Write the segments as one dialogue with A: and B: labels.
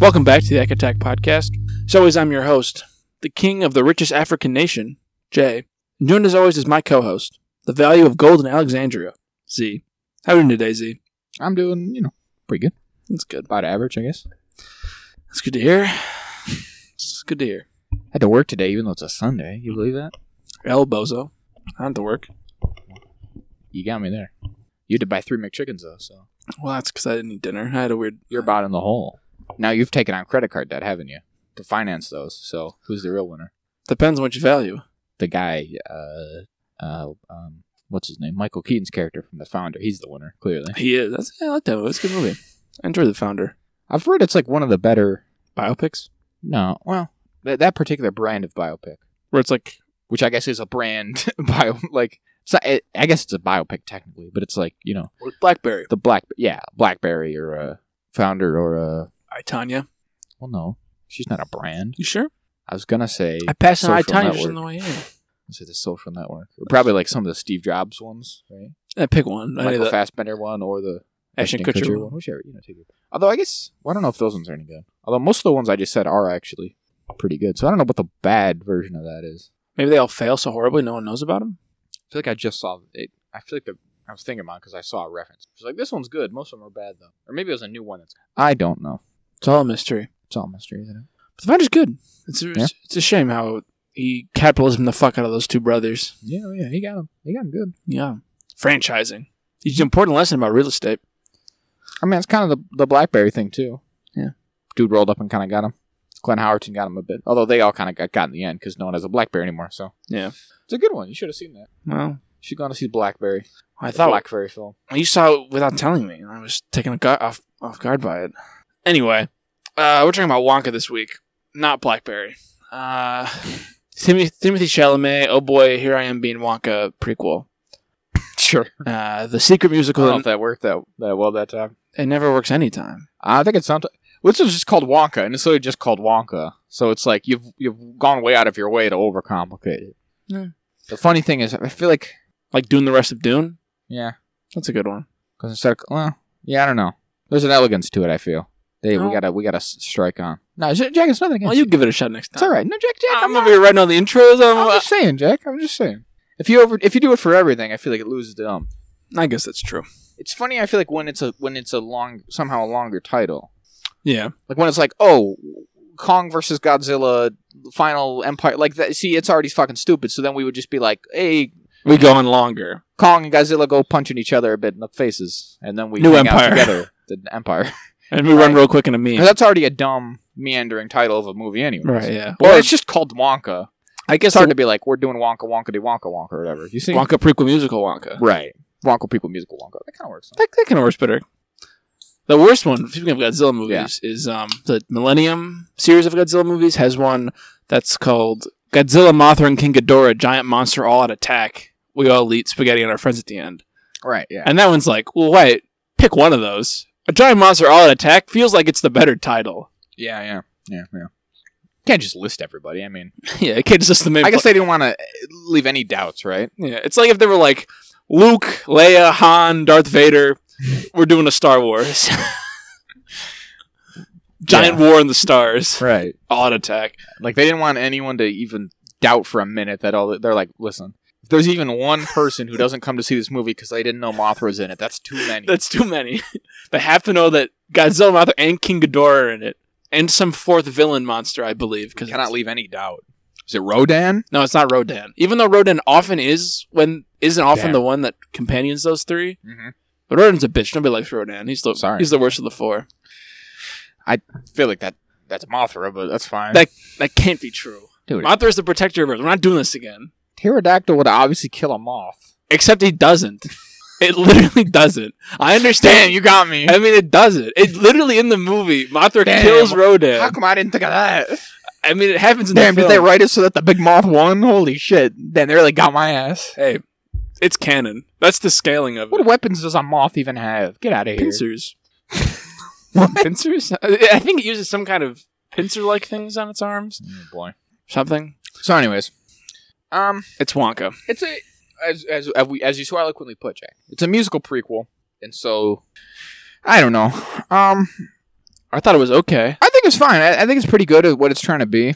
A: Welcome back to the Eck Attack Podcast. As always, I'm your host, the king of the richest African nation, Jay. And joined as always is my co host, the value of gold in Alexandria, Z. How are you doing today, Z?
B: I'm doing, you know, pretty good.
A: That's good.
B: About average, I guess.
A: That's good to hear. It's good to hear.
B: had to work today, even though it's a Sunday. You believe that?
A: El Bozo. I have to work.
B: You got me there. You had to buy three McChickens, though, so
A: Well, that's because I didn't eat dinner. I had a weird.
B: you're about in the hole. Now you've taken on credit card debt, haven't you? To finance those, so who's the real winner?
A: Depends on what you value.
B: The guy, uh, uh, um, what's his name? Michael Keaton's character from The Founder. He's the winner, clearly.
A: He is. That's, yeah, I like that movie. It's a good movie. I enjoy The Founder.
B: I've heard it's like one of the better.
A: Biopics?
B: No, well, th- that particular brand of biopic,
A: Where it's like,
B: which I guess is a brand bio, like it's not, it, I guess it's a biopic technically, but it's like you know
A: with Blackberry.
B: the black yeah blackberry or a founder or a
A: I, Tanya.
B: well no she's not a brand
A: You sure?
B: i was gonna say
A: I passed an I,
B: Social
A: Tanya just on
B: network.
A: the way in.
B: was it the social network or probably like some of the steve jobs ones right
A: I pick one. I need
B: michael
A: the
B: fassbender one or the
A: Ashton Kutcher one.
B: whichever you know take it although i guess well, i don't know if those ones are any good although most of the ones i just said are actually pretty good so i don't know what the bad version of that is
A: Maybe they all fail so horribly no one knows about them.
B: i feel like i just saw it i feel like the I was thinking about because I saw a reference. It's like this one's good. Most of them are bad though, or maybe it was a new one. That's I don't know.
A: It's all a mystery.
B: It's all mystery, isn't it?
A: But the Founder's good. It's a, it's, it's a shame how he capitalism the fuck out of those two brothers.
B: Yeah, oh, yeah, he got him. He got him good.
A: Yeah. Franchising. It's an important lesson about real estate.
B: I mean, it's kind of the, the BlackBerry thing too.
A: Yeah.
B: dude rolled up and kind of got him. Glenn Howerton got him a bit, although they all kind of got got in the end because no one has a BlackBerry anymore. So
A: Yeah.
B: it's a good one. You should have seen that.
A: Well,
B: You should gone to see BlackBerry.
A: I
B: The
A: thought
B: BlackBerry film.
A: you saw it without telling me, and I was taken a gu- off off guard by it. Anyway, uh, we're talking about Wonka this week, not BlackBerry. Uh, Timothy, Timothy Chalamet. Oh boy, here I am being Wonka prequel.
B: Sure.
A: Uh, the secret
B: I don't
A: musical.
B: know if that worked that that well that time.
A: it never works anytime.
B: I think it's something. Well, this is just called Wonka, and it's literally just called Wonka. So it's like you've you've gone way out of your way to overcomplicate it.
A: Yeah.
B: The funny thing is, I feel like
A: Like Dune, the rest of Dune.
B: yeah,
A: That's a good one.
B: Because instead, of, well, yeah, I don't know. There's an elegance to it. I feel they
A: No.
B: we gotta we gotta s- strike on. No, J- Jack, it's nothing against.
A: Well,
B: you.
A: you give it a shot next time.
B: It's all right. No, Jack, Jack, I'm,
A: I'm
B: not,
A: over here writing all the intros. I'm,
B: I'm just saying, Jack. I'm just saying. If you over if you do it for everything, I feel like it loses the um.
A: I guess that's true.
B: It's funny. I feel like when it's a when it's a long somehow a longer title,
A: Yeah.
B: like when it's like oh. Kong versus Godzilla, Final Empire, like that. See, it's already fucking stupid. So then we would just be like, "Hey,
A: We go on longer.
B: Kong and Godzilla go punching each other a bit in the faces," and then we
A: New
B: hang out
A: Empire.
B: together. The Empire.
A: And we run
B: Right.
A: real quick into me.
B: 'Cause that's already a dumb, meandering title of a movie, anyway.
A: Right, yeah.
B: But when it's just called Wonka.
A: I
B: It's
A: guess
B: hard
A: the
B: to be like, we're doing Wonka, Wonka, de Wonka, Wonka, or whatever. You see?
A: Wonka prequel musical Wonka.
B: Right. Wonka, people, musical Wonka. That kind of works.
A: That, that kind of works better. The worst one, speaking of Godzilla movies, is um, the Millennium series of Godzilla movies has one that's called Godzilla, Mothra, and King Ghidorah, Giant Monster All at Attack. We all eat spaghetti and our friends at the end.
B: Right, yeah.
A: And that one's like, well, wait, pick one of those. A Giant Monster All at Attack feels like it's the better title.
B: Yeah, yeah. Yeah, yeah. Can't just list everybody. I mean,
A: yeah, it can't just the main.
B: I guess they didn't want to leave any doubts, right?
A: Yeah, it's like if they were like Luke, Leia, Han, Darth Vader. We're doing a Star Wars. Giant war in the stars.
B: Right.
A: Odd attack.
B: Like, they didn't want anyone to even doubt for a minute that all. They're like, listen, if there's even one person who doesn't come to see this movie because they didn't know Mothra was in it, that's too many.
A: That's too many. they have to know that Godzilla, Mothra, and King Ghidorah are in it, and some fourth villain monster, I believe.
B: You
A: Because
B: cannot leave any doubt. Is it Rodan?
A: no, it's not Rodan. Even though Rodan often is when isn't often
B: Damn.
A: the one that companions those three.
B: Mm-hmm.
A: But Rodan's a bitch. Nobody likes Rodan. He's the
B: Sorry.
A: he's the worst of the four.
B: feel like that that's Mothra, but that's fine.
A: That- That can't be true.
B: Dude.
A: Mothra's the protector of Earth. We're not doing this again.
B: pterodactyl would obviously kill a moth.
A: except he doesn't. It literally doesn't. I understand.
B: you got me.
A: I mean, it doesn't. It literally in the movie, Mothra
B: Damn.
A: kills Rodan.
B: How come I didn't think of that?
A: I mean, it happens in
B: Damn,
A: the
B: did
A: film.
B: they write it so that the big moth won? Holy shit! Damn, they really got my ass.
A: hey, it's canon. That's the scaling of
B: What
A: it.
B: weapons does a moth even have? Get out of here.
A: Pincers.
B: What?
A: Pincers? I I think it uses some kind of pincer-like things on its arms.
B: Oh, boy.
A: Something.
B: So, anyways, um,
A: It's Wonka.
B: it's a as as as, we, as you so eloquently put, Jack. It's a musical prequel, and so I don't know. Um,
A: I thought it was okay.
B: I think think it's fine. I, I think it's pretty good at what it's trying to be.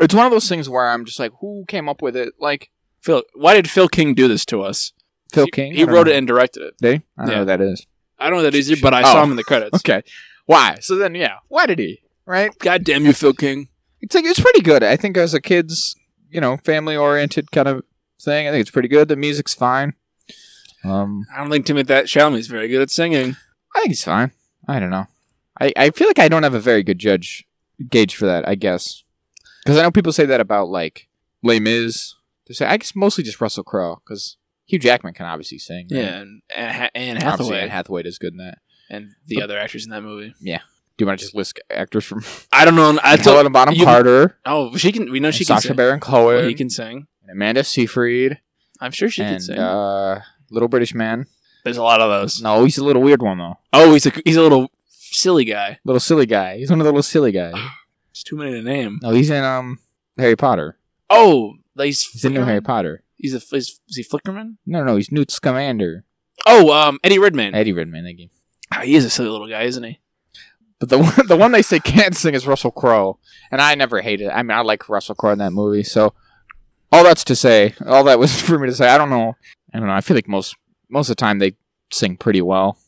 B: It's one of those things where I'm just like, who came up with it? Like
A: Phil, why did Phil King do this to us?
B: Phil King.
A: He wrote it and directed it.
B: They? I
A: Yeah.
B: don't know who that is.
A: I don't know who that is either, but I
B: Oh.
A: saw him in the credits.
B: Okay. Why? So then, yeah. Why did he? Right.
A: God damn you, Phil King.
B: It's like it's pretty good. I think as a kid's, you know, family oriented kind of thing, I think it's pretty good. The music's fine. Um,
A: I don't think Timothy Chalamet's very good at singing.
B: I think he's fine. I don't know. I, I feel like I don't have a very good judge gauge for that. I guess because I know people say that about like Les Mis. They say I guess mostly just Russell Crowe because Hugh Jackman can obviously sing. right?
A: Yeah, and Anne, ha- Anne
B: obviously
A: Hathaway
B: Anne Hathaway does good in that.
A: and the other actors in that movie.
B: Do you want to just list actors from
A: I don't know. I told,
B: Helena Bonham
A: you-
B: Carter,
A: oh, she can. We know
B: and
A: she can
B: Sacha
A: sing.
B: Baron Cohen,
A: He can sing.
B: and Amanda Seyfried,
A: I'm sure she can
B: and
A: sing.
B: uh, Little British Man.
A: There's a lot of those.
B: No, he's a little weird one though.
A: Oh, he's a he's a little silly guy.
B: Little silly guy. He's one of the little silly guys.
A: It's too many to name.
B: No, he's in um Harry Potter.
A: Oh, he's
B: He's in new Harry
A: Flickerman?
B: Potter.
A: He's a is, is he Flickerman?
B: No, no, he's Newt Scamander.
A: Oh, um, Eddie Redmayne.
B: Eddie Redmayne, thank you.
A: Ah, he is a silly little guy, isn't he?
B: But the one, the one they say can't sing is Russell Crowe, and I never hated. I mean, I like Russell Crowe in that movie. So all that's to say, all that was for me to say. I don't know. I don't know. I feel like most most of the time they sing pretty well,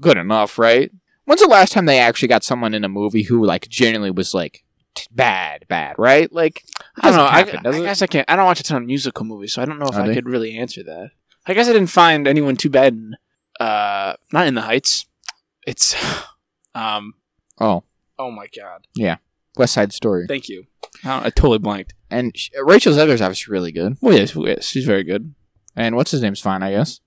B: good enough, right? When's the last time they actually got someone in a movie who like genuinely was like t- bad, bad, right? Like
A: I don't know. I,
B: doesn't happen, does
A: I
B: it?
A: guess I can't. I don't watch a ton of musical movies, so I don't know if
B: Are
A: I
B: they?
A: could really answer that. I guess I didn't find anyone too bad. In, uh, not in the Heights. It's, um,
B: oh,
A: oh my god.
B: West Side Story.
A: Thank you. I, don't- I totally blanked.
B: And sh- Rachel Zegler's obviously really good.
A: Well, yes, well, yes, she's very good.
B: And what's his name's fine, I guess.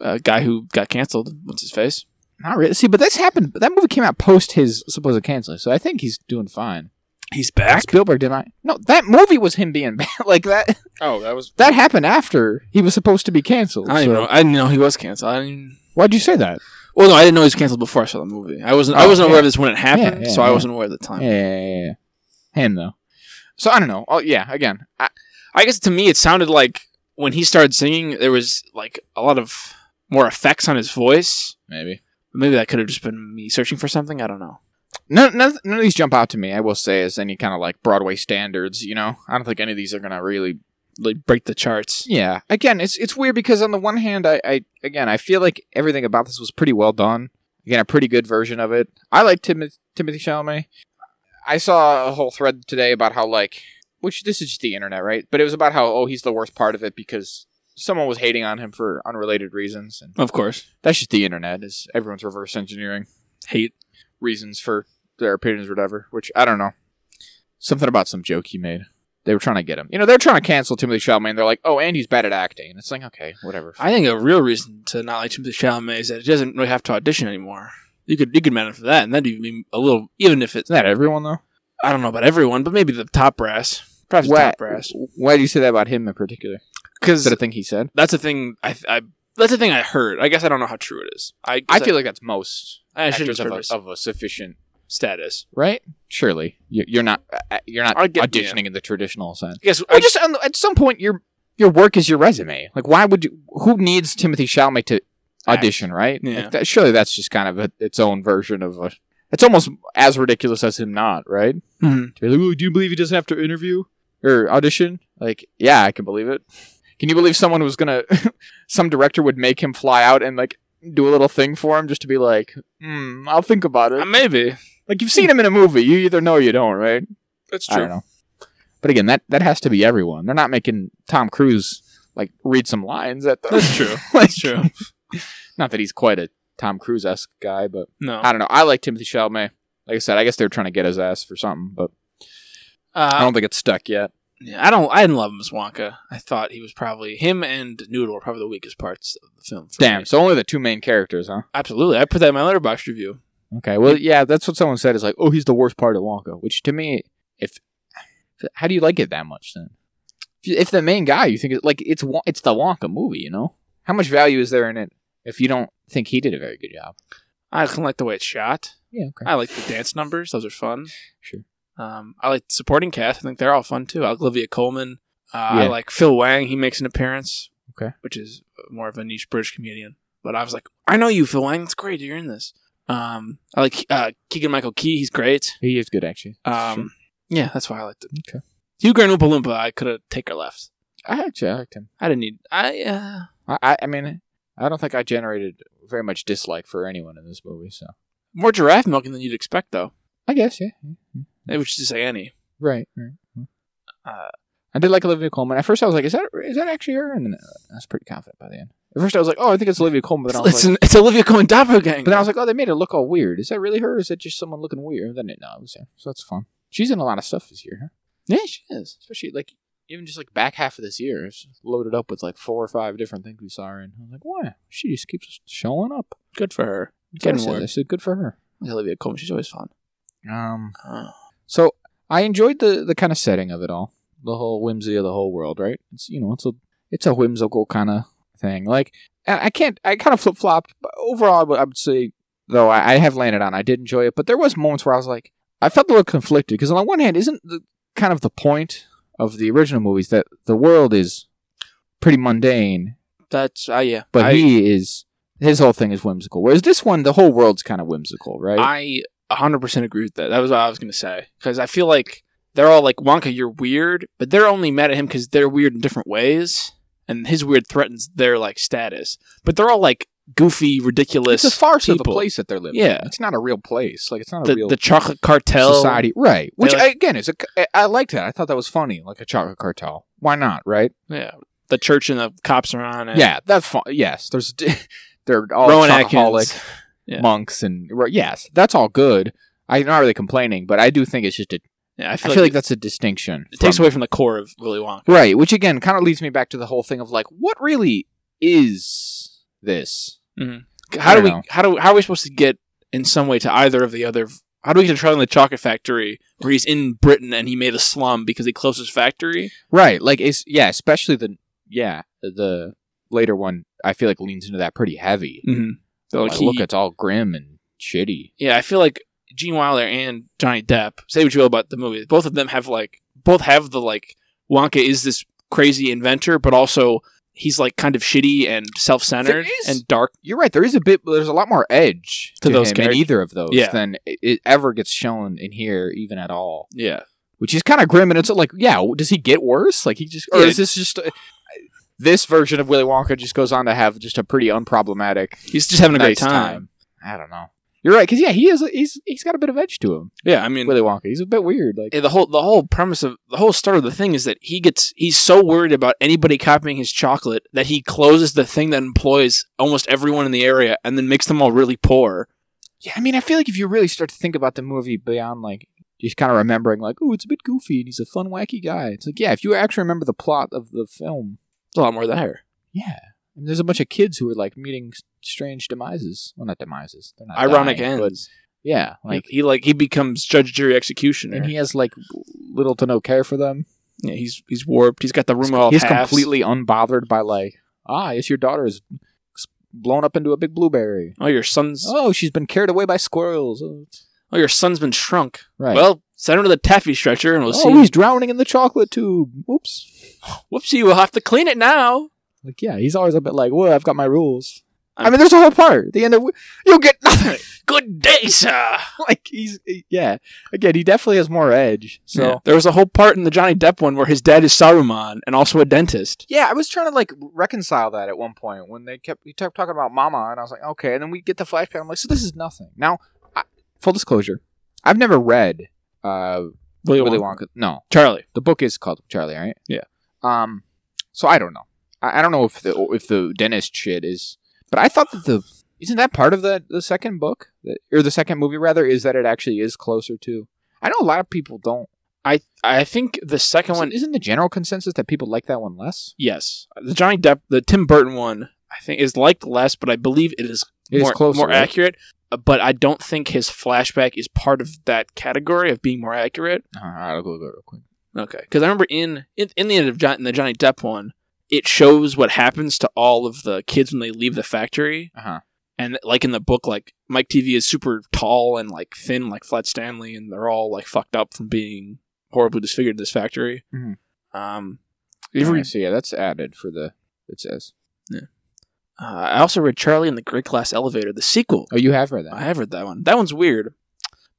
A: uh, guy who got canceled. What's his face?
B: Not really. See, but this happened. That movie came out post his supposed canceling, so I think he's doing fine.
A: He's back.
B: Spielberg did not. No, that movie was him being bad. Like that.
A: Oh, that was.
B: That happened after he was supposed to be canceled.
A: I didn't even
B: so-
A: know. I didn't know he was canceled. I didn't. Even,
B: Why'd you say that?
A: well, no, I didn't know he was canceled before I saw the movie. I wasn't. I
B: Oh,
A: wasn't
B: yeah.
A: aware of this when it happened,
B: Yeah, yeah,
A: so I
B: yeah.
A: wasn't aware at the time.
B: Yeah, yeah, yeah, yeah. him though. So I don't know. Oh yeah, again. I,
A: I guess to me, it sounded like when he started singing, there was like a lot of more effects on his voice.
B: Maybe.
A: Maybe that could have just been me searching for something. I don't know.
B: None, none, none of these jump out to me. I will say, as any kind of like Broadway standards. You know, I don't think any of these are gonna really
A: Like break the charts.
B: Yeah. Again, it's it's weird because on the one hand, I, I again I feel like everything about this was pretty well done. Again, a pretty good version of it. I like Timoth- Timothy Chalamet. I saw a whole thread today about how like, which this is just the internet, right? But it was about how oh he's the worst part of it because someone was hating on him for unrelated reasons, and
A: Of course,
B: that's just the internet. Is everyone's reverse engineering
A: hate.
B: reasons for their opinions or whatever, which I don't know. Something about some joke he made. They were trying to get him. You know, they're trying to cancel Timothy Chalamet. And they're like, oh, and he's bad at acting. And it's like, okay, whatever.
A: I think a real reason to not like Timothy Chalamet is that he doesn't really have to audition anymore. You could you could manage for that, and that'd be a little even if it's
B: Isn't that everyone though?
A: I don't know about everyone, but maybe the top brass, perhaps the
B: Why,
A: top brass,
B: why do you say that about him in particular? Is
A: because
B: that a thing he said?
A: that's a thing. I, I that's a thing I heard. I guess I don't know how true it is. I
B: I feel like that's most
A: I, I shouldn't
B: actors of a,
A: purpose.
B: of a sufficient
A: status.
B: right. Surely You- you're not uh, you're not
A: I get-
B: auditioning in the traditional sense.
A: I guess
B: Or just on the- at some point your your work is your resume. Like why would you who needs Timothy Chalamet to audition, right?
A: Yeah.
B: Like that, surely that's just kind of a, its own version of a it's almost as ridiculous as him not, right?
A: Mhm.
B: To be like, "Ooh, do you believe he doesn't have to interview or audition? Like, yeah, I can believe it. Can you believe someone was gonna some director would make him fly out and like do a little thing for him just to be like, hmm, I'll think about it.
A: Uh, maybe
B: like you've seen him in a movie, you either know or you don't, right?
A: that's
B: I don't know. But again, that that has to be everyone. They're not making Tom Cruise like read some lines at the.
A: That's true.
B: Like,
A: That's true.
B: Not that he's quite a Tom Cruise esque guy, but
A: No,
B: I don't know. I like Timothy Chalamet. Like I said, I guess they're trying to get his ass for something, but I
A: uh,
B: don't think it's stuck yet.
A: yeah, I don't. I didn't love him as Wonka. I thought he was probably him and Noodle were probably the weakest parts of the film. for
B: Damn.
A: me.
B: So only the two main characters, huh?
A: absolutely. I put that in my letterbox review.
B: Okay. Well, yeah, that's what someone said. Is like, oh, he's the worst part of Wonka. Which to me, if how do you like it that much then? If you- If the main guy, you think it, like it's Won- it's the Wonka movie, you know? How much value is there in it if you don't think he did a very good job? Uh,
A: I kind of like the way it's shot.
B: Yeah. Okay.
A: I like the dance numbers; those are fun.
B: Sure.
A: Um, I like the supporting cast. I think they're all fun too. Olivia Coleman. Uh, I
B: Yeah.
A: like Phil Wang. He makes an appearance.
B: Okay.
A: Which is more of a niche British comedian. But I was like, I know you, Phil Wang. It's great. You're in this. Um, I like uh, Keegan Michael Key. He's great.
B: He is good actually.
A: Um, yeah, that's why I liked it.
B: Okay.
A: Hugo and Oompa Loompa, I could have take or left.
B: I actually I liked him.
A: I didn't need. I uh,
B: I, I I mean I don't think I generated very much dislike for anyone in this movie. So
A: more giraffe milking than you'd expect though.
B: I guess yeah.
A: Which is to say any.
B: Right. right.
A: Uh,
B: I did like Olivia Colman. At first, I was like, "Is that is that actually her?" And then uh, I was pretty confident by the end. At first, I was like, "Oh, I think it's Olivia Colman." But then I was
A: Listen,
B: like,
A: it's Olivia Cohen doppelganger.
B: "But then I was like, oh, they made her look all weird. Is that really her? Or is that just someone looking weird?" Then it, no, it was her. So that's fun. She's in a lot of stuff this year, huh?
A: yeah, she is.
B: especially like even just like back half of this year, it's loaded up with like four or five different things we saw her in. I was like, "Why?" She just keeps showing up.
A: Good for her.
B: That's
A: Getting
B: what I said.
A: work.
B: I said, "Good for her."
A: Olivia Colman, she's always fun.
B: Um,
A: Uh,
B: so I enjoyed the the kind of setting of it all, the whole whimsy of the whole world, right? It's you know, it's a it's a whimsical kind of thing. Like I I can't, I kind of flip flopped, but overall, I would- I would say though I, I have landed on, I did enjoy it, but there was moments where I was like, I felt a little conflicted because on the one hand, isn't the kind of the point of the original movies that the world is pretty mundane,
A: that's uh, yeah.
B: but
A: I,
B: he is his whole thing is whimsical. Whereas this one, the whole world's kind of whimsical, right?
A: I 100% agree with that. That was what I was going to say. Because I feel like they're all like, Wonka, you're weird, but they're only mad at him because they're weird in different ways. And his weird threatens their like status. But they're all like goofy, ridiculous.
B: it's a farce of the
A: people.
B: place that they're living.
A: Yeah.
B: in. it's not a real place. Like it's not a
A: The,
B: real
A: the chocolate cartel.
B: society, right? Which
A: like-
B: again is a. I- I liked that. I thought that was funny, like a chocolate cartel. Why not? Right?
A: Yeah. The church and the cops are on it.
B: Yeah, that's fun. Yes, there's they're all
A: Rowan
B: chocoholic
A: Atkins. Yeah.
B: monks and right, yes, that's all good. I'm not really complaining, but I do think it's just a.
A: Yeah, I
B: I
A: feel,
B: feel like,
A: like,
B: that's a distinction.
A: it takes
B: from-
A: away from the core of Willy Wonka.
B: right, which again kind of leads me back to the whole thing of like, what really is this?
A: How do
B: I
A: we?
B: know.
A: How do? How are we supposed to get in some way to either of the other? How do we get to Charlie and the Chocolate Factory, where he's in Britain and he made a slum because he closed his factory?
B: Right, like it's yeah, especially the yeah the later one. I feel like leans into that pretty heavy.
A: Mm-hmm. So like
B: Like,
A: he-
B: look, it's all grim and shitty.
A: yeah, I feel like Gene Wilder and Johnny Depp. Say what you will about the movie, both of them have like both have the like Wonka is this crazy inventor, but also he's like kind of shitty and self centered
B: There is-
A: and dark.
B: You're right. There is a bit. There's a lot more edge
A: To those
B: to, those him in
A: characters.
B: either of those
A: Yeah.
B: than it- it ever gets shown in here, even at all.
A: Yeah,
B: Which is kind of grim. And it's like, yeah, w- does he get worse? Like he just, or
A: Yeah.
B: is this just uh, this version of Willy Wonka just goes on to have just a pretty unproblematic,
A: he's just having a
B: nice
A: great time.
B: I don't know. You're right, because yeah, he is. He's he's got a bit of edge to him.
A: Yeah, I mean,
B: Willy Wonka. He's a bit weird. Like
A: Yeah, the whole the whole premise of the whole start of the thing is that he gets he's so worried about anybody copying his chocolate that he closes the thing that employs almost everyone in the area and then makes them all really poor.
B: Yeah, I mean, I feel like if you really start to think about the movie beyond like just kind of remembering, like, oh, it's a bit goofy and he's a fun, wacky guy. It's like, yeah, if you actually remember the plot of the film,
A: There's a lot more there.
B: yeah, and there's a bunch of kids who are like meeting s- strange demises. Well, not demises. They're not
A: Ironic
B: dying, but-
A: ends.
B: yeah,
A: Like
B: like,
A: he, like he becomes judge, jury, executioner.
B: and he has like little to no care for them.
A: yeah, he's he's warped. He's got the room all
B: he's
A: halves.
B: completely unbothered by like, ah, yes, your daughter is s- blown up into a big blueberry.
A: Oh, your son's
B: Oh, she's been carried away by squirrels. Oh, it's-
A: oh your son's been shrunk.
B: right.
A: Well, send him to the taffy stretcher and we'll
B: oh, he's drowning in the chocolate tube. Oops.
A: see. Whoopsie, we'll have to clean it now.
B: Like, yeah, he's always a bit like, well, I've got my rules. i
A: I'm-
B: mean, there's a whole part. The end of you'll get nothing.
A: Good day, sir.
B: like he's yeah. Again, he definitely has more edge. So
A: Yeah. there was a whole part in the Johnny Depp one where his dad is Saruman and also a dentist.
B: Yeah, I was trying to like reconcile that at one point when they kept we kept talking about Mama, and I was like, okay. And then we get the flashback. I'm like, so this is nothing. Now, I, full disclosure, I've never read uh,
A: Willy
B: Willy
A: Wonka.
B: Wonka. No,
A: Charlie.
B: the book is called Charlie, right?
A: Yeah.
B: Um, so I don't know. I, I don't know if the if the dentist shit is, but I thought that the isn't that part of the the second book that, or the second movie rather is that it actually is closer to. I know a lot of people don't.
A: I I think the second
B: Isn't,
A: one.
B: isn't the general consensus that people like that one less?
A: Yes, the Johnny Depp, the Tim Burton one, I think is liked less, but I believe it is
B: It is
A: more
B: closer,
A: more
B: right?
A: accurate. Uh, But I don't think his flashback is part of that category of being more accurate.
B: Uh, I'll go, go real quick.
A: Okay, because I remember in, in in the end of John, in the Johnny Depp one, it shows what happens to all of the kids when they leave the factory,
B: Uh huh.
A: and like in the book, like Mike TV is super tall and like thin, like Flat Stanley, and they're all like fucked up from being horribly disfigured in this factory.
B: Mhm.
A: Um, you ever
B: so yeah, that's added for the it says.
A: Uh, I also read Charlie and the Great Glass Elevator, the sequel.
B: Oh, you have read
A: I
B: that.
A: have read that one. That one's weird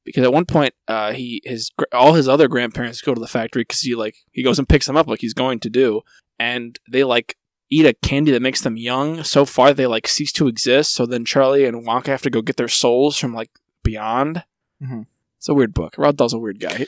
A: because at one point, uh, he his gr- all his other grandparents go to the factory because he like he goes and picks them up like he's going to do, and they like eat a candy that makes them young so far they like cease to exist. So then Charlie and Wonka have to go get their souls from like beyond.
B: Mhm.
A: It's a weird book. Roald Dahl's a weird guy.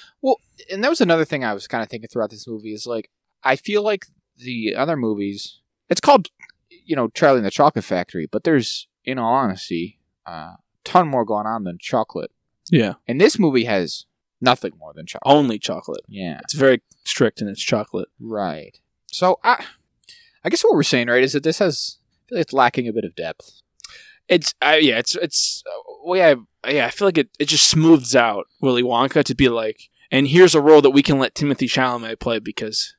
B: And that was another thing I was kind of thinking throughout this movie is like I feel like the other movies. It's called, you know, Charlie and the Chocolate Factory, but there's, in all honesty, a ton more going on than chocolate.
A: Yeah,
B: And this movie has nothing more than chocolate.
A: only chocolate.
B: Yeah,
A: It's very strict in its chocolate.
B: right. So I, I guess what we're saying, right, is that this has I feel like it's lacking a bit of depth.
A: It's I, yeah, it's it's uh, way I yeah I feel like it it just smooths out Willy Wonka to be like, and here's a role that we can let Timothy Chalamet play because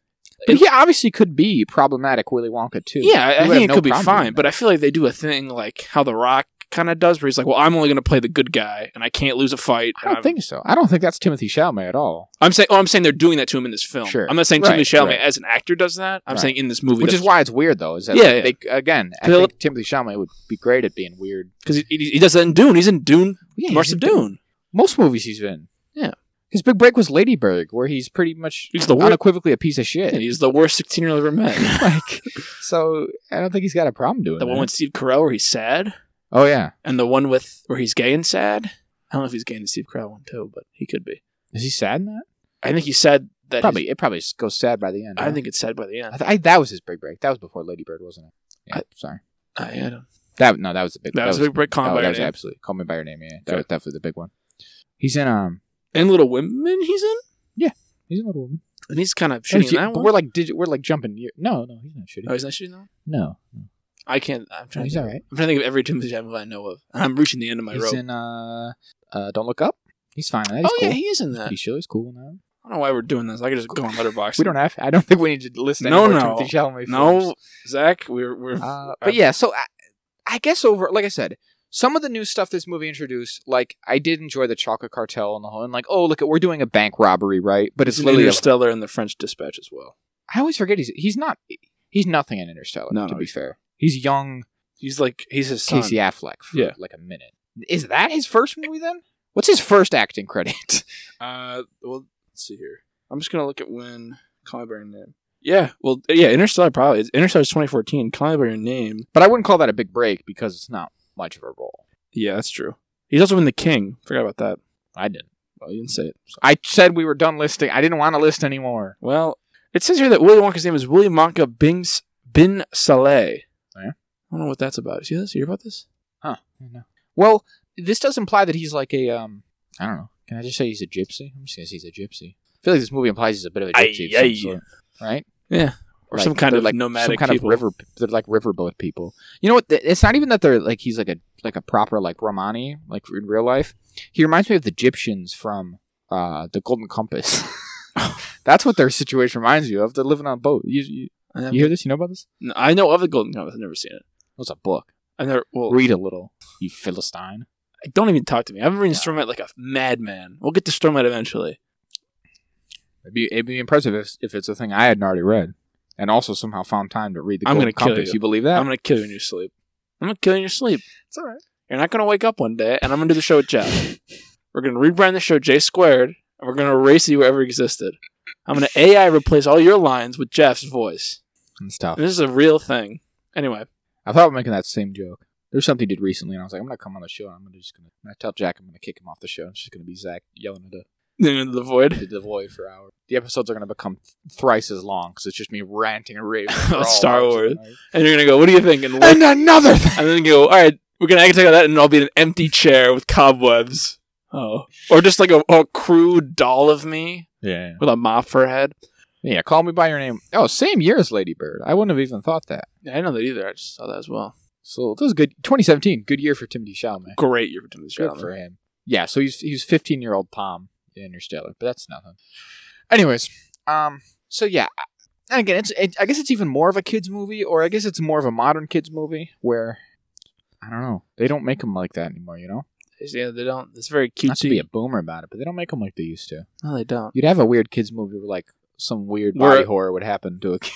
B: But he obviously could be problematic Willy Wonka too.
A: yeah I, I
B: You would have
A: think it
B: no
A: could be
B: problem
A: fine,
B: with
A: but I feel like they do a thing like how The Rock kind of does where he's like, well, I'm only going to play the good guy and I can't lose a fight.
B: I don't
A: and I'm,
B: think so. I don't think that's Timothy Chalamet at all.
A: I'm saying oh I'm saying they're doing that to him in this film.
B: Sure.
A: I'm not saying
B: Right,
A: Timothy Chalamet
B: right.
A: as an actor does that. I'm
B: Right.
A: saying in this movie,
B: Which is why it's weird though. Is that
A: Yeah,
B: they, again? I
A: Phil-
B: think Timothy Chalamet would be great at being weird.
A: because he, he, he does that in Dune. He's in Dune,
B: Yeah,
A: March of Dune.
B: Most movies he's in.
A: Yeah.
B: His big break was Ladybird, where he's pretty much
A: He's the worst.
B: unequivocally a piece of shit.
A: He's the worst 16 year old I've ever met.
B: like, so I don't think he's got a problem doing
A: The
B: that.
A: one with Steve Carell where he's sad,
B: oh yeah,
A: and the one with where he's gay and sad. I don't know if he's gay in the Steve Carell one too, but he could be.
B: is he sad in that?
A: I think he's sad that.
B: probably it probably just goes sad by the end.
A: he's- I
B: huh?
A: think it's sad by the
B: I
A: end.
B: th- I- that was his big break. That was before Ladybird, wasn't it? Yeah,
A: I-
B: sorry.
A: I, I don't.
B: That no, that was the big.
A: That, was a big break.
B: that,
A: Call Me by
B: that
A: Your
B: was
A: Name.
B: absolutely call me by your name. Yeah, that
A: Okay.
B: was definitely the big one. He's in um.
A: And Little Women he's in,
B: He's a little woman.
A: and he's kind of
B: No,
A: shooting
B: he's-
A: that
B: but
A: one.
B: we're like digi- we're like jumping. year- No, no, he's not shooting.
A: oh, he's not shooting that. one?
B: no,
A: I can't. I'm
B: no,
A: trying.
B: he's
A: to
B: all
A: think.
B: right.
A: I'm trying to think of every Timothy Chalamet movie I know of. And I'm reaching the end of my
B: He's
A: rope.
B: in uh, uh, Don't Look Up. He's fine. in that. He's
A: oh
B: cool.
A: yeah, he is in that.
B: he's sure he's cool now.
A: I don't know why we're doing this. I could just go on Letterboxd.
B: We don't have. I don't think we need to list any
A: No,
B: more
A: no.
B: Timothy Chalamet
A: No,
B: films.
A: Zach. We're we're.
B: Uh, but yeah, so I, I guess over, like I said, some of the new stuff this movie introduced, like I did enjoy the Chocolate Cartel and the whole, and like, oh look, at we're doing a bank robbery, right? But it's
A: it's
B: literally. A,
A: Interstellar and the French Dispatch as well.
B: I always forget he's he's not he's nothing in Interstellar.
A: No,
B: to
A: no,
B: be
A: he's-
B: fair, he's young
A: He's like he's his son.
B: Casey Affleck for
A: Yeah.
B: like a minute. Is that his first movie then? What's his first acting credit?
A: Uh, well, let's see here. I'm just gonna look at when Call Me by Your Name. Yeah, well, yeah, Interstellar probably. Is. Interstellar's 2014. Call Me by Your Name.
B: but I wouldn't call that a big break because it's not much of a role.
A: Yeah, that's true. He's also in The King. Forgot about that.
B: I didn't.
A: Well, you didn't say it.
B: I said we were done listing. I didn't want to list anymore.
A: Well, it says here that Willy Wonka's name is William Wonka Bing Bin Saleh.
B: Oh, yeah?
A: I don't know what that's about. You see this? You hear about this?
B: Well, this does imply that he's like a um. I don't know. Can I just say he's a gypsy? I'm just gonna say he's a gypsy. I feel like this movie implies he's a bit of a
A: Aye,
B: gypsy, of some
A: aye.
B: sort, right?
A: Or
B: Like,
A: some kind
B: they're
A: of like nomadic
B: some kind
A: people.
B: of river. They're like riverboat people. You know what? Th- It's not even that they're like he's like a like a proper like Romani like in real life. He reminds me of the Egyptians from uh the Golden Compass. That's what their situation reminds you of. They're living on a boat. You, you,
A: Um,
B: you hear this? You know about this?
A: no, I know of the Golden Compass. I've never seen it.
B: It was a book.
A: I've never. Well,
B: Read a little, you Philistine.
A: don't even talk to me. I've been reading Stormlight like a madman. We'll get to Stormlight eventually.
B: It'd be, it'd be impressive if, if it's a thing I hadn't already read, and also somehow found time to read the
A: I'm
B: Golden
A: gonna kill
B: Compass.
A: you.
B: You. believe that?
A: I'm gonna kill you in your sleep. I'm gonna kill you in your sleep.
B: it's all right.
A: You're not gonna wake up one day, and I'm gonna do the show with Jeff. We're gonna rebrand the show J squared, and we're gonna erase you wherever existed. I'm gonna AI replace all your lines with Jeff's voice.
B: It's tough.
A: And this is a real thing. Anyway,
B: I thought about making that same joke. There's something he did recently, and I was like, I'm gonna come on the show. And I'm gonna just gonna, I'm gonna tell Jack I'm gonna kick him off the show. and It's just gonna be Zach yelling at
A: into the void.
B: the, the void for hours. The episodes are gonna become thrice as long because it's just me ranting and raving.
A: Oh,
B: for all
A: Star
B: hours of
A: Wars.
B: the night.
A: And you're gonna go, what do you think? And, look,
B: And another thing.
A: and then you go, all right, we're gonna act like that, and I'll be in an empty chair with cobwebs. Oh, or just like a, a crude doll of me
B: Yeah.
A: with a mop for a head.
B: Yeah. Call me by your name. Oh, same year as Lady Bird. I wouldn't have even thought that.
A: Yeah, I didn't know that either. I just saw that as well.
B: So this was good. 2017, good year for Timothy Chalamet.
A: Great year for Timothy
B: Good
A: Chalamet.
B: for him. Yeah. So he's he's 15 year old Tom in Interstellar, but that's nothing. Anyways, um, so yeah, and again, it's it, I guess it's even more of a kids movie, or I guess it's more of a modern kids movie where I don't know they don't make them like that anymore. You know,
A: Yeah, they don't. It's very
B: not to be
A: cutesy.
B: a boomer about it, but they don't make them like they used to.
A: no, they don't.
B: You'd have a weird kids movie where like some weird
A: Where-
B: body horror would happen to a kid.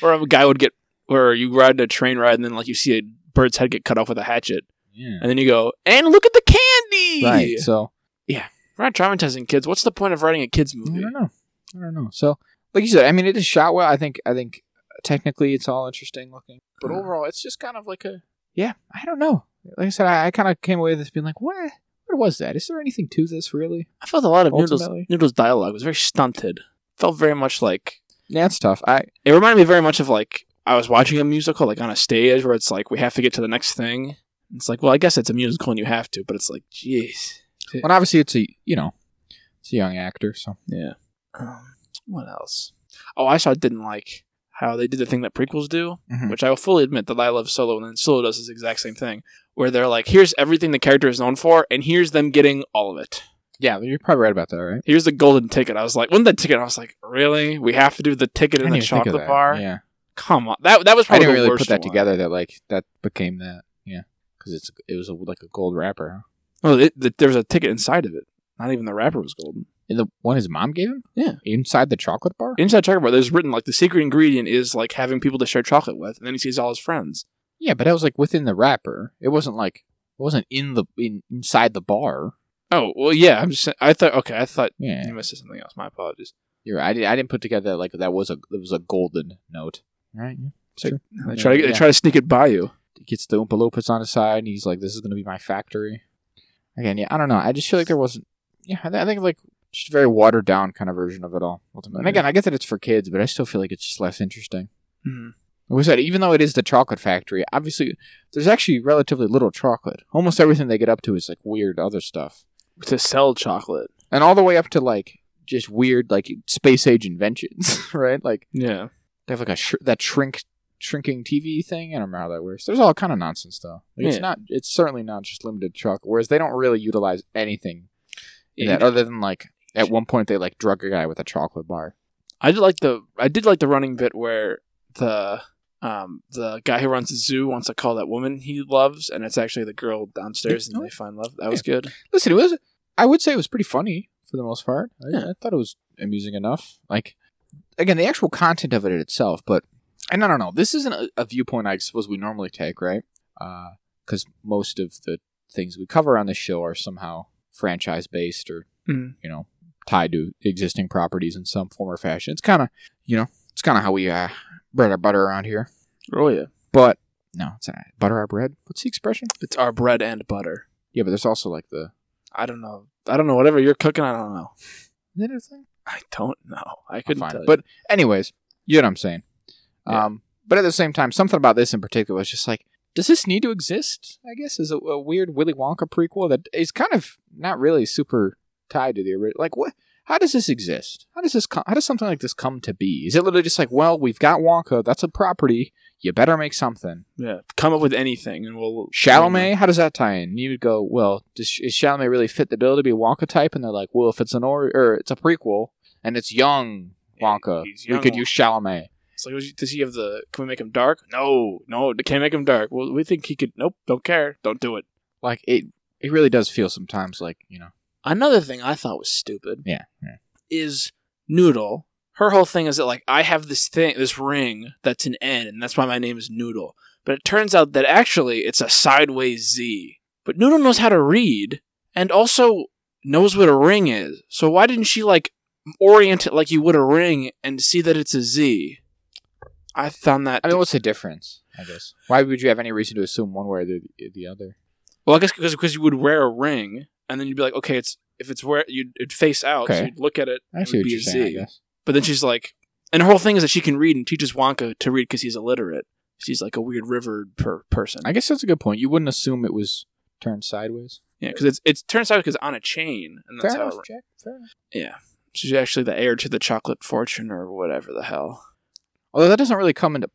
A: Or a guy would get, or you ride a train ride and then like you see a bird's head get cut off with a hatchet,
B: Yeah.
A: and then you go, and look at the candy.
B: Right. So
A: We're not traumatizing kids. What's the point of writing a kids
B: I
A: movie?
B: don't know. I don't know. So, like you said, I mean, it is shot well. I think. I think technically it's all interesting looking, but
A: Hmm.
B: overall, it's just kind of like a. Yeah, I don't know. Like I said, I, I kind of came away with this being like, what? What was that? Is there anything to this really?
A: I felt a lot of Noodles,
B: Ultimately.
A: Noodles' dialogue was very stunted. Felt very much like
B: Yeah, it's tough. I
A: it reminded me very much of like I was watching a musical like on a stage where it's like we have to get to the next thing. It's like, well, I guess it's a musical and you have to, but it's like, jeez,
B: well, obviously it's a you know, it's a young actor, so
A: yeah. Um, what else? Oh, I saw didn't like how they did the thing that prequels do,
B: Mhm.
A: which I will fully admit that I love Solo, and then Solo does this exact same thing, where they're like, here's everything the character is known for, and here's them getting all of it.
B: yeah, you're probably right about that, right?
A: Here's the golden ticket. I was like, when that ticket, I was like, really? We have to do the ticket
B: I
A: in
B: didn't
A: the
B: even think of
A: chocolate
B: that.
A: bar?
B: Yeah,
A: Come on, that that was
B: I
A: probably
B: didn't
A: the
B: really
A: worst
B: put that
A: one.
B: together. That like that became that. Yeah, because it's it was a, like a gold wrapper. Huh?
A: Oh, it, th there was a ticket inside of it. Not even the wrapper was golden.
B: And the one his mom gave him.
A: Yeah.
B: inside the chocolate bar.
A: Inside chocolate bar, there's written like the secret ingredient is like having people to share chocolate with, and then he sees all his friends.
B: Yeah, but that was like within the wrapper. It wasn't like it wasn't in the in, inside the bar.
A: Oh well, yeah. I'm just. sa- I thought. Okay, I thought
B: Yeah,
A: you must have something else. My apologies.
B: you're right. I, did, I didn't put together that like that was a it was a golden note. Right. yeah. Sure.
A: They try. To, They try to sneak it by you.
B: He gets the Oompa Loompas on his side, and he's like, "This is gonna be my factory." Again, yeah, I don't know. I just feel like there wasn't. Yeah, I, th- I think like just a very watered down kind of version of it all. Ultimately, and again, I get that it's for kids, but I still feel like it's just less interesting. Mm-hmm. Like we said, even though it is the chocolate factory, obviously there's actually relatively little chocolate. Almost everything they get up to is like weird other stuff.
A: To sell chocolate.
B: And all the way up to like just weird like space age inventions, right? Like
A: Yeah.
B: they have like a sh- that shrink shrinking TV thing. I don't remember how that works. There's all kind of nonsense though. Like, It's
A: Yeah.
B: not it's certainly not just limited to chocolate. Whereas they don't really utilize anything in
A: Yeah.
B: that other than like at one point they like drug a guy with a chocolate bar.
A: I did like the. I did like the running bit where the. Um, the guy who runs the zoo wants to call that woman he loves, and it's actually the girl downstairs,
B: Oh.
A: and they find love. That was good.
B: Listen, it was. I would say it was pretty funny for the most part. I, I thought it was amusing enough. Like, again, the actual content of it itself, but and I don't know. This isn't a, a viewpoint I suppose we normally take, right? Because most of the things we cover on the show are somehow franchise based or
A: Mhm.
B: you know tied to existing properties in some form or fashion. It's kind of you know it's kind of how we uh, bread our butter around here.
A: Oh yeah,
B: But no, it's not butter our bread. What's the expression?
A: it's our bread and butter.
B: Yeah, but there's also like the
A: I don't know. I don't know. Whatever you're cooking, I don't know.
B: is that a thing?
A: I don't know. I
B: I'll
A: couldn't
B: find
A: tell
B: it.
A: you.
B: But anyways, you know what I'm saying.
A: Yeah.
B: Um, but at the same time, something about this in particular was just like, does this need to exist? I guess is a, a weird Willy Wonka prequel that is kind of not really super tied to the original. Like, what? How does this exist? How does this? Co- how does something like this come to be? Is it literally just like, well, we've got Wonka. That's a property. You better make something.
A: yeah, come up with anything, and we'll
B: Chalamet. How does that tie in? You would go, well, does is Chalamet really fit the bill to be a Wonka type? And they're like, well, if it's an or, or it's a prequel and it's young Wonka,
A: He's
B: we
A: young
B: could
A: Wonka.
B: use Chalamet.
A: It's like, does he have the? Can we make him dark? No, no, they can't make him dark. Well, we think he could. Nope, don't care. Don't do it.
B: like it it really does feel sometimes like you know
A: Another thing I thought was stupid
B: yeah, yeah.
A: is Noodle. Her whole thing is that like I have this thing, this ring that's an N, and that's why my name is Noodle. But it turns out that actually it's a sideways Z. But Noodle knows how to read, and also knows what a ring is. So why didn't she like orient it like you would a ring and see that it's a Z? I found that.
B: i mean what's the difference i guess why would you have any reason to assume one way or the, the other
A: Well, I guess because because you would wear a ring, and then you'd be like, okay, it's if it's where you'd it'd face out, so
B: Okay.
A: you'd look at it.
B: i
A: and
B: see
A: it
B: what
A: would be
B: you're
A: a
B: saying i
A: Z.
B: guess
A: But then she's like, and her whole thing is that she can read and teaches Wonka to read because he's illiterate. She's like a weird river per person.
B: i guess that's a good point you wouldn't assume it was turned sideways
A: yeah, because it's it's turns out because on a chain, and that's
B: fair
A: how.
B: enough
A: it-
B: jack fair enough
A: yeah, she's actually the heir to the chocolate fortune or whatever the hell.
B: although that doesn't really come into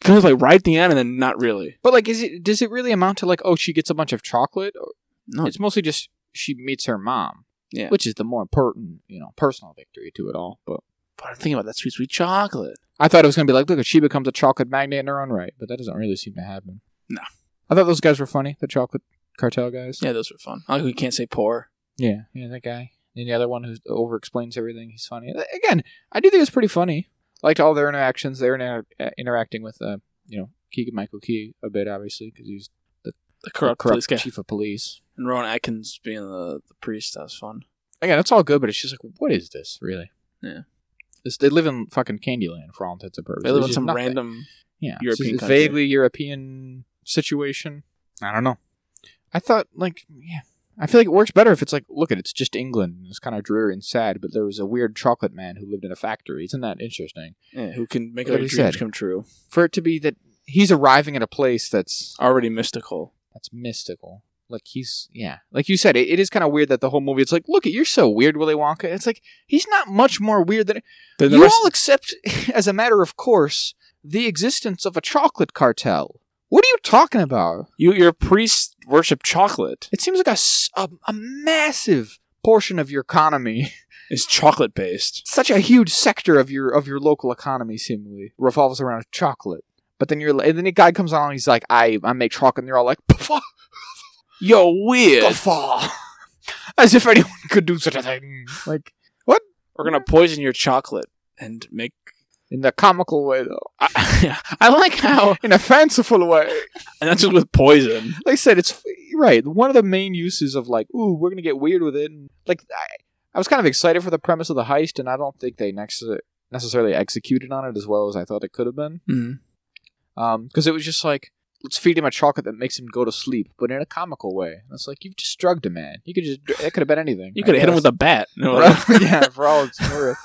A: Kind of like right at the end, and then not really.
B: but like is it does it really amount to like oh she gets a bunch of chocolate or
A: No,
B: it's mostly just she meets her mom
A: Yeah.
B: which is the more important you know personal victory to it all but
A: but I'm thinking about that sweet sweet chocolate.
B: I thought it was going to be like, look, she becomes a chocolate magnate in her own right, but that doesn't really seem to happen.
A: No.
B: I thought those guys were funny, the chocolate cartel guys.
A: Yeah, those were fun. I like we can't say poor.
B: Yeah, yeah, that guy. And the other one who over explains everything, he's funny. Again, I do think it's pretty funny. Liked all their interactions. They're inter- uh, interacting with, uh, you know, Keegan Michael Key a bit, obviously, because he's
A: The
B: the
A: corrupt,
B: corrupt
A: police guy.
B: chief of police.
A: And Rowan Atkins being the, the priest. That was fun.
B: Again, that's all good, but it's just like, what is this really?
A: Yeah.
B: It's, they live in fucking Candyland for all intents and purposes.
A: They live
B: There's
A: in
B: just
A: some
B: nothing.
A: random.
B: yeah, it's
A: European
B: just a
A: country.
B: vaguely European situation. I don't know. I thought like yeah, I feel like it works better if it's like look at it's just England. It's kind of dreary and sad, but there was a weird chocolate man who lived in a factory. Isn't that interesting?
A: Yeah, who can make
B: Like
A: our
B: you
A: dreams
B: said.
A: come true?
B: For it to be that he's arriving at a place that's
A: Already mystical.
B: that's mystical. Like he's yeah, like you said, it, it is kind of weird that the whole movie. It's like look at you're so weird, Willy Wonka. It's like he's not much more weird than
A: Then the
B: you
A: rest-
B: all accept, as a matter of course, the existence of a chocolate cartel. What are you talking about?
A: you, your priests worship chocolate.
B: It seems like a, s- a- a massive portion of your economy,
A: It's chocolate based.
B: such a huge sector of your of your local economy, seemingly revolves around chocolate. But then you're, and then a guy comes along, he's like, "I I make chocolate," and they're all like, "Puffa,
A: Yo, weird.
B: puffa," as if anyone could do such a thing. Like
A: We're gonna poison your chocolate and make.
B: in a comical way, though,
A: I, I like how,
B: in a fanciful way.
A: and that's just with poison.
B: like I said, it's you're right. One of the main uses of like, ooh, we're gonna get weird with it. And, like, I, I was kind of excited for the premise of the heist, and I don't think they nex- necessarily executed on it as well as I thought it could have been.
A: Mm.
B: Because it was just like, let's feed him a chocolate that makes him go to sleep, but in a comical way. And it's like you've just drugged a man. You could just that could have been anything.
A: You could have hit him with a bat. No,
B: a yeah, for all it's worth.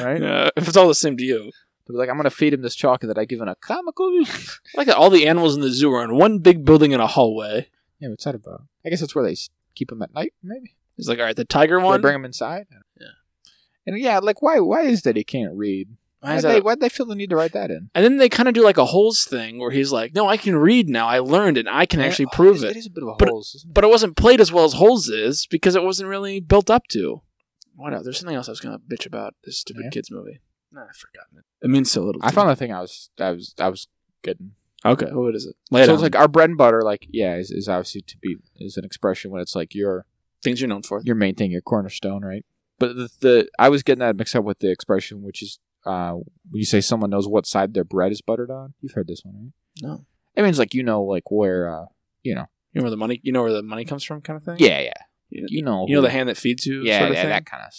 B: Right?
A: Yeah, if it's all the same to you.
B: But like, I'm gonna feed him this chocolate that I give in a comical.
A: I like that all the animals in the zoo are in one big building in a hallway.
B: yeah, what's that about? I guess that's where they s- keep him at night, maybe.
A: It's like, all right, the tiger
B: They
A: one.
B: bring him inside.
A: Yeah.
B: And yeah, like why why is that he can't read?
A: Why
B: Why
A: is
B: they,
A: that-
B: why'd they feel the need to write that in?
A: And then they kind of do like a holes thing where he's like, no, I can read now. I learned and I can actually
B: Yeah, oh,
A: prove
B: is- It
A: it.
B: is a bit of a
A: But-
B: holes, isn't it?
A: But it wasn't played as well as holes is because it wasn't really built up to. What else? There's something else I was going to bitch about this stupid
B: Yeah?
A: kids movie. Nah, I've forgotten it. It means so little.
B: I
A: to
B: found the thing I was I was I was getting.
A: me. Okay, what is it? Lay it
B: so
A: out.
B: it's like our bread and butter, like yeah, is, is obviously to be is an expression when it's like your
A: things you're known for.
B: your main thing, your cornerstone, right? But the, the I was getting that mixed up with the expression, which is uh, when you say someone knows what side their bread is buttered on. You've heard this one, right?
A: No.
B: It means like you know, like where uh, you know.
A: You know where the money. You know where the money comes from, kind of thing.
B: Yeah, yeah.
A: You,
B: You know.
A: you know
B: who-
A: the hand that feeds you.
B: yeah,
A: sort of
B: yeah,
A: thing?
B: that kind of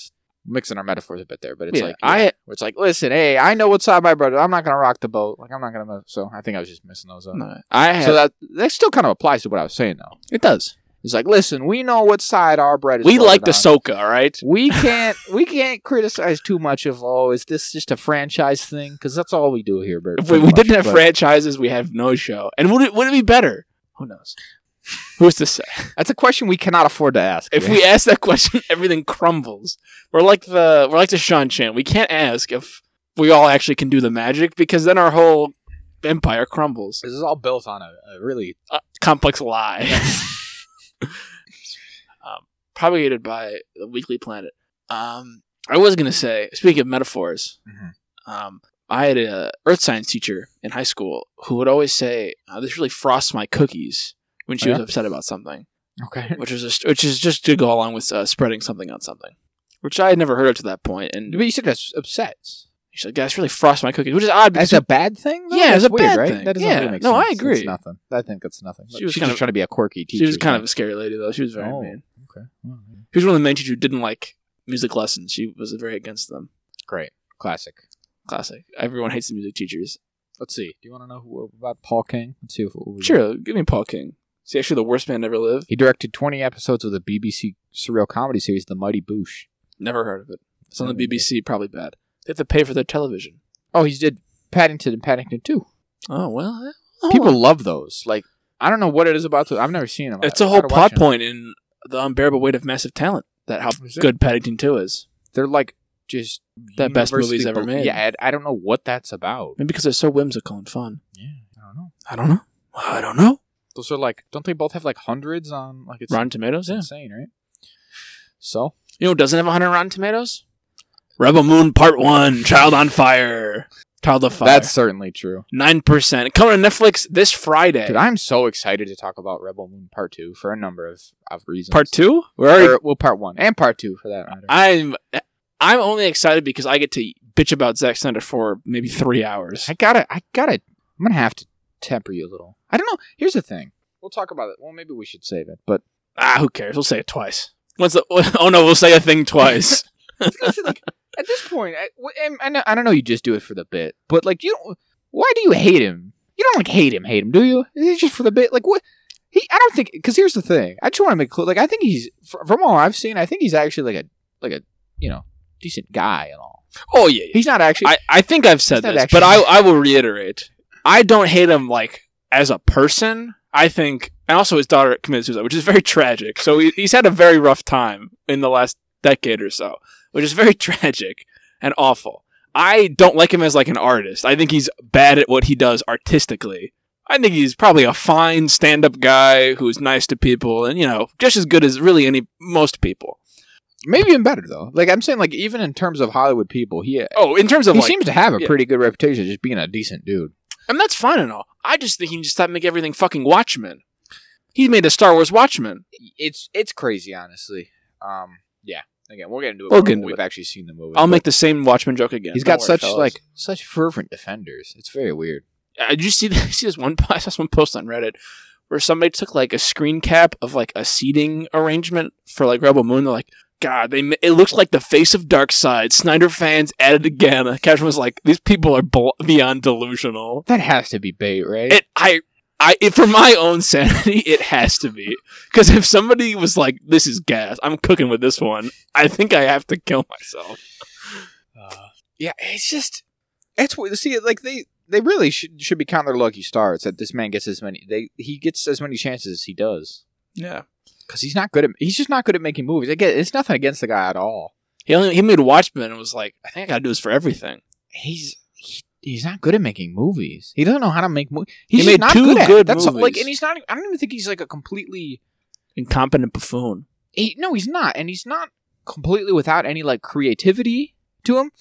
B: mixing our metaphors a bit there, but it's
A: Yeah,
B: like
A: I-
B: yeah, where it's like, listen, hey, I know what's on my brother. I'm not gonna rock the boat. Like I'm not gonna. So I think I was just missing those uh, up.
A: No, I have,
B: So that that still kind of applies to what I was saying though.
A: it does.
B: It's like, listen, we know what side our bread is. uh,
A: We like the
B: buttered on.
A: Soka, all right.
B: We can't we can't criticize too much of oh is this just a franchise thing because that's all we do here. Bert,
A: If we, we didn't have franchises, we have no show. And would it would it be better? Who knows? Who's to say?
B: That's a question we cannot afford to ask.
A: If
B: yeah.
A: we ask that question, everything crumbles. We're like the we're like the Sean Chan. We can't ask if we all actually can do the magic because then our whole empire crumbles.
B: this is all built on a, a really
A: A complex lie. um, propagated by the Weekly Planet. Um, I was gonna say, speaking of metaphors,
B: Mhm.
A: um, I had a earth science teacher in high school who would always say, uh, "This really frosts my cookies." When she
B: Oh,
A: was
B: yeah?
A: upset about something
B: okay.
A: which is just, which is just to go along with uh, spreading something on something, which I had never heard of to that point. And
B: But you said that's upset.
A: she's like, "Guys, really frost my cookies," which is odd because
B: That's a bad thing. Though?
A: Yeah,
B: that's
A: it's a
B: weird,
A: bad
B: right?
A: thing.
B: That doesn't
A: Yeah.
B: really make
A: No,
B: sense.
A: I agree.
B: That's nothing. I think that's nothing.
A: She was
B: She's
A: kind
B: just
A: of-
B: trying to be a quirky
A: she
B: teacher.
A: was kind
B: yeah.
A: of a scary lady though. She was very
B: Oh.
A: mean.
B: okay. Well,
A: She was one of the main teachers who didn't like music lessons. She was very against them.
B: Great, classic.
A: Classic. Everyone hates the music teachers.
B: Let's see. Do you want to know who, about Paul King? Let's see if what we
A: Sure, give me Paul King. See, actually, the worst man ever lived.
B: He directed 20 episodes of the BBC surreal comedy series The Mighty Boosh.
A: Never heard of it. It's on the
B: Never heard of
A: BBC. Probably bad. They have to pay for their television.
B: Oh, he did Paddington and Paddington too.
A: Oh
B: eh,
A: well.
B: People love those. Like I don't know what it is about those. I've never seen them.
A: It's a whole plot point in the unbearable weight of massive talent. That how
B: Is it?
A: good Paddington Two is.
B: They're like just
A: The best
B: universally
A: movies ever
B: bel-
A: made.
B: Yeah, I, I don't know what that's about.
A: Maybe because they're so whimsical and fun.
B: Yeah, I don't know.
A: I don't know. I don't know.
B: Those are like don't they both have like hundreds on like it's
A: Rotten Tomatoes,
B: It's
A: yeah.
B: insane, right? So
A: You know who doesn't have 100 Rotten Tomatoes? Rebel Moon Part 1, Child on Fire. Child of Fire.
B: that's certainly true.
A: 9%. Coming to Netflix this Friday.
B: Dude, I'm so excited to talk about Rebel Moon Part Two for a number of, of reasons.
A: Part 2?
B: We're already, or, well, Part One and Part Two for that matter.
A: I'm I'm only excited because I get to bitch about Zack Snyder for maybe 3 hours.
B: I gotta, I gotta, I'm gonna have to temper you a little. I don't know. Here's the thing. We'll talk about it. Well, maybe we should save it. But
A: Ah, who cares? We'll say it twice. What's the? Oh no, we'll say a thing twice.
B: I was gonna say, like, at this point, I, wh- and- and I don't know. You just do it for the bit, but like, you don't. Why do you hate him? You don't like hate him, hate him, do you? It's just for the bit. Like what? He, I don't think. Because here's the thing. I just want to make clear. Like, I think he's fr- from all I've seen. I think he's actually like a like a you know decent guy and all.
A: oh yeah, yeah.
B: He's not actually.
A: I, I think I've said
B: It's not
A: this,
B: actually-
A: but I I will reiterate. I don't hate him like as a person. I think, and also his daughter committed suicide, which is very tragic. So he, he's had a very rough time in the last decade or so, which is very tragic and awful. I don't like him as like an artist. I think he's bad at what he does artistically. I think he's probably a fine stand-up guy who's nice to people and you know just as good as really any most people.
B: maybe even better though. Like I'm saying, like even in terms of Hollywood people, he
A: Oh, in terms of
B: he
A: like,
B: seems to have a
A: yeah.
B: pretty good reputation of just being a decent dude.
A: And that's fine and all. I just think he can just stop making everything fucking Watchmen. He made a Star Wars Watchmen.
B: It's it's crazy, honestly. Um, yeah. Again, we're gonna do it.
A: We'll
B: more
A: get
B: when
A: into
B: we've
A: it.
B: actually seen the movie.
A: I'll
B: but-
A: make the same Watchmen joke again.
B: He's
A: Don't
B: got
A: worry,
B: such
A: fellas.
B: like such fervent defenders. It's very weird.
A: Uh, Did you see? That? See this one? po- I saw this one post on Reddit where somebody took like a screen cap of like a seating arrangement for like Rebel Moon. They're like, God, they ma- it looks like the face of Dark Side. Snyder fans at it again. The caption was like, these people are bl- beyond delusional.
B: That has to be bait, right?
A: It I. I, it, for my own sanity, it has to be. Because if somebody was like, this is gas, I'm cooking with this one, I think I have to kill myself.
B: yeah, it's just it's weird. See, like they they really should should be counting their lucky stars that this man gets as many they he gets as many chances as he does
A: Yeah.
B: because he's not good at he's just not good at making movies. Again, it's nothing against the guy at all.
A: He only he made Watchmen and was like, I think I gotta do this for everything.
B: He's he, he's not good at making movies. He doesn't know how to make movies. He's
A: He
B: just
A: made
B: not
A: two
B: good at it.
A: good
B: That's all- like,
A: movies.
B: and he's not. I don't even think he's like a completely.
A: Incompetent buffoon.
B: he, no, he's not, and he's not completely without any like creativity to him.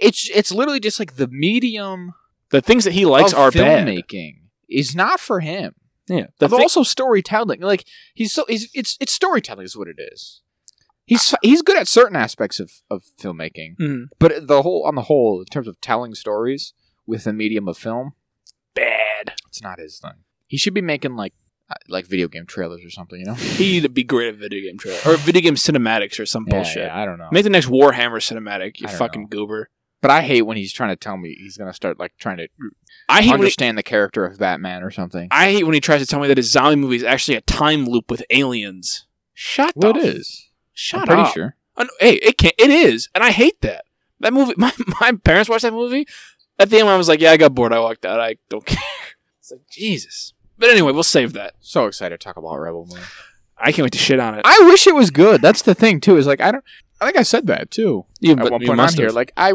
B: It's it's literally just like the medium
A: The things that he likes
B: of
A: are bad.
B: filmmaking is not for him.
A: Yeah. The
B: But
A: thing-
B: also storytelling, like he's so he's, it's it's storytelling is what it is. He's he's good at certain aspects of of filmmaking,
A: Mm.
B: but the whole on the whole in terms of telling stories with the medium of film,
A: bad.
B: it's not his thing. He should be making like uh, like video game trailers or something, you know?
A: He'd be great at video game trailer or video game cinematics or some
B: Yeah,
A: bullshit.
B: yeah, I don't know.
A: Make the next Warhammer cinematic, you
B: I don't
A: fucking
B: know.
A: goober.
B: But I hate when he's trying to tell me he's gonna start like trying to
A: I hate when he,
B: understand the character of Batman or something.
A: I hate when he tries to tell me that his zombie movie is actually a time loop with aliens. Shut
B: Well,
A: the
B: it
A: f-
B: is.
A: Shut
B: I'm pretty
A: up.
B: sure.
A: I know- hey, it can it is, and I hate that. That movie. My, my parents watched that movie. At the end, I was like, "Yeah, I got bored. I walked out. I don't care." It's like Jesus. But anyway, we'll save that.
B: So excited to talk about Rebel Moon.
A: I can't wait to shit on it.
B: I wish it was good. That's the thing too. Is like I don't. I think I said that too
A: you,
B: at one
A: you
B: point on
A: must
B: here.
A: have.
B: Like I,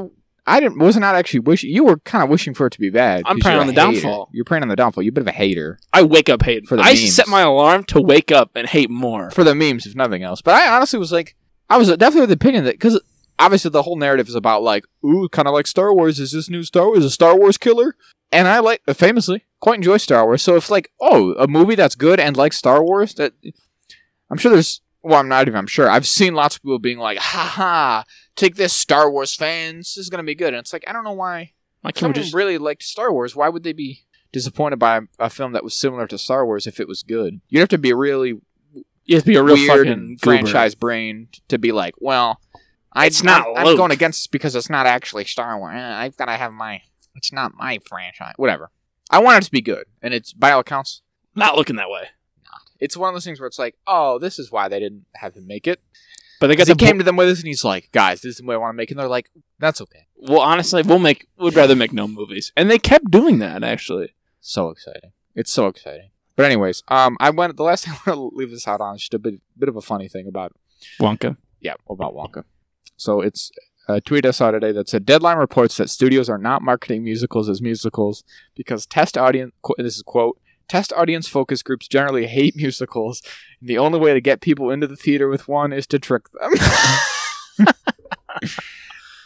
B: I didn't. Was not actually wishing. You were kind of wishing for it to be bad.
A: I'm
B: 'cause
A: praying
B: you're
A: on
B: a
A: the
B: hater.
A: downfall.
B: You're praying on the downfall. You're a bit of a hater
A: I wake up hating.
B: For the
A: I
B: memes.
A: set my alarm to wake up and hate more.
B: for the memes, if nothing else. But I honestly was like, I was definitely of the opinion that because obviously the whole narrative is about like, ooh, kind of like Star Wars. Is this new Star Wars a Star Wars killer? And I like famously quite enjoy Star Wars. So if like, oh, a movie that's good and like Star Wars, that I'm sure there's. Well, I'm not even. I'm sure I've seen lots of people being like, ha ha, take this, Star Wars fans. This is gonna be good. And it's like I don't know why.
A: Why can't
B: Someone
A: we just?
B: really liked Star Wars. Why would they be disappointed by a film that was similar to Star Wars if it was good? You'd have to be really
A: You have to be a real
B: weird
A: fucking
B: and franchise brain to be like, well, I,
A: It's not
B: I'm, I'm
A: Luke.
B: going against this because it's not actually Star Wars. Eh, I've got to have my. It's not my franchise. Whatever. I want it to be good, and it's by all accounts
A: Goober. Not looking that way.
B: not. It's one of those things where it's like, oh, this is why they didn't have him make it.
A: But they got
B: Because
A: the
B: he
A: bo-
B: came to them with this, and he's like, guys, this is what I want to make, and they're like, that's okay.
A: well, honestly, we'll make. We'd rather make no movies, and they kept doing that. Actually,
B: So exciting. It's so exciting. But anyways, um, I went the last thing I want to leave this out on is just a bit, bit of a funny thing about
A: Wonka.
B: yeah, about Wonka. So it's a tweet I saw today that said Deadline reports that studios are not marketing musicals as musicals because test audience. qu- This is quote. Test audience focus groups generally hate musicals, and the only way to get people into the theater with one is to trick them.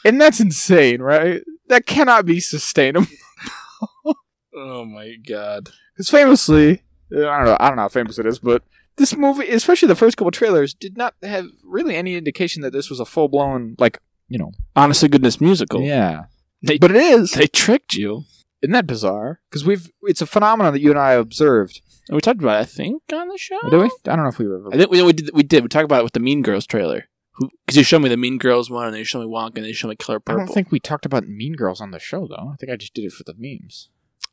B: and that's insane, right? That cannot be sustainable.
A: Oh my god.
B: Because famously, uh, I don't know, I don't know how famous it is, but this movie, especially the first couple trailers, did not have really any indication that this was a full blown like you know
A: Honestly, goodness musical.
B: Yeah.
A: They-
B: but it is.
A: They tricked you.
B: Isn't that bizarre? Because we've it's a phenomenon that you and I observed.
A: And we talked about it, I think, on the show.
B: Did we? I don't know if we ever.
A: I think we, we did. We did. We talked about it with the Mean Girls trailer. Because you showed me the Mean Girls one, and then you showed me Wonka, and then you showed me Color
B: I
A: Purple.
B: don't think we talked about Mean Girls on the show though. I think I just did it for the memes.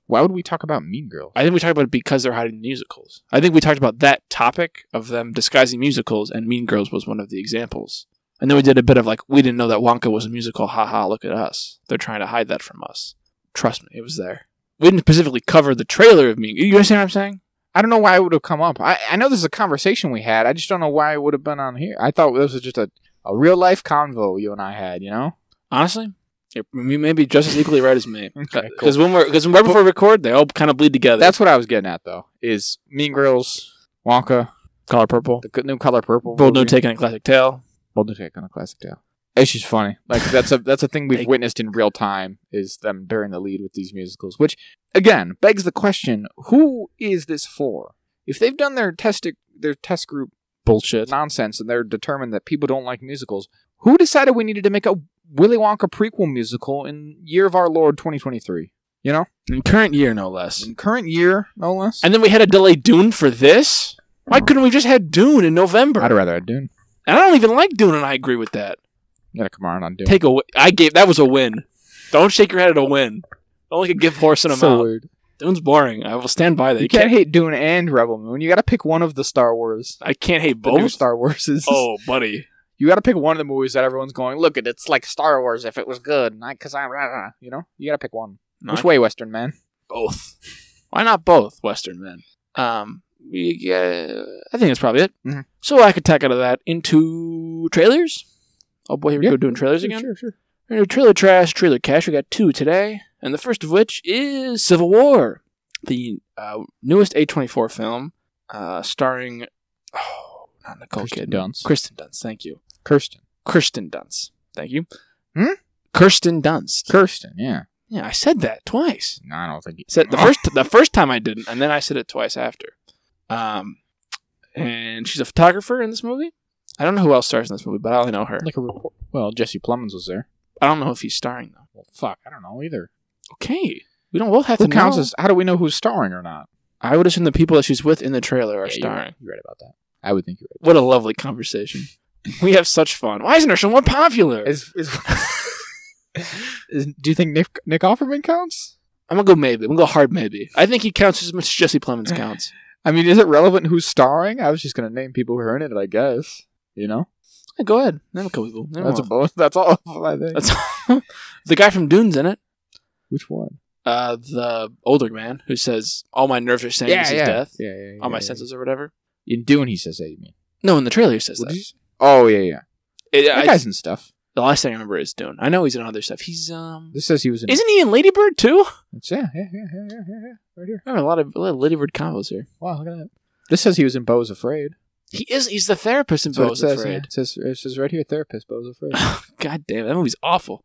B: Why would we talk about Mean Girls?
A: I think we talked about it because they're hiding musicals. I think we talked about that topic of them disguising musicals, and Mean Girls was one of the examples. And then we did a bit of like, we didn't know that Wonka was a musical. Ha ha! look at us. They're trying to hide that from us. Trust me, it was there. We didn't specifically cover the trailer of Mean. You understand what I'm saying?
B: I don't know why it would have come up. I, I know this is a conversation we had. I just don't know why it would have been on here. I thought this was just a, a real life convo you and I had, you know?
A: Honestly, you you may be just as equally right as me. Because
B: Okay, cool.
A: when we're because right before we record, they all kind of bleed together.
B: That's what I was getting at, though, is Mean Girls, Wonka,
A: color purple.
B: the good new color purple.
A: Bold no
B: movie.
A: taking a classic tale.
B: Bold New Take on a classic tale. It's just funny. Like, that's a that's a thing we've
A: Like-
B: witnessed in real time, is them bearing the lead with these musicals, which, again, begs the question, who is this for? If they've done their test, their test group
A: Bullshit.
B: nonsense and they're determined that people don't like musicals. Who decided we needed to make a Willy Wonka prequel musical in year of our Lord 2023? You know,
A: In current year, no less.
B: in current year, no less.
A: And then we had to delay Dune for this. Why couldn't we just had Dune in November?
B: I'd rather have Dune.
A: and I don't even like Dune, and I agree with that.
B: Gotta come around on Dune.
A: Take a, I gave that was a win. Don't shake your head at a win. Only could give horse an amount.
B: weird.
A: Dune's boring. I will stand by that.
B: You, can't, hate Dune and Rebel Moon. You gotta pick one of the Star Wars.
A: I can't hate
B: The new
A: both.
B: Star Warses.
A: Oh, buddy.
B: You gotta pick one of the movies that everyone's going. Look, at it's like Star Wars if it was good. Not because I'm. rah, rah." You know, you gotta pick one.
A: No, I
B: Which way, Western man?
A: both. Why not both Western men? Um, we- yeah, I think that's probably it.
B: Mhm.
A: So I could tack out of that into trailers. Oh boy, here we
B: Yeah.
A: go doing trailers again.
B: Sure, sure.
A: We're gonna do trailer trash, trailer cash. We got two today, and the first of which is Civil War, the uh, newest A24 film, uh, starring oh, not Nicole
B: Kirsten
A: Kidman,
B: Dunst.
A: Kristen Dunst. Thank you,
B: Kirsten.
A: Kirsten Dunst. Thank you,
B: Hmm?
A: Kirsten Dunst.
B: Kirsten. Yeah.
A: yeah, I said that twice.
B: No, I don't think. He-
A: Said the first the first time I didn't, and then I said it twice after. Um, and she's a photographer in this movie. I don't know who else stars in this movie, but I only know her.
B: like a report. Well, Jesse Plemons was there.
A: I don't know if he's starring though.
B: Well, fuck, I don't know either.
A: Okay, we don't both have
B: Who
A: to
B: counts
A: know.
B: as? How do we know who's starring or not?
A: I would assume the people that she's with in the trailer are
B: Yeah, you're
A: starring.
B: right. You're right about that. I would think you're
A: What a lovely conversation. we have such fun. Why isn't her so more popular?
B: right. Is, is, is, do you think Nick Nick Offerman counts?
A: I'm gonna go maybe. I'm gonna go hard maybe. I think he counts as much as Jesse Plemons counts.
B: I mean, is it relevant who's starring? I was just gonna name people who are in it. I guess you know.
A: Yeah, go ahead. Name a couple people. Name
B: That's a
A: one.
B: bonus. That's all. I think.
A: That's the guy from Dune's in it.
B: Which one?
A: Uh, the older man who says, "All my nerves are saying this is death.
B: yeah, yeah, yeah.
A: All my
B: yeah.
A: senses or whatever."
B: In Dune, he says that. You mean?
A: No, in the trailer he says
B: What
A: that.
B: did you say? Oh yeah, yeah.
A: It-
B: That
A: I-
B: guy's in stuff.
A: the last thing I remember is Dune. I know he's in other stuff. He's um,
B: This says he was in.
A: isn't he in Ladybird too?
B: It's- yeah, yeah, yeah, yeah, yeah, yeah, yeah. Right here.
A: I have a lot of, a lot of Ladybird combos here.
B: Wow, look at that. This says he was in Bo's Afraid.
A: He is. He's the therapist in
B: That's what
A: Bo's
B: it says,
A: Afraid.
B: yeah. It says, it says right here, therapist, Bo's Afraid.
A: God damn, that movie's awful.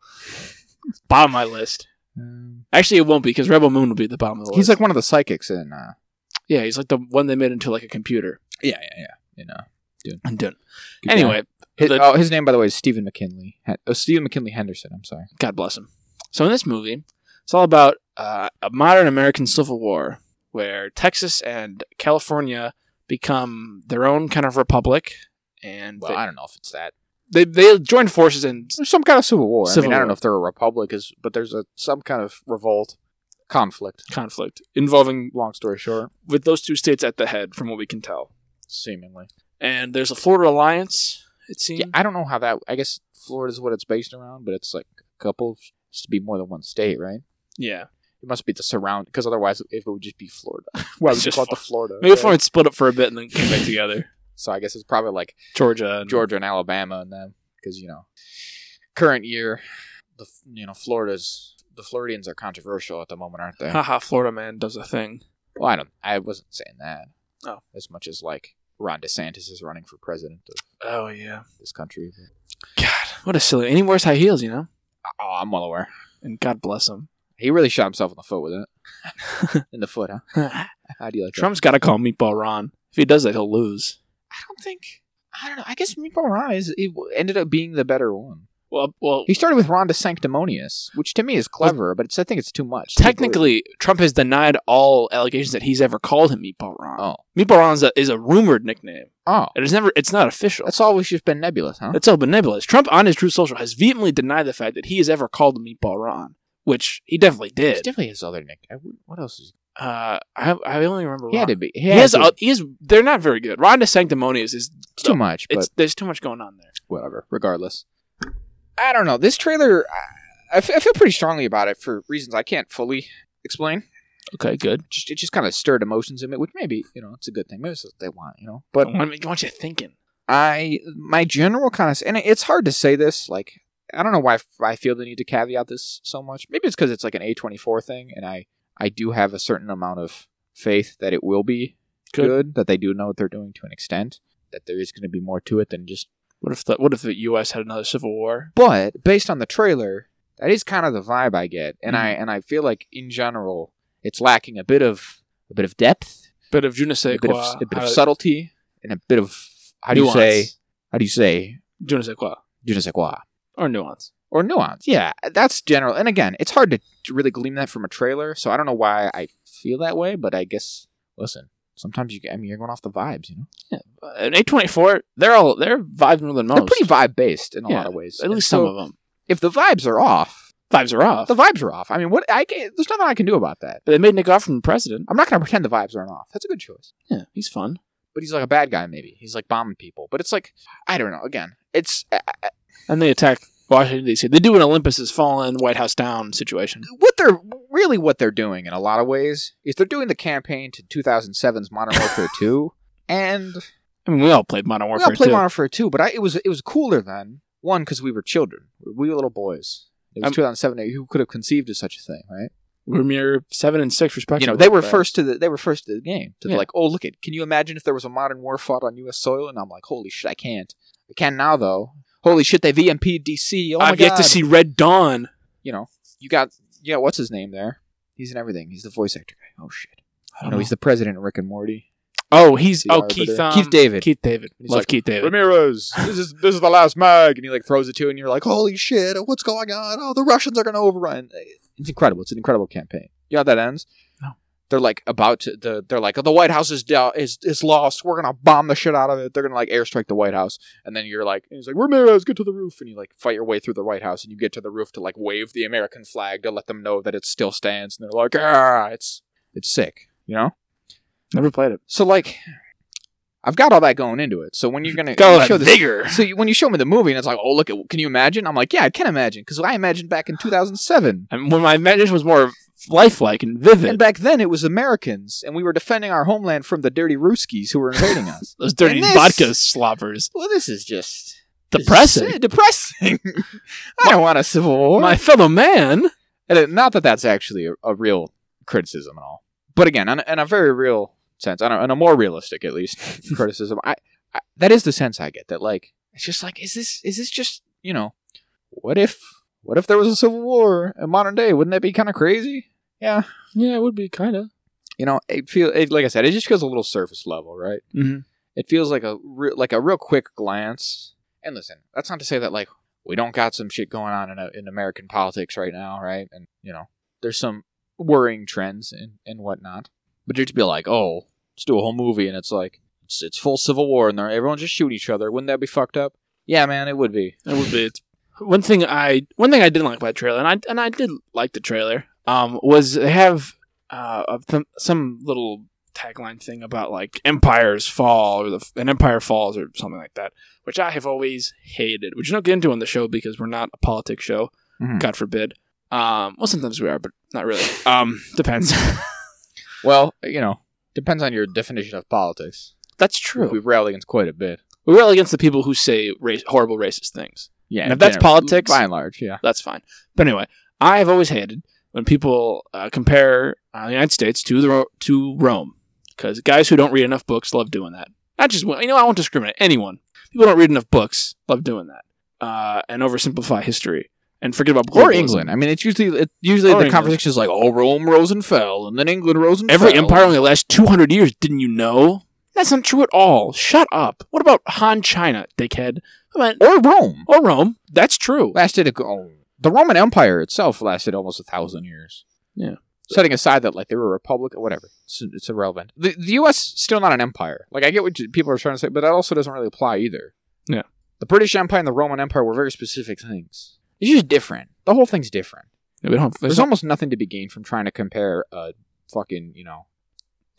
A: bottom of my list.
B: um,
A: Actually, it won't be because Rebel Moon will be at the bottom of the
B: he's
A: list.
B: like one of the psychics in. Uh,
A: yeah, he's like the one they made into like a computer.
B: yeah, yeah, yeah. You know.
A: I'm done. Anyway,
B: his,
A: the-
B: oh, his name, by the way, is Stephen McKinley. Hen- Oh, Stephen McKinley Henderson. I'm sorry.
A: God bless him. So in this movie, it's all about uh, a modern American Civil War where Texas and California become their own kind of republic, and
B: I don't know if it's that.
A: they, they they join forces and
B: There's some kind of civil war. I
A: Civil
B: mean, I don't
A: war.
B: know if they're a republic, is, but there's a some kind of revolt, conflict.
A: conflict involving
B: Long story short,
A: with those two states at the head, from what we can tell.
B: seemingly.
A: And there's a Florida alliance. It seems.
B: Yeah, I don't know how that. I guess Florida's what it's based around, but it's like a couple. It's to be more than one state, right?
A: yeah.
B: It must be the surround, because otherwise, if it would just be Florida, why would you
A: just
B: call it the Florida?
A: Maybe
B: right?
A: Florida split up for a bit and then came back together.
B: So I guess it's probably like
A: Georgia. And
B: Georgia and Alabama and them because you know current year the you know Florida's the Floridians are controversial at the moment, aren't they?
A: Haha, Florida man does a thing.
B: Well, I don't. I wasn't saying that.
A: Oh.
B: as much as like Ron DeSantis is running for president of
A: Oh, yeah.
B: this country.
A: God, what a silly. And he wears high heels, you know?
B: Oh, I'm well aware.
A: And God bless him.
B: He really shot himself in the foot with it. in the foot, huh? How do you like that?
A: Trump's got to call Meatball Ron. If he does that, he'll lose.
B: I don't think. I don't know. I guess Meatball Ron is it ended up being the better one.
A: Well, well,
B: He started with Ronda Sanctimonious, which to me is clever, but it's, I think it's too much.
A: technically, Trump has denied all allegations that he's ever called him Meatball Ron.
B: oh,
A: Meatball Ron is a, is a rumored nickname.
B: oh,
A: It is never. It's not official.
B: that's always just been nebulous, huh?
A: That's all but nebulous. Trump on his True Social has vehemently denied the fact that he has ever called him Meatball Ron, which he definitely
B: It's
A: did.
B: definitely his other nick. I wouldn't- What else is
A: Uh, I I only remember.
B: he
A: Ron.
B: had to be? He,
A: He
B: had
A: has.
B: to-
A: uh, He is. They're not very good. Ronda Sanctimonious is.
B: it's too much, but
A: It's there's too much going on there.
B: whatever. Regardless, I don't know. This trailer, I, I f- I feel pretty strongly about it for reasons I can't fully explain.
A: Okay, good.
B: Just it just kind of stirred emotions in me, which maybe you know it's a good thing. Maybe it's what they want, you know. But
A: I want, I want you thinking.
B: I my general kind of and it's hard to say this like I don't know why f- I feel the need to caveat this so much. Maybe it's because it's like an A twenty four thing, and I I do have a certain amount of faith that it will be
A: Good.
B: good, that they do know what they're doing to an extent, that there is going to be more to it than just.
A: What if the What if the U.S. had another civil war?
B: But based on the trailer, that is kind of the vibe I get, and I and I feel like in general it's lacking a bit of a bit of depth,
A: Bit of je ne
B: a
A: sais
B: bit
A: quoi.
B: of, a bit
A: how-
B: of subtlety, and a bit of how do you
A: nuance.
B: say how do you say
A: je ne sais quoi
B: je ne sais quoi.
A: or nuance?
B: or nuance. Yeah, that's general. And again, it's hard to to really glean that from a trailer, so I don't know why I feel that way. But I guess listen, sometimes you. I mean, you're going off the vibes. You know,
A: Uh, An A twenty four. They're all they're vibes more than most.
B: they're pretty vibe based in a
A: Oh, Yeah,
B: lot of ways.
A: At
B: And
A: least
B: so
A: some of them.
B: If the vibes are off,
A: Vibes are off.
B: the vibes are off. I mean, what? I can, there's nothing I can do about that.
A: they made Nick Offerman president.
B: I'm not going to pretend the vibes aren't off. That's a good choice.
A: Yeah, he's fun.
B: But he's like a bad guy, maybe. He's like bombing people. But it's like I don't know. Again, it's I- I-
A: And they attack Washington D.C. They do an Olympus has fallen, White House down situation.
B: what they're really what they're doing in a lot of ways is they're doing the campaign to 2007's Modern Warfare 2 and
A: I mean, we all played Modern Warfare.
B: we all played
A: too.
B: Modern Warfare 2, but I, it was it was cooler then. One because we were children, we were little boys. It was
A: Um,
B: 2007. eh, Who could have conceived of such a thing, right?
A: We were mere seven and six, respectively.
B: You know, they were
A: right?
B: first to the they were first to the game. To the
A: Yeah.
B: like, oh look at, can you imagine if there was a modern war fought on U.S. soil? And I'm like, holy shit, I can't. I can now though. Holy shit, they've E EMP'd DC. Oh my
A: I've yet to
B: God.
A: see Red Dawn.
B: You know, you got yeah, what's his name there? He's in everything. He's the voice actor guy. Oh
A: I
B: shit. You
A: don't
B: know,
A: know.
B: he's the president of Rick and Morty.
A: oh, he's
B: the
A: oh
B: arbiter.
A: Keith um,
B: uh, Keith David.
A: Keith David.
B: He's
A: Love
B: like,
A: Keith David.
B: Ramirez, this is this is the last mag, and he like throws it to, you, and you're like, holy shit, what's going on? Oh, the Russians are gonna overrun. It's incredible. It's an incredible campaign. You know how that ends?
A: No.
B: They're like about to. The, they're like, oh, the White House is down, is is lost. We're gonna bomb the shit out of it. They're gonna like airstrike the White House, and then you're like, and he's like, Ramirez, get to the roof, and you like fight your way through the White House, and you get to the roof to like wave the American flag to let them know that it still stands, and they're like, ah, it's it's sick, you know.
A: Never played it.
B: So like, I've got all that going into it. So when you're gonna
A: Got all
B: you
A: that
B: show this-
A: vigor.
B: so you, when you show me the movie and it's like, oh look, at- can you imagine? I'm like, yeah, I can imagine because I imagined back in 2007,
A: And when my imagination was more lifelike and vivid,
B: and back then it was Americans and we were defending our homeland from the dirty Ruskies who were invading us.
A: those dirty
B: and this-
A: vodka sloppers,
B: Well, this is just this is
A: depressing.
B: sad- depressing. I don't want a civil war.
A: My fellow man.
B: And it- not that that's actually a, a real criticism at all, but again, in, a- in a very real sense, on a, in a more realistic at least criticism, I, I that is the sense I get that like it's just like is this is this just you know what if what if there was a civil war in modern day? Wouldn't that be kind of crazy? Yeah,
A: Yeah, it would be kind of.
B: you know, it feel it, like I said, it just feels a little surface level, right?
A: Mhm.
B: It feels like a re- like a real quick glance. And listen, that's not to say that like we don't got some shit going on in, in American politics right now, right? And you know, there's some worrying trends and and whatnot. But you'd be like, oh, let's do a whole movie, and it's like it's, it's full civil war, and they're everyone's just shooting each other. Wouldn't that be fucked up? Yeah, man, it would be.
A: It would be. It's, one thing I one thing I didn't like about the trailer, and I and I did like the trailer, um, was they have uh of th- some little tagline thing about like empires fall or the, an empire falls or something like that, which I have always hated. Which we don't get into on the show because we're not a politics show,
B: Mhm.
A: God forbid. Um, well, sometimes we are, but not really. Um, depends.
B: Well, you know, depends on your definition of politics.
A: That's
B: We
A: true.
B: rail against quite a bit.
A: We rail against the people who say race, horrible racist things.
B: Yeah,
A: And if that's
B: generally,
A: politics-
B: by and large, yeah.
A: that's fine. But anyway, I have always hated when people uh, compare uh, the United States to the Ro- to Rome because guys who don't read enough books love doing that. Not just you know I won't discriminate anyone. People who don't read enough books love doing that uh, and oversimplify history and forget about
B: or
A: globalism.
B: England. I mean, it's usually it's usually
A: Or
B: the
A: England.
B: conversation is like, oh, Rome rose and fell, and then England rose and
A: Every
B: fell.
A: empire only lasts two hundred years. Didn't you know? That's not true at all. Shut up. What about Han China, dickhead? I meant,
B: Or Rome
A: or Rome. That's true.
B: lasted a, oh, the Roman Empire itself lasted almost a thousand years.
A: Yeah.
B: Setting aside that like they were a republic or whatever, it's, it's irrelevant. The, the U.S. still not an empire. Like I get what you- people are trying to say, but that also doesn't really apply either.
A: Yeah.
B: The British Empire and the Roman Empire were very specific things. It's just different. The whole thing's different.
A: Yeah, we don't have,
B: There's,
A: there's not
B: almost nothing to be gained from trying to compare a fucking you know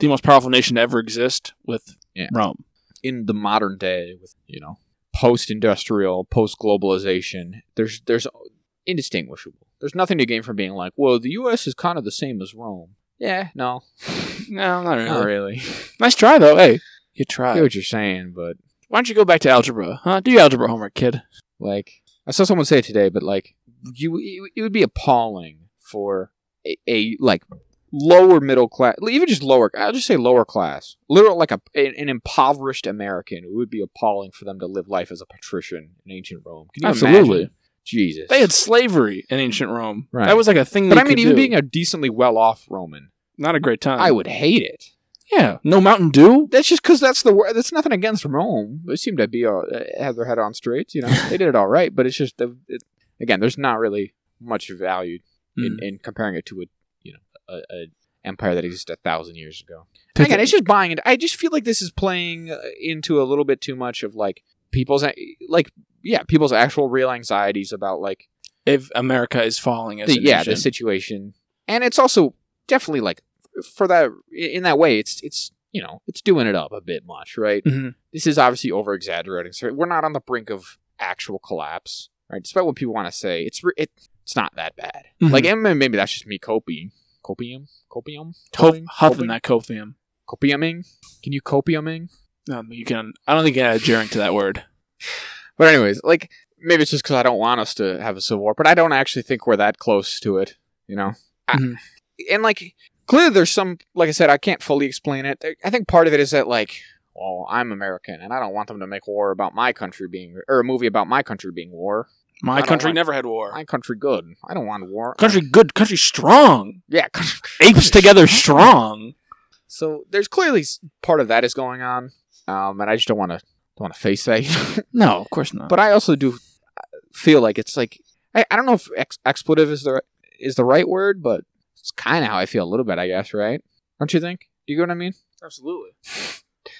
A: the most powerful nation to ever exist with
B: Yeah.
A: Rome.
B: in the modern day with you know post industrial post globalization there's there's indistinguishable there's nothing to gain from being like well the us is kind of the same as rome yeah no
A: No, not really.
B: not really
A: Nice try though. Hey, you
B: i
A: tried.
B: get what you're saying but
A: Why don't you go back to algebra? Huh? Do your algebra homework, kid.
B: like i saw someone say it today but like you it- it would be appalling for a, a like lower middle class even just lower i'll just say lower class literal like a, an, an impoverished american it would be appalling for them to live life as a patrician in ancient rome Can you imagine? jesus
A: They had slavery in ancient Rome.
B: Right.
A: That was like a thing.
B: But
A: they
B: I mean,
A: could
B: even
A: do. Um,
B: being a decently well-off Roman,
A: not a great time.
B: I would hate it.
A: Yeah. No Mountain Dew.
B: That's just because that's the wor- that's nothing against Rome. They seem to be all, uh, have their head on straight. You know, they did it all right. But it's just the- it, again, there's not really much value in, in comparing it to a you know a, a empire that existed a thousand years ago. And again, it's just buying it. I just feel like this is playing uh, into a little bit too much of like people's like yeah people's actual real anxieties about like
A: if America is falling, as
B: the,
A: a
B: yeah
A: nation.
B: the situation and it's also definitely like for that in that way it's it's you know it's doing it up a bit much right
A: Mhm.
B: this is obviously over exaggerating so we're not on the brink of actual collapse right despite what people want to say it's re- it, it's not that bad
A: Mhm.
B: like and maybe that's just me copying copium copium
A: Ho-
B: Coping?
A: huffing
B: Coping?
A: that copium.
B: copiuming can you copiuming
A: Um, you can. I don't think you can add gerund to that word.
B: but anyways like maybe it's just because i don't want us to have a civil war but i don't actually think we're that close to it you know I-
A: Mhm.
B: and like clearly there's some like i said i can't fully explain it i think part of it is that like well i'm american and i don't want them to make war about my country being or a movie about my country being war I
A: My
B: don't
A: country
B: want-
A: never had war.
B: my country good i don't want war
A: country good. Country strong.
B: yeah country-
A: Apes together strong.
B: so there's clearly s- part of that is going on um and i just don't want to don't want to face that
A: No, of course not.
B: but I also do feel like it's like I, I don't know if ex- expletive is the is the right word, but it's kind of how I feel a little bit, I guess, right? Don't you think? Do you get what I mean?
A: absolutely.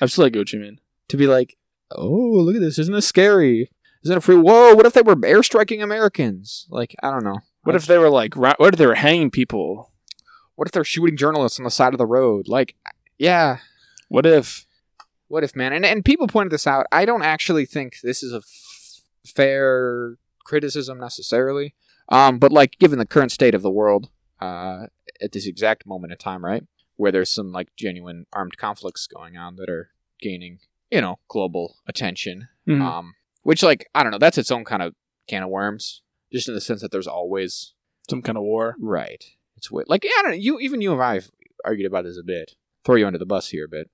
A: Absolutely, I get what you mean.
B: To be like, oh, look at this! Isn't this scary? Isn't it free? Whoa! What if they were airstriking Americans? Like, I don't know.
A: What if they were like? ra- What if they were hanging people?
B: What if they're shooting journalists on the side of the road? Like, yeah.
A: What if?
B: What if, man? And and people pointed this out. I don't actually think this is a f- fair criticism necessarily. Um, but like, given the current state of the world uh, at this exact moment in time, right, where there's some like genuine armed conflicts going on that are gaining, you know, global attention.
A: Mhm.
B: Um, which, like, I don't know. That's its own kind of can of worms, just in the sense that there's always
A: some kind of war.
B: right. It's what, like, yeah, I don't know. You even you and I have argued about this a bit. Throw you under the bus here a bit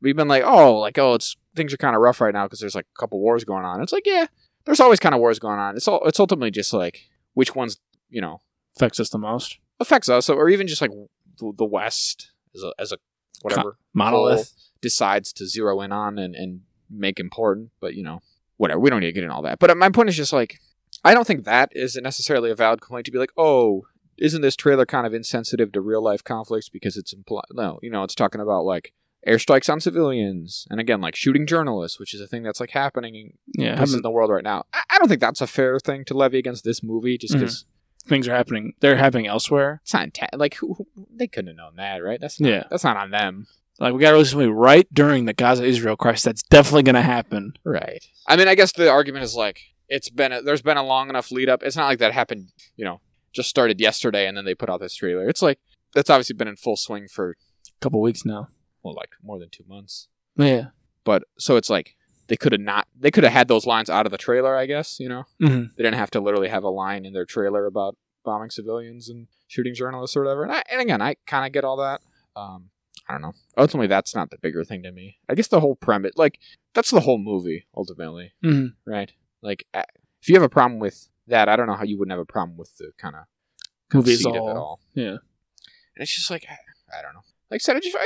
B: we've been like, oh, like oh, it's things are kind of rough right now because there's like a couple wars going on. It's like, yeah, there's always kind of wars going on. It's all it's ultimately just like which ones you know
A: affects us the most.
B: affects us, or even just like the the West as a as a whatever
A: Monolith.
B: decides to zero in on and, and make important, but you know, whatever. We don't need to get in all that. But uh, my point is just like, I don't think that is necessarily a valid complaint to be like, oh, isn't this trailer kind of insensitive to real life conflicts because it's impl-? no, you know, it's talking about like airstrikes on civilians and again like shooting journalists, which is a thing that's like happening in
A: Yeah,
B: places in
A: haven't-
B: the world right now. I, I don't think that's a fair thing to levy against this movie
A: Mm-hmm.
B: just because
A: things are happening. They're happening elsewhere.
B: it's not inten- like who, who- they couldn't have known that, right? That's not,
A: Yeah,
B: that's not on them.
A: like we got to release this movie right during the Gaza Israel crisis. That's definitely going to happen.
B: Right. I mean, I guess the argument is like it's been a, there's been a long enough lead up. It's not like that happened, you know, just started yesterday and then they put out this trailer. It's like that's obviously been in full swing for
A: A couple weeks now.
B: well, like more than two months.
A: Yeah.
B: But so it's like they could have not they could have had those lines out of the trailer. I guess you know
A: hmm
B: they didn't have to literally have a line in their trailer about bombing civilians and shooting journalists or whatever. And, I, and again, I kind of get all that. Um, I don't know. Ultimately, that's not the bigger thing to me. I guess the whole premise, like that's the whole movie ultimately.
A: hmm
B: right? Like, I- if you have a problem with that, I don't know how you wouldn't have a problem with the kind of
A: Movie is
B: conceit of it
A: all-
B: all.
A: yeah.
B: And it's just like I, I don't know. Like I said, I just I, I,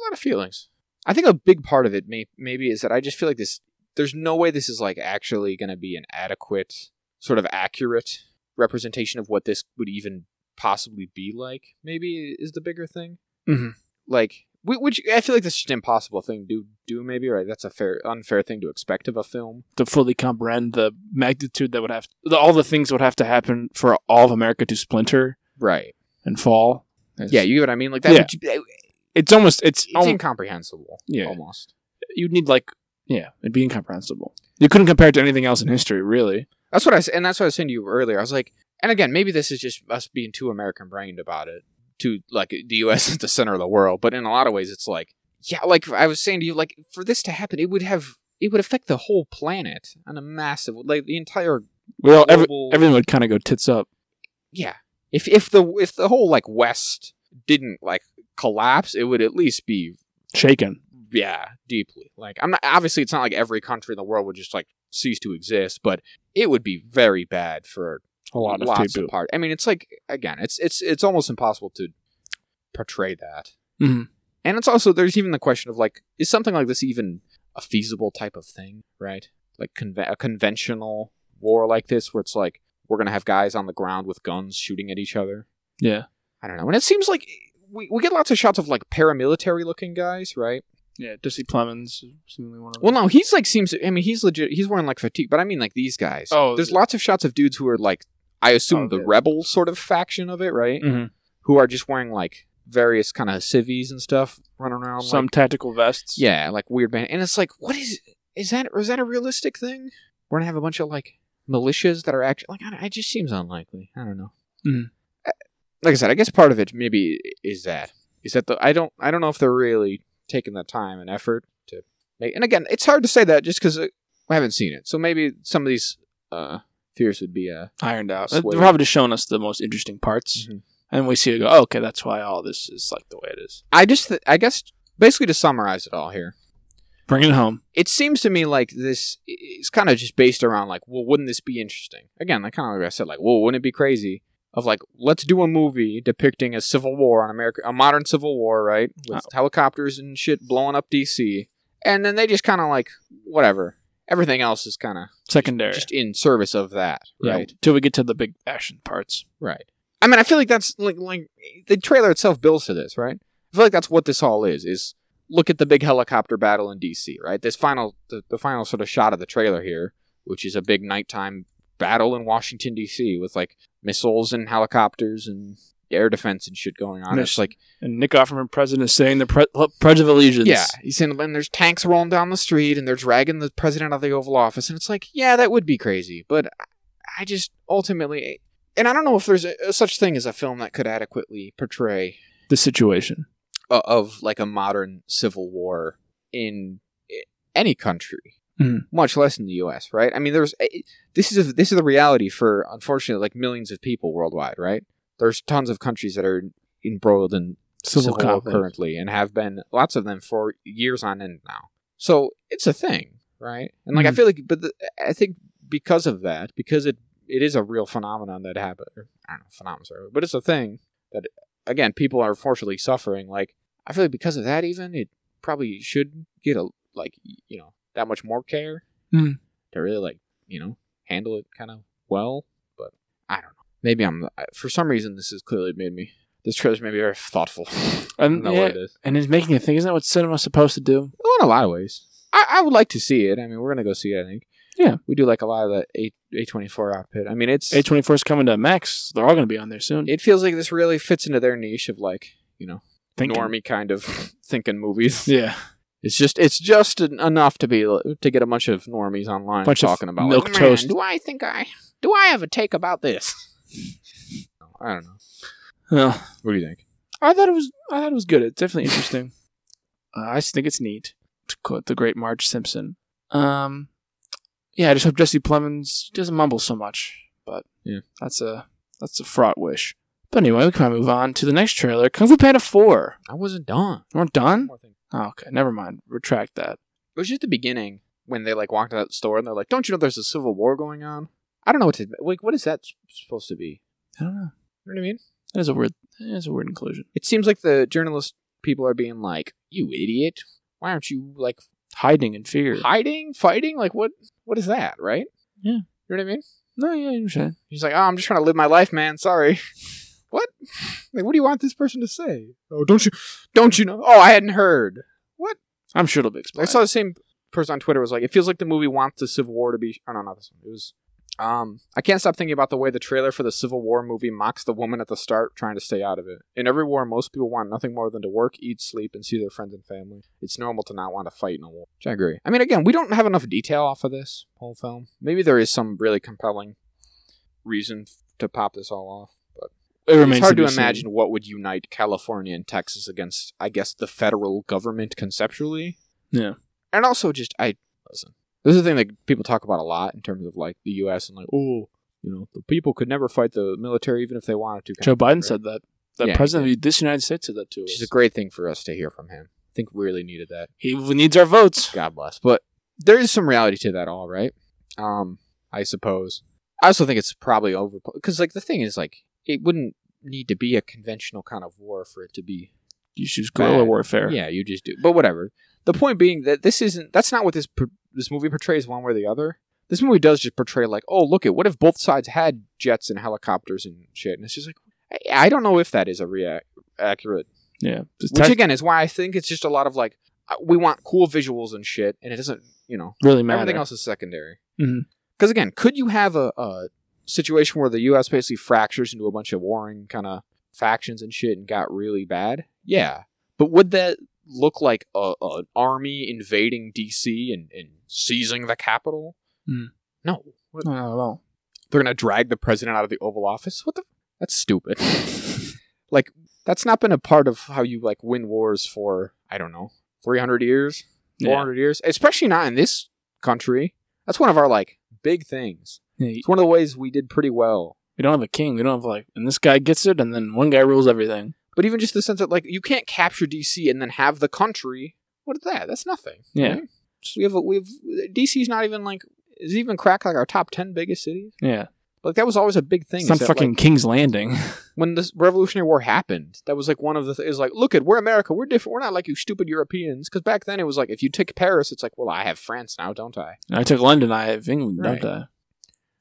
B: a lot of feelings. I think a big part of it may, maybe is that I just feel like this. There's no way this is like actually going to be an adequate, sort of accurate representation of what this would even possibly be like. Maybe is the bigger thing.
A: Mhm.
B: Like, whi- which I feel like that's just an impossible thing to do. Maybe right? That's a fair, unfair thing to expect of a film.
A: to fully comprehend the magnitude that would have the, all the things that would have to happen for all of America to splinter
B: Right.
A: and fall.
B: Yeah, you get what I mean. Like that.
A: Yeah.
B: Would, it's
A: it's almost it's, almo-
B: incomprehensible.
A: Yeah.
B: Almost.
A: you'd need like yeah, it'd be incomprehensible. You couldn't compare it to anything else in history, really.
B: That's what I s- and that's what I was saying to you earlier. I was like, and again, maybe this is just us being too American brained about it. To like the U.S. is the center of the world, but in a lot of ways, it's like yeah, like I was saying to you, like for this to happen, it would have it would affect the whole planet on a massive, like the entire
A: Well, every,
B: global.
A: everything would kind of go tits up.
B: yeah, if if the if the whole like West didn't like collapse, it would at least be
A: Shaken.
B: yeah, deeply. Like I'm not obviously it's not like every country in the world would just like cease to exist, but it would be very bad for
A: A lot of
B: lots
A: people.
B: of part. I mean, it's like again, it's it's it's almost impossible to portray that.
A: Mhm.
B: And it's also there's even the question of like is something like this even a feasible type of thing, right? Like conve- a conventional war like this where it's like we're going to have guys on the ground with guns shooting at each other.
A: Yeah.
B: I don't know. And it seems like we, we get lots of shots of like paramilitary looking guys, right?
A: Yeah, Dizzy Plemons, seemingly one of
B: Well, no, he's like seems. I mean, he's legit. He's wearing like fatigue, but I mean like these guys.
A: Oh,
B: there's
A: yeah.
B: lots of shots of dudes who are like, I assume
A: Oh,
B: the
A: yeah.
B: rebel sort of faction of it, right?
A: Mhm.
B: Who are just wearing like various kind of civvies and stuff running around.
A: some
B: like,
A: tactical vests.
B: yeah, like weird band. And it's like, what is is that? Is that a realistic thing? We're gonna have a bunch of like militias that are actually like. I, don't- it just seems unlikely. I don't know.
A: Mhm.
B: Uh, Like I said, I guess part of it maybe is that is that the I don't I don't know if they're really taking the time and effort to make. And again, it's hard to say that just because I haven't seen it. So maybe some of these uh, fears would be uh,
A: ironed out. Mm-hmm.
B: Swayed.
A: They're probably just showing us the most interesting parts,
B: Mhm.
A: and we see it go. Oh, okay, that's why all this is like the way it is.
B: I just th- I guess basically to summarize it all here.
A: Bring it home.
B: it seems to me like this is kind of just based around like, well, wouldn't this be interesting? Again, like kind of like I said, like, well, wouldn't it be crazy? Of like, let's do a movie depicting a civil war on America, a modern civil war, right, with helicopters and shit blowing up DC, and then they just kind of like whatever. Everything else is kind of
A: Secondary.
B: just in service of that,
A: Yeah,
B: right?
A: till we get to the big action parts.
B: Right. I mean, I feel like that's like like the trailer itself builds to this, right? I feel like that's what this all is. Is look at the big helicopter battle in D.C. Right. This final the, the final sort of shot of the trailer here, which is a big nighttime battle in Washington D.C. with like missiles and helicopters and air defense and shit going on. It's
A: Yes.
B: like
A: And Nick Offerman, president, is saying the pre- Pledge of Allegiance.
B: yeah, he's saying and there's tanks rolling down the street and they're dragging the president out of the Oval Office, and it's like yeah, that would be crazy, but I- I just ultimately. And I don't know if there's a, a such thing as a film that could adequately portray
A: the situation.
B: o- of like a modern civil war in i- any country,
A: Mhm.
B: much less in the U.S. Right? I mean, there's eh, this is this is the reality for unfortunately like millions of people worldwide. Right? There's tons of countries that are embroiled in civil, war
A: conflict.
B: currently and have been lots of them for years on end now. So it's a thing, right? And like I
A: Mhm.
B: feel like, but the, I think because of that, because it it is a real phenomenon that happened. I don't know, phenomenon's right, but it's a thing that again people are unfortunately suffering. Like I feel like because of that, even it probably should get a like y- you know that much more care
A: Mhm.
B: to really like you know handle it kind of well. But I don't know. Maybe I'm I- for some reason this has clearly made me this trailer's made me very thoughtful. I don't
A: And,
B: know
A: yeah,
B: what it is.
A: and it's making a thing. Isn't that what cinema's supposed to do?
B: Well, in a lot of ways, I, I would like to see it. I mean, we're gonna go see it. I think.
A: Yeah.
B: we do like a lot of that a a twenty four outfit. I mean, it's
A: A24 is coming to Max. They're all going to be on there soon.
B: it feels like this really fits into their niche of like you know
A: Thinking.
B: normie kind of thinking movies.
A: Yeah.
B: It's just it's just en- enough to be to get a bunch of normies online
A: Bunch of
B: talking about
A: milk
B: like, "Man,
A: toast."
B: Do I think I do I have a take about this? I don't know.
A: Well,
B: What do you think?
A: I thought it was. I thought it was good. It's definitely interesting. uh, I just think it's neat. To quote the great Marge Simpson. Um, yeah, I just hope Jesse Plemons doesn't mumble so much. But
B: Yeah.
A: that's a that's a fraught wish. But anyway, we can probably move on to the next trailer, Kung Fu Panda Four.
B: I wasn't done.
A: We're done.
B: One more thing.
A: Oh, okay, never mind. Retract that.
B: It was just the beginning when they like walked out of the store and they're like, "Don't you know there's a civil war going on?" I don't know what to like. What is that s- supposed to be?
A: I don't know.
B: You know what I mean?
A: That is a weird. That is a weird inclusion.
B: It seems like the journalist people are being like, "You idiot! why aren't you like
A: Hiding in fear.
B: hiding, fighting? Like what? What is that, right?
A: Yeah.
B: you know what I mean.
A: No, yeah, you're saying.
B: He's like, oh, I'm just trying to live my life, man. Sorry. What? Like, what do you want this person to say? Oh, don't you, don't you know? Oh, I hadn't heard.
A: I'm sure it'll be
B: I
A: explained.
B: saw the same person on Twitter was like, it feels like the movie wants the Civil War to be. Oh no, not this one. It was. Um, I can't stop thinking about the way the trailer for the Civil War movie mocks the woman at the start trying to stay out of it. In every war, most people want nothing more than to work, eat, sleep, and see their friends and family. It's normal to not want to fight in a war. Which I agree. I mean, again, we don't have enough detail off of this whole film. Maybe there is some really compelling reason to pop this all off, but
A: it remains
B: it's hard
A: be
B: to
A: seen.
B: imagine what would unite California and Texas against, I guess, the federal government conceptually.
A: Yeah.
B: And also just I listen. This is the thing that people talk about a lot in terms of like the US and like, oh, you know, the people could never fight the military even if they wanted to. kind
A: Joe
B: of
A: Biden
B: thing, right?
A: said that. The
B: Yeah, he
A: president of this United States said that to
B: Which
A: us.
B: is a great thing for us to hear from him. I think we really needed that.
A: he needs our votes.
B: God bless. But there is some reality to that all, right? Um, I suppose. I also think it's probably over because like the thing is like it wouldn't need to be a conventional kind of war for it to be
A: You should use guerrilla
B: Bad.
A: warfare.
B: Yeah, you just do. But whatever. The point being that this isn't. That's not what this per- this movie portrays one way or the other. This movie does just portray like, oh, look at what if both sides had jets and helicopters and shit, and it's just like, I, I don't know if that is a rea- accurate.
A: Yeah. Just
B: Which
A: tech-
B: again is why I think it's just a lot of like, uh, we want cool visuals and shit, and it doesn't, you know,
A: really matter.
B: everything else is secondary. Because
A: Mhm.
B: again, could you have a, a situation where the U.S. basically fractures into a bunch of warring kind of factions and shit and got really bad? Yeah, but would that look like a, a- an army invading D.C. and, and seizing the capital?
A: Mm.
B: No,
A: No, not at all.
B: they're gonna drag the president out of the Oval Office. What the? That's stupid. like that's not been a part of how you like win wars for I don't know 300 years four
A: Yeah.
B: hundred years, especially not in this country. That's one of our like big things.
A: Yeah,
B: It's one of the ways we did pretty well.
A: We don't have a king. We don't have like, and this guy gets it, and then one guy rules everything.
B: But even just the sense that like you can't capture DC and then have the country. What is that? That's nothing.
A: Yeah.
B: right? we have a, we have DC's not even like is even cracked like our top ten biggest cities.
A: Yeah,
B: Like that was always a big thing.
A: it's
B: is
A: not
B: that,
A: fucking
B: like,
A: King's Landing.
B: when the Revolutionary War happened. That was like one of the th- is like look at we're America. We're different. We're not like you stupid Europeans. Because back then it was like if you take Paris, it's like well I have France now, don't I?
A: I took London. I have England.
B: Right.
A: Don't I?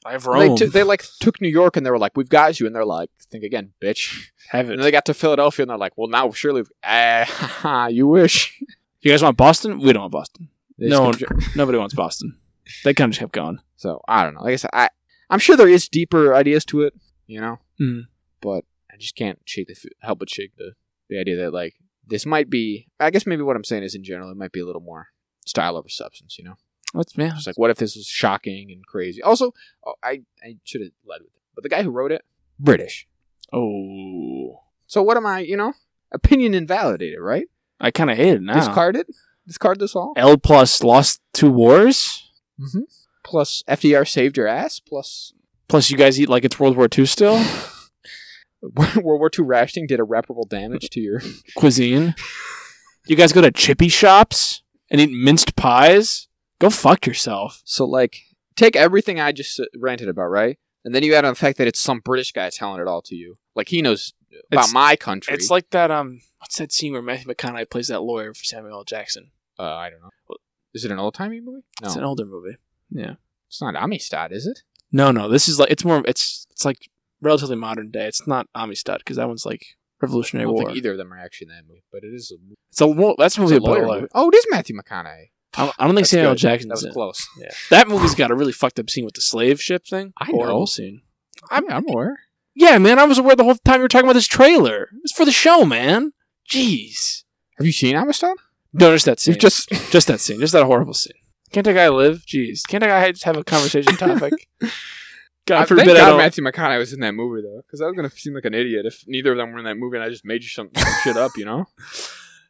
A: I have
B: They, took they like took New York and they were like, "We've got you," and they're like, "Think again, bitch."
A: have
B: And
A: it.
B: then they got to Philadelphia and they're like, "Well, now surely, ah, haha, you wish."
A: you guys want Boston? We don't want Boston.
B: They just
A: No.
B: kept jo-
A: Nobody wants Boston. They kind of just kept going.
B: so I don't know. Like I said, I I'm sure there is deeper ideas to it, you know.
A: Mhm.
B: But I just can't shake the, f- help but shake the the idea that like this might be. I guess maybe what I'm saying is in general, it might be a little more style over substance, you know.
A: What's yeah?
B: Just like, what if this was shocking and crazy? Also, oh, I I should have led with it, but the guy who wrote it, British.
A: Oh,
B: So what am I, you know? Opinion invalidated, right?
A: I kind of hate it now.
B: Discard it? Discard this all?
A: L plus lost two wars.
B: Mm-hmm. Plus FDR saved your ass, plus
A: Plus, you guys eat like it's World War II still.
B: World War II rationing did irreparable damage to your
A: Cuisine. You guys go to chippy shops and eat minced pies. Go fuck yourself.
B: So like take everything I just uh, ranted about, right? And then you add on the fact that it's some British guy telling it all to you. Like he knows about
A: It's-
B: my country.
A: It's like that. Um, what's that scene where Matthew McConaughey plays that lawyer for Samuel L. Jackson?
B: uh, I don't know. Is it an old timey movie? No.
A: It's an older movie. Yeah.
B: it's not Amistad, is it?
A: No, no. This is like it's more. It's it's like relatively modern day. It's not Amistad because that one's like
B: I
A: Revolutionary
B: don't
A: War.
B: think either of them are actually in that movie, but it is a, it's
A: It's a war. That's a movie
B: a
A: about
B: lawyer
A: a
B: movie.
A: lawyer.
B: Oh, it is Matthew McConaughey.
A: I don't, I don't think
B: That's
A: Samuel L.
B: good. That
A: Jackson's
B: was
A: in. it.
B: close.
A: That movie's got a really fucked up scene with the slave ship thing.
B: I
A: Horrible
B: know.
A: scene.
B: I'm, I'm aware.
A: Yeah, man. I was aware the whole time you were talking about this trailer. It's for the show, man. Jeez.
B: Have you seen Amistad?
A: No, just that scene.
B: You've just
A: just that scene. Just that horrible scene. Can't that guy live? Jeez. Can't that guy have a conversation topic? God
B: I
A: forbid
B: thank
A: I
B: God
A: don't.
B: Matthew McConaughey was in that movie though, because I was gonna seem like an idiot if neither of them were in that movie, and I just made you some, some shit up, you know?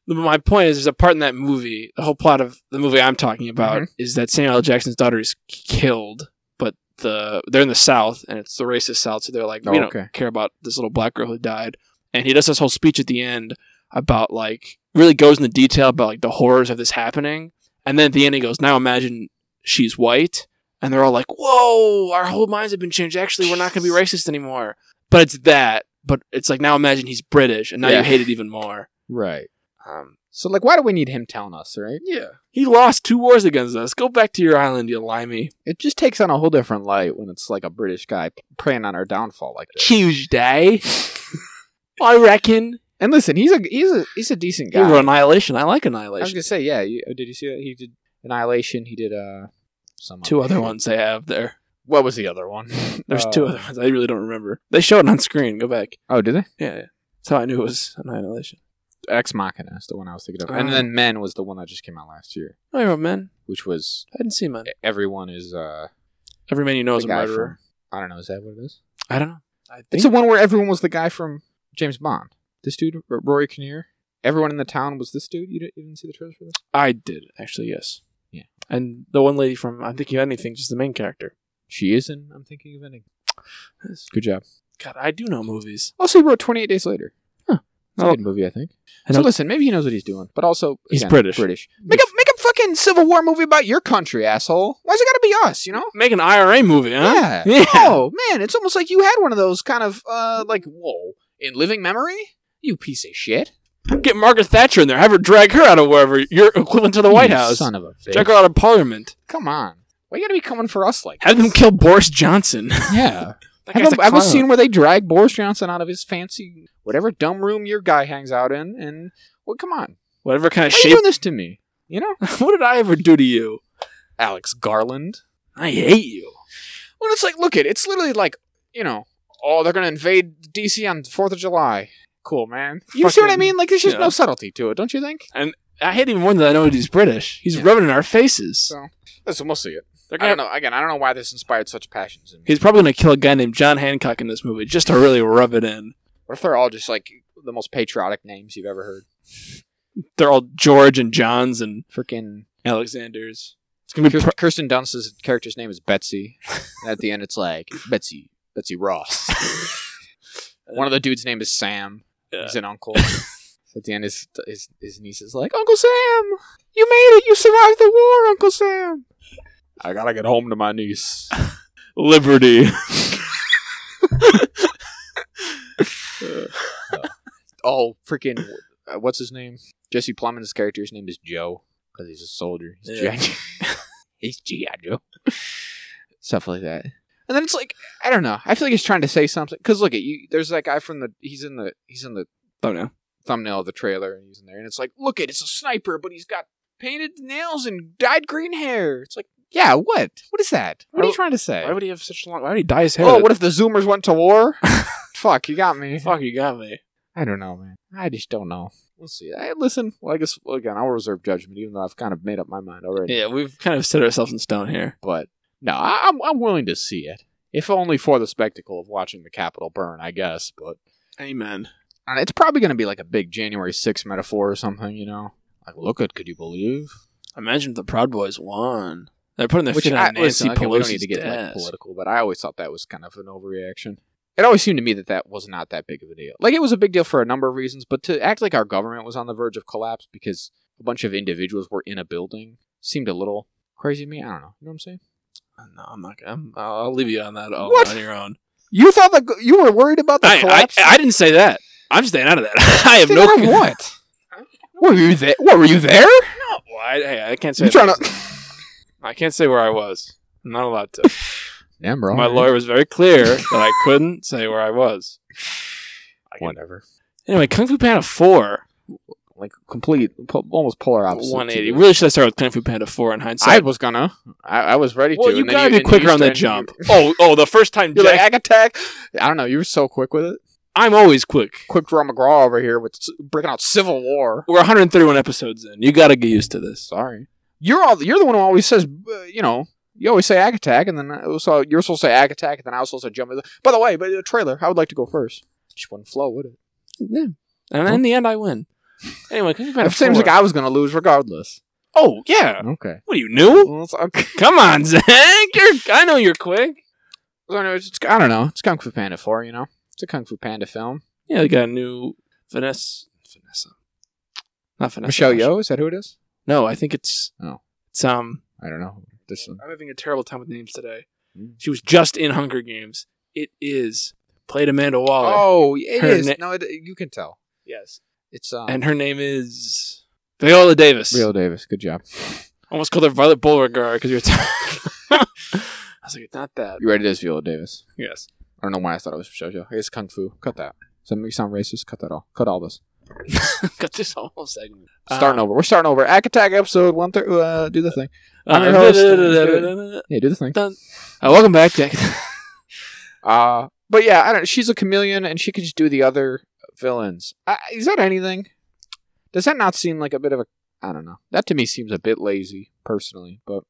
A: But my point is, there's a part in that movie, the whole plot of the movie I'm talking
B: Mhm.
A: about is that Samuel L. Jackson's daughter is killed, but the they're in the South and it's the racist South, so they're like, we
B: Oh, okay.
A: don't care about this little black girl who died. And he does this whole speech at the end about like really goes into detail about like the horrors of this happening, and then at the end he goes, now imagine she's white, and they're all like, whoa, our whole minds have been changed. Actually, we're not going to be racist anymore. But it's that. But it's like now imagine he's British, and now
B: Yeah.
A: you hate it even more.
B: Right.
C: Um,
B: So like, why do we need him telling us, right?
A: Yeah. He lost two wars against us. Go back to your island, you limey.
B: It just takes on a whole different light when it's like a British guy preying on our downfall like this.
A: Tuesday. I reckon.
B: And listen, he's a he's a he's a decent guy.
A: You wrote Annihilation. I like
B: I was
A: Annihilation.
B: gonna say, yeah. You, oh, did you see that he did Annihilation? He did uh some
A: Two other ones they have there.
B: What was the other one?
A: There's two
B: Uh,
A: other ones. I really don't remember. They showed it on screen. Go back.
B: Oh, did they?
A: Yeah, yeah. That's how I knew it was Annihilation.
B: Ex Machina is the one I was thinking of, and
A: Oh.
B: then Men was the one that just came out last year,
A: Oh, you wrote Men.
B: which was
A: I didn't see Men.
B: everyone is uh
A: Every man you know is
B: the
A: a
B: guy
A: murderer.
B: from- I don't know. Is that what it is?
A: I don't know. I
B: It's the one where everyone was the guy from James Bond. This dude, R- Rory Kinnear. Everyone in the town was this dude. You didn't, you didn't see the trailer for this?
A: I did actually. Yes.
B: Yeah.
A: And the one lady from I'm thinking of anything, just the main character.
B: She is in. I'm thinking of ending. Good job.
A: God, I do know movies.
B: Also, he wrote 28 Days Later. It's a
A: Oh.
B: good movie, I think.
A: I
B: so
A: know-
B: listen, maybe he knows what he's doing, but also
A: He's
B: again,
A: British.
B: British. Make a make a fucking Civil War movie about your country, asshole. Why's it gotta be us? You know?
A: Make an IRA movie, huh?
B: Yeah.
A: Yeah.
B: Oh man, it's almost like you had one of those kind of uh like whoa in living memory. You piece of shit.
A: Get Margaret Thatcher in there. Have her drag her out of wherever your equivalent to the White
B: You
A: House.
B: son of a bitch.
A: Drag her out of Parliament.
B: Come on. Why you gotta be coming for us like?
A: Have them kill Boris Johnson.
B: Yeah.
A: That
B: Have
A: guy's
B: a, have a
A: clown.
B: scene where they drag Boris Johnson out of his fancy whatever dumb room your guy hangs out in, and well, come on.
A: Whatever kind of
B: Why are you
A: shape.
B: doing this to me? You know,
A: what did I ever do to you?
B: Alex Garland.
A: I hate you.
B: Well, it's like, look it. It's literally like, you know, oh, they're gonna invade DC on the Fourth of July. Cool, man. You see what I
A: Fucking-
B: mean? Like, there's just
A: yeah.
B: no subtlety to it, don't you think?
A: I hate even more than I know that he's British. He's
B: Yeah.
A: rubbing in our faces.
B: So- Listen, we'll see it.
A: They're
B: I
A: gonna-
B: don't know. Again, I don't know why this inspired such passions in me.
A: He's probably going to kill a guy named John Hancock in this movie just to really rub it in.
B: What if they're all just like the most patriotic names you've ever heard?
A: They're all George and Johns and
B: Freaking
A: Alexanders. It's going to be.
B: Kir-
A: Pr-
B: Kirsten Dunst's character's name is Betsy. And at the end, it's like Betsy, Betsy Ross. One of the dudes' name is Sam. He's an uncle. So at the end, his, his his niece is like, Uncle Sam, you made it. You survived the war, Uncle Sam. I gotta get home to my niece.
A: Liberty.
B: Oh, freaking! Uh, what's his name? Jesse Plemons' character's name is Joe because he's a soldier. He's
A: Yeah.
B: GI. he's GI Joe. Stuff like that. And then it's like I don't know. I feel like he's trying to say something because look at you. There's that guy from the. He's in the. He's in the
A: oh, no.
B: thumbnail of the trailer and he's in there and it's like look at it's a sniper but he's got painted nails and dyed green hair it's like yeah what what is that what are you
A: Why-
B: trying to say
A: Oh. Why would he have such long. Why would he dye his hair?
B: oh
A: that-
B: what if the zoomers went to war fuck you got me
A: Fuck, you got me.
B: i don't know man i just don't know we'll see I, listen well i guess well, again i'll reserve judgment even though i've kind of made up my mind already
A: Yeah, we've kind of set ourselves in stone here.
B: but no I, I'm, I'm willing to see it if only for the spectacle of watching the capitol burn i guess but
A: Amen.
B: And it's probably going to be like a big January 6th metaphor or something, you know? Like, look at, could you believe?
A: Imagine if the Proud Boys won. They're putting their
B: Which
A: feet
B: I,
A: on Nancy
B: listen, okay, we
A: Pelosi's
B: don't need to get like,
A: desk.
B: political, but I always thought that was kind of an overreaction. It always seemed to me that that was not that big of a deal. Like it was a big deal for a number of reasons, but to act like our government was on the verge of collapse because a bunch of individuals were in a building seemed a little crazy to me. I don't know. You know what I'm saying?
A: No, I'm not. I'm, I'll I'll leave you on that all
B: What?
A: on your own.
B: You thought the you were worried about
A: I, I, I didn't say that. I'm staying out of that. I have no.
B: no what? Were you there? What were you there?
A: No, I, hey, I can't say.
B: You trying
A: that.
B: to?
A: I can't say where I was. I'm not allowed to.
B: Damn, bro.
A: My lawyer was very clear that I couldn't say where I was.
B: Whatever.
A: Anyway, Kung Fu Panda Four,
B: like complete, po- almost polar opposite.
A: one eighty.
B: to
A: Really should I start with Kung Fu Panda Four in
B: the- I
A: hindsight?
B: was gonna. I, I was ready
A: well,
B: to.
A: you
B: and then
A: gotta be
B: and then
A: quicker on the jump.
B: started-
A: Oh, oh, the first time
B: You're
A: Jack,
B: like, I got tag. I don't know. You were so quick with it.
A: I'm always quick.
B: Quick draw McGraw over here with s- breaking out Civil War.
A: We're 131 episodes in. You gotta get used to this.
B: Sorry, you're all. You're the one who always says, uh, you know. You always say Ag Attack, and then I- so you're supposed to say Ag Attack, and then I was supposed to jump. in. By the way, but the trailer, I would like to go first. Just wouldn't flow, would it?
A: Yeah. And in the end, I win. Anyway, Kung Fu Panda
B: It seems like I was going to lose regardless.
A: Oh yeah.
B: Okay.
A: What are you new?
B: Well, it's okay.
A: Come on, Zach. You're. I know you're quick.
B: So anyway, it's, I don't know. It's Kung Fu Panda 4, you know? It's a Kung Fu Panda film.
A: Yeah, they got a new Vanessa. Vanessa. Not Vanessa.
B: Michelle Yeoh, is that who it is?
A: No, I think it's.
B: Oh.
A: It's um.
B: I don't know. This one.
A: I'm having a terrible time with names today.
B: Mm.
A: She was just in Hunger Games. It is played Amanda Waller.
B: Oh, it
A: Her
B: is.
A: na-
B: no, it, you can tell.
A: Yes.
B: It's um,
A: and her name is Viola Davis.
B: Viola Davis. Good job.
A: Almost called her Violet Beauregard because you're. I was like, it's not that.
B: You read it as Viola Davis.
A: Yes.
B: I don't know why I thought it was JoJo. I guess Kung Fu. Cut that. Does that make you sound racist? Cut that all. Cut all this.
A: Got this whole segment.
B: Starting
A: Uh,
B: over. We're starting over. Ack Attack episode one thirty. Uh, do the thing. I'm your host.
A: Uh,
B: Yeah, do the thing.
A: welcome back, Jack.
B: Uh, but yeah, I don't. She's a chameleon, and she could just do the other villains. I is that anything? Does that not seem like a bit of a? I don't know. That to me seems a bit lazy, personally. But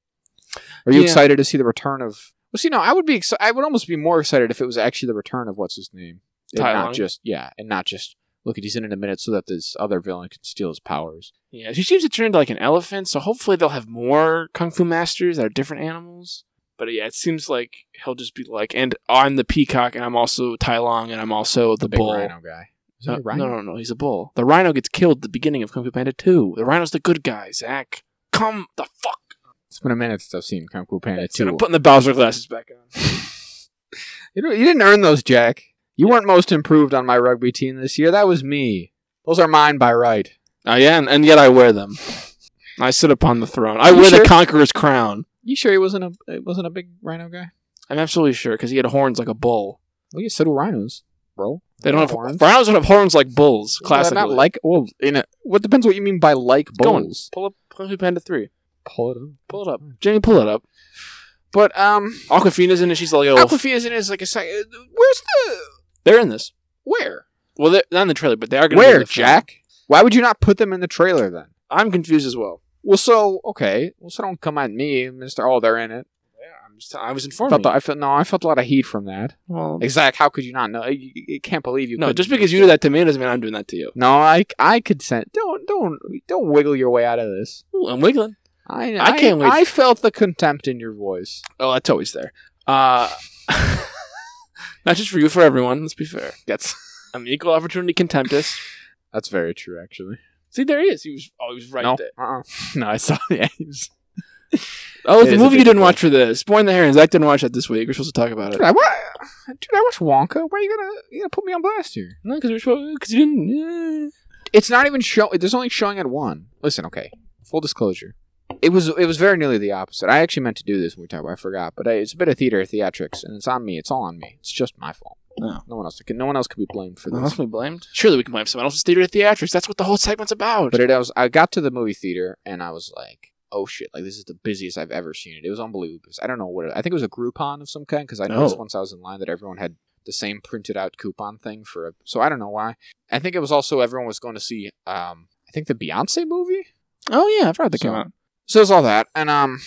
B: are you
A: Yeah.
B: excited to see the return of? Well, see, no, I would be. Exci- I would almost be more excited if it was actually the return of what's his name, and
A: Tai
B: not
A: Lung?
B: just yeah, and not just look at he's in in a minute so that this other villain can steal his powers.
A: yeah, she seems to turn into like an elephant, so hopefully they'll have more kung fu masters that are different animals. But yeah, it seems like he'll just be like, and I'm the peacock, and I'm also Tai Long, and I'm also the,
B: The big
A: bull.
B: rhino guy. Is
A: No,
B: that a rhino?
A: no, no, no, he's a bull. The rhino gets killed at the beginning of Kung Fu Panda 2. The rhino's the good guy, Zach. Come the fuck.
B: It's been a minute since I've seen Kung Fu Panda
A: Dude, I'm
B: two.
A: putting the Bowser glasses back on.
B: You, don't- you didn't earn those, Jack. You weren't most improved on my rugby team this year. That was me. Those are mine by right.
A: I am, and yet I wear them. I sit upon the throne. I
B: You
A: wear
B: sure?
A: the conqueror's crown.
B: You sure he wasn't a it wasn't a big rhino guy?
A: I'm absolutely sure because he had horns like a bull.
B: Well, you said rhinos, bro.
A: They don't have
B: Horns?
A: horns. Rhinos don't have horns like bulls. Classically.
B: not like well. In a, what depends what you mean by like
A: Go on,
B: bulls.
A: Pull up Kung Fu Panda three.
B: Pull it up.
A: Pull it up, Jenny. Pull it up.
B: But um,
A: Aquafina's in it. She's like, oh,
B: Aquafina's in is like a second. Where's the
A: they're in this.
B: where?
A: Well, they're not in the trailer, but they are going to
B: Where, Jack? Why would you not put them in the trailer then?
A: I'm confused as well.
B: Well, so okay. Well, so don't come at me, Mister. Oh, they're in it.
A: Yeah, I'm just. I was
B: I
A: informed.
B: felt, the- I felt no. I felt a lot of heat from that.
A: well,
B: Exact. How could you not know? You, you- you can't believe you.
A: no,
B: couldn't.
A: just because you do that to me doesn't mean I'm doing that to you.
B: No, I I could sense. Don't don't don't wiggle your way out of this.
A: Ooh, I'm wiggling.
B: I
A: I can't wait.
B: I felt the contempt in your voice.
A: Oh, that's always there. Uh, not just for you, for everyone. Let's be fair.
B: That's
A: I'm equal opportunity contemptist.
B: that's very true, actually.
A: See, there he is. He was always right
B: no,
A: there.
B: uh-uh. no, I saw the aims.
A: Oh,
B: It
A: the
B: is a
A: movie you
B: good
A: didn't
B: point.
A: watch for this. Boy in the Heron. Zach didn't watch that this week. We're supposed to talk about it.
B: Dude, I, wa- dude, I watched Wonka. Why are you gonna you gonna put me on blast here?
A: No, because we're supposed. Because you didn't.
B: It's not even show. There's only showing at one. Listen, okay. Full disclosure. It was it was very nearly the opposite. I actually meant to do this when we talked. About, it, I forgot, but I, it's a bit of theater theatrics, and it's on me. It's all on me. It's just my fault.
A: Oh.
B: No one else can. No one else can be blamed for
A: No
B: this.
A: one else can be blamed. Surely we can blame someone else's theater theatrics. That's what the whole segment's about.
B: But it was I got to the movie theater and I was like, oh shit, like this is the busiest I've ever seen it. It was unbelievable. I don't know what it, I think it was a Groupon of some kind because I
A: No.
B: noticed once I was in line that everyone had the same printed out coupon thing for a, so I don't know why. I think it was also everyone was going to see um I think the Beyonce movie.
A: oh yeah, I forgot that came
B: So-
A: out.
B: So there's all that and um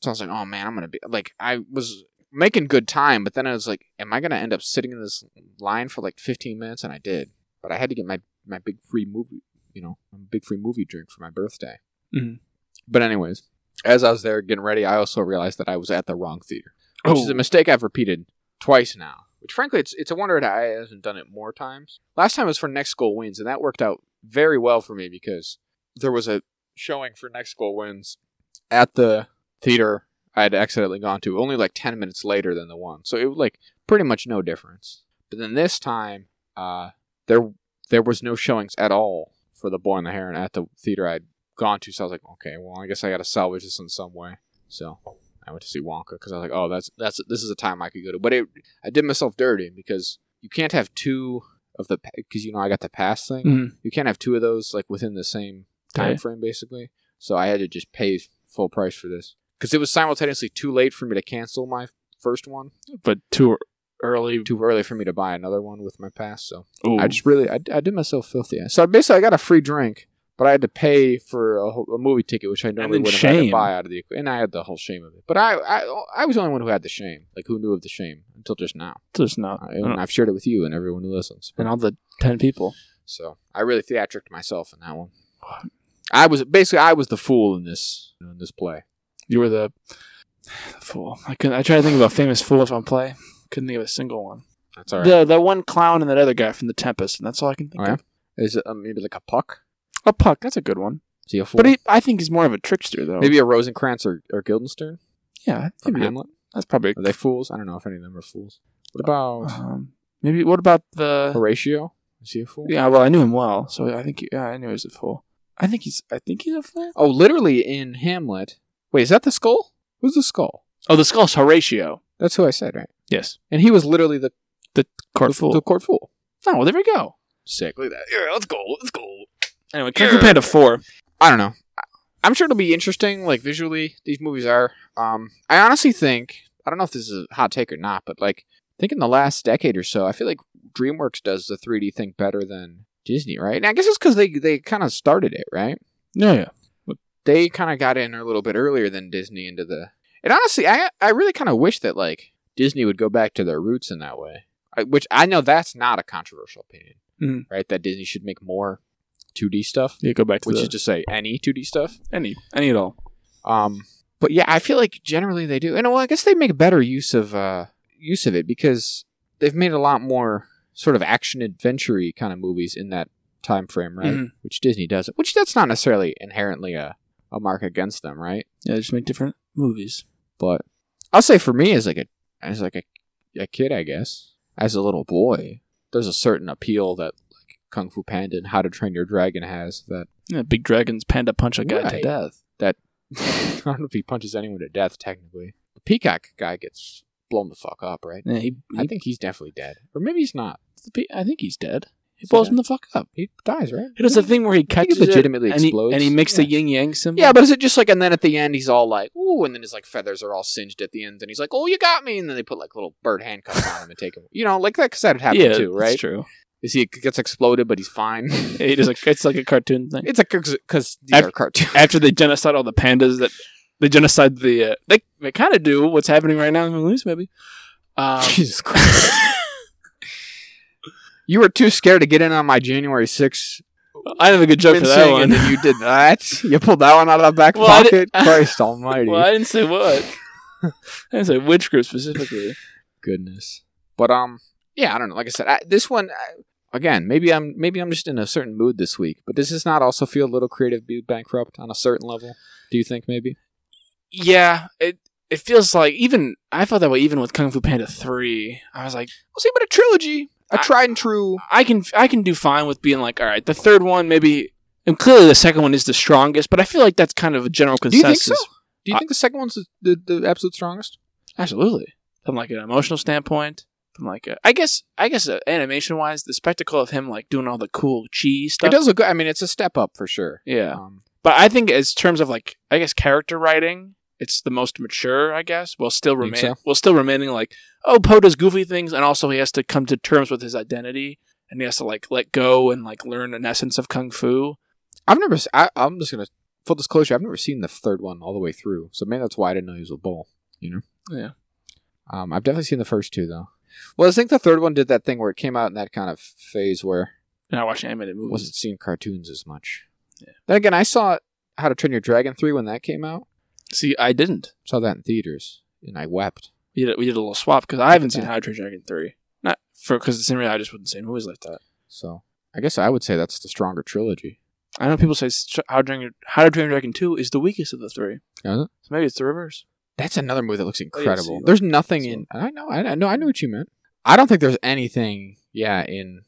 B: so I was like, oh man, I'm gonna be like I was making good time, but then I was like, am I gonna end up sitting in this line for like 15 minutes? And I did, but I had to get my my big free movie, you know, my big free movie drink for my birthday.
A: Mhm.
B: But anyways, as I was there getting ready, I also realized that I was at the wrong theater, which
A: Oh.
B: is a mistake I've repeated twice now. Which frankly, it's it's a wonder that I hasn't done it more times. Last time was for Next Goal Wins, and that worked out very well for me because there was a showing for Next Goal Wins at the theater I had accidentally gone to, only like ten minutes later than the one. So it was like pretty much no difference. But then this time, uh, there there was no showings at all for the Boy and the Heron at the theater I'd gone to. So I was like, okay, well, I guess I got to salvage this in some way. So I went to see Wonka because I was like, oh, that's that's this is a time I could go to. But it, I did myself dirty because you can't have two of the because you know I got the pass thing.
A: Mhm.
B: You can't have two of those like within the same time
A: Okay.
B: frame, basically. So I had to just pay full price for this because it was simultaneously too late for me to cancel my first one,
A: But too early.
B: too early for me to buy another one with my pass. So
A: Ooh.
B: I just really, I, I did myself filthy. So basically, I got a free drink, but I had to pay for a, whole- a movie ticket, which I normally
A: then
B: would have had to
A: shame.
B: buy out of the. equa- And I had the whole shame of it. But I, I, I was the only one who had the shame. Like who knew of the shame until just now.
A: just not.
B: I, and I've shared it with you and everyone who listens.
A: and all the ten people.
B: So I really theatricked myself in that one. I was basically I was the fool in this in this play.
A: You were the, the fool. I couldn't. I tried to think of a famous fool from play. Couldn't think of a single one.
B: That's all right.
A: The the one clown and that other guy from the Tempest, and that's all I can think
B: Oh, yeah?
A: of.
B: Is it uh, maybe like a puck?
A: A puck. That's a good one.
B: Is he a fool?
A: But he, I think he's more of a trickster though.
B: maybe a Rosencrantz or, or Guildenstern
A: Yeah.
B: from
A: Maybe
B: Hamlet.
A: that's probably. Uh,
B: Are they fools? I don't know if any of them are fools. What about
A: Um, maybe what about the
B: Horatio? Is he a fool?
A: Yeah, well, I knew him well, so I think he, yeah, I knew he was a fool. I think he's I think he's a fool.
B: Oh, literally in Hamlet. Wait, is that the skull? Who's the skull?
A: Oh, the skull's Horatio.
B: That's who I said, right?
A: Yes,
B: And he was literally the
A: court
B: the,
A: fool.
B: The court fool.
A: oh, well, there we go.
B: Sick.
A: Look at that. Yeah, let's go. Let's go. Anyway, Kung Fu Panda Four.
B: I don't know. I- I'm sure it'll be interesting. Like visually, these movies are. Um, I honestly think I don't know if this is a hot take or not, but like I think in the last decade or so, I feel like DreamWorks does the 3D thing better than Disney, right? And I guess it's because they they kind of started it, right?
A: Yeah, yeah.
B: They kind of got in a little bit earlier than Disney into the. And honestly, I I really kind of wish that like Disney would go back to their roots in that way. I, which I know that's not a controversial opinion,
A: Mhm.
B: right? That Disney should make more 2D stuff,
A: You go back to
B: which
A: the,
B: is to say any 2D stuff.
A: any any at all.
B: Um, but yeah, I feel like generally they do, and well, I guess they make better use of uh, use of it because they've made a lot more sort of action adventure kind of movies in that time frame, right?
A: Mhm.
B: Which Disney doesn't. Which that's not necessarily inherently a, a mark against them, right?
A: Yeah, they just make different movies.
B: But I'll say for me as like a as like a, a kid, I guess, as a little boy, there's a certain appeal that like Kung Fu Panda and How to Train Your Dragon has that
A: Yeah, big dragons panda punch a guy to
B: Right.
A: death.
B: I don't know if he punches anyone to death technically. The peacock guy gets blown the fuck up, right?
A: Yeah, he,
B: I
A: he,
B: think he's definitely dead, or maybe he's not.
A: I think he's dead. He
B: Is he
A: blows
B: dead?
A: him the fuck up.
B: He dies, right?
A: It is a thing where he
B: I think
A: catches
B: it legitimately
A: it and he,
B: explodes.
A: and he makes
B: yeah.
A: the yin yang symbol.
B: Yeah, but is it just like, and then at the end he's all like, "Ooh," and then his like feathers are all singed at the end, and he's like, "Oh, you got me!" And then they put like little bird handcuffs on him and take him, you know, like that because that happened
A: yeah,
B: too,
A: That's
B: right?
A: true.
B: Is he gets exploded, but he's fine.
A: It is like it's like a cartoon thing.
B: it's a because these
A: I've-
B: are cartoons.
A: After they genocide all the pandas, that they genocide the uh, they they kind of do what's happening right now in the news, maybe. Um,
B: Jesus Christ! you were too scared to get in on my January 6th
A: I have a good joke for
B: been
A: that
B: saying,
A: one.
B: And then you did that. You pulled that one out of the back
A: Well, I
B: pocket.
A: did-
B: Christ Almighty.
A: Well, I didn't say what. I didn't say which group specifically.
B: Goodness. But um, yeah, I don't know. Like I said, I, this one I, again. Maybe I'm maybe I'm just in a certain mood this week. But does this not also feel a little creative be bankrupt on a certain level? Do you think maybe?
A: Yeah, it it feels like even I felt that way even with Kung Fu Panda three. I was like,
B: Well, see, but a trilogy, a
A: I-
B: tried and true.
A: I can I can do fine with being like, all right, the third one maybe, and clearly the second one is the strongest. But I feel like that's kind of a general
B: Do you think
A: consensus.
B: so? Do you
A: I-
B: think the second one's the, the, the absolute strongest?
A: Absolutely. From like an emotional standpoint, from like a, I guess I guess uh, animation wise, the spectacle of him like doing all the cool chi stuff.
B: It does look good. I mean, it's a step up for sure.
A: Yeah.
B: Um,
A: But I think as terms of like I guess character writing, it's the most mature, I guess, while still
B: Think
A: remain
B: so?
A: while still remaining like, oh, Poe does goofy things and also he has to come to terms with his identity and he has to like let go and like learn an essence of kung fu.
B: I've never. s- I, am just gonna full disclosure. I've never seen the third one all the way through, so maybe that's why I didn't know he was a bull. You know.
A: Yeah.
B: Um, I've definitely seen the first two though. Well, I think the third one did that thing where it came out in that kind of phase where
A: And I watch animated
B: I
A: movies.
B: wasn't seeing cartoons as much. Yeah. Then again, I saw How to Train Your Dragon three when that came out.
A: See, I didn't.
B: Saw that in theaters, and I wept.
A: We did a, we did a little swap because I haven't
B: at
A: seen
B: that.
A: How to Train Your Dragon three. Not for because the same reason I just wouldn't say movies like that.
B: So I guess I would say that's the stronger trilogy.
A: I know people say Str- How to Train Your, How to Train Your Dragon two is the weakest of the three.
B: Is it?
A: So maybe it's the reverse.
B: That's another movie that looks
A: see
B: incredible.
A: that.
B: There's nothing
A: So-
B: in. I know. I, I know. I know what you meant. I don't think there's anything. Yeah, in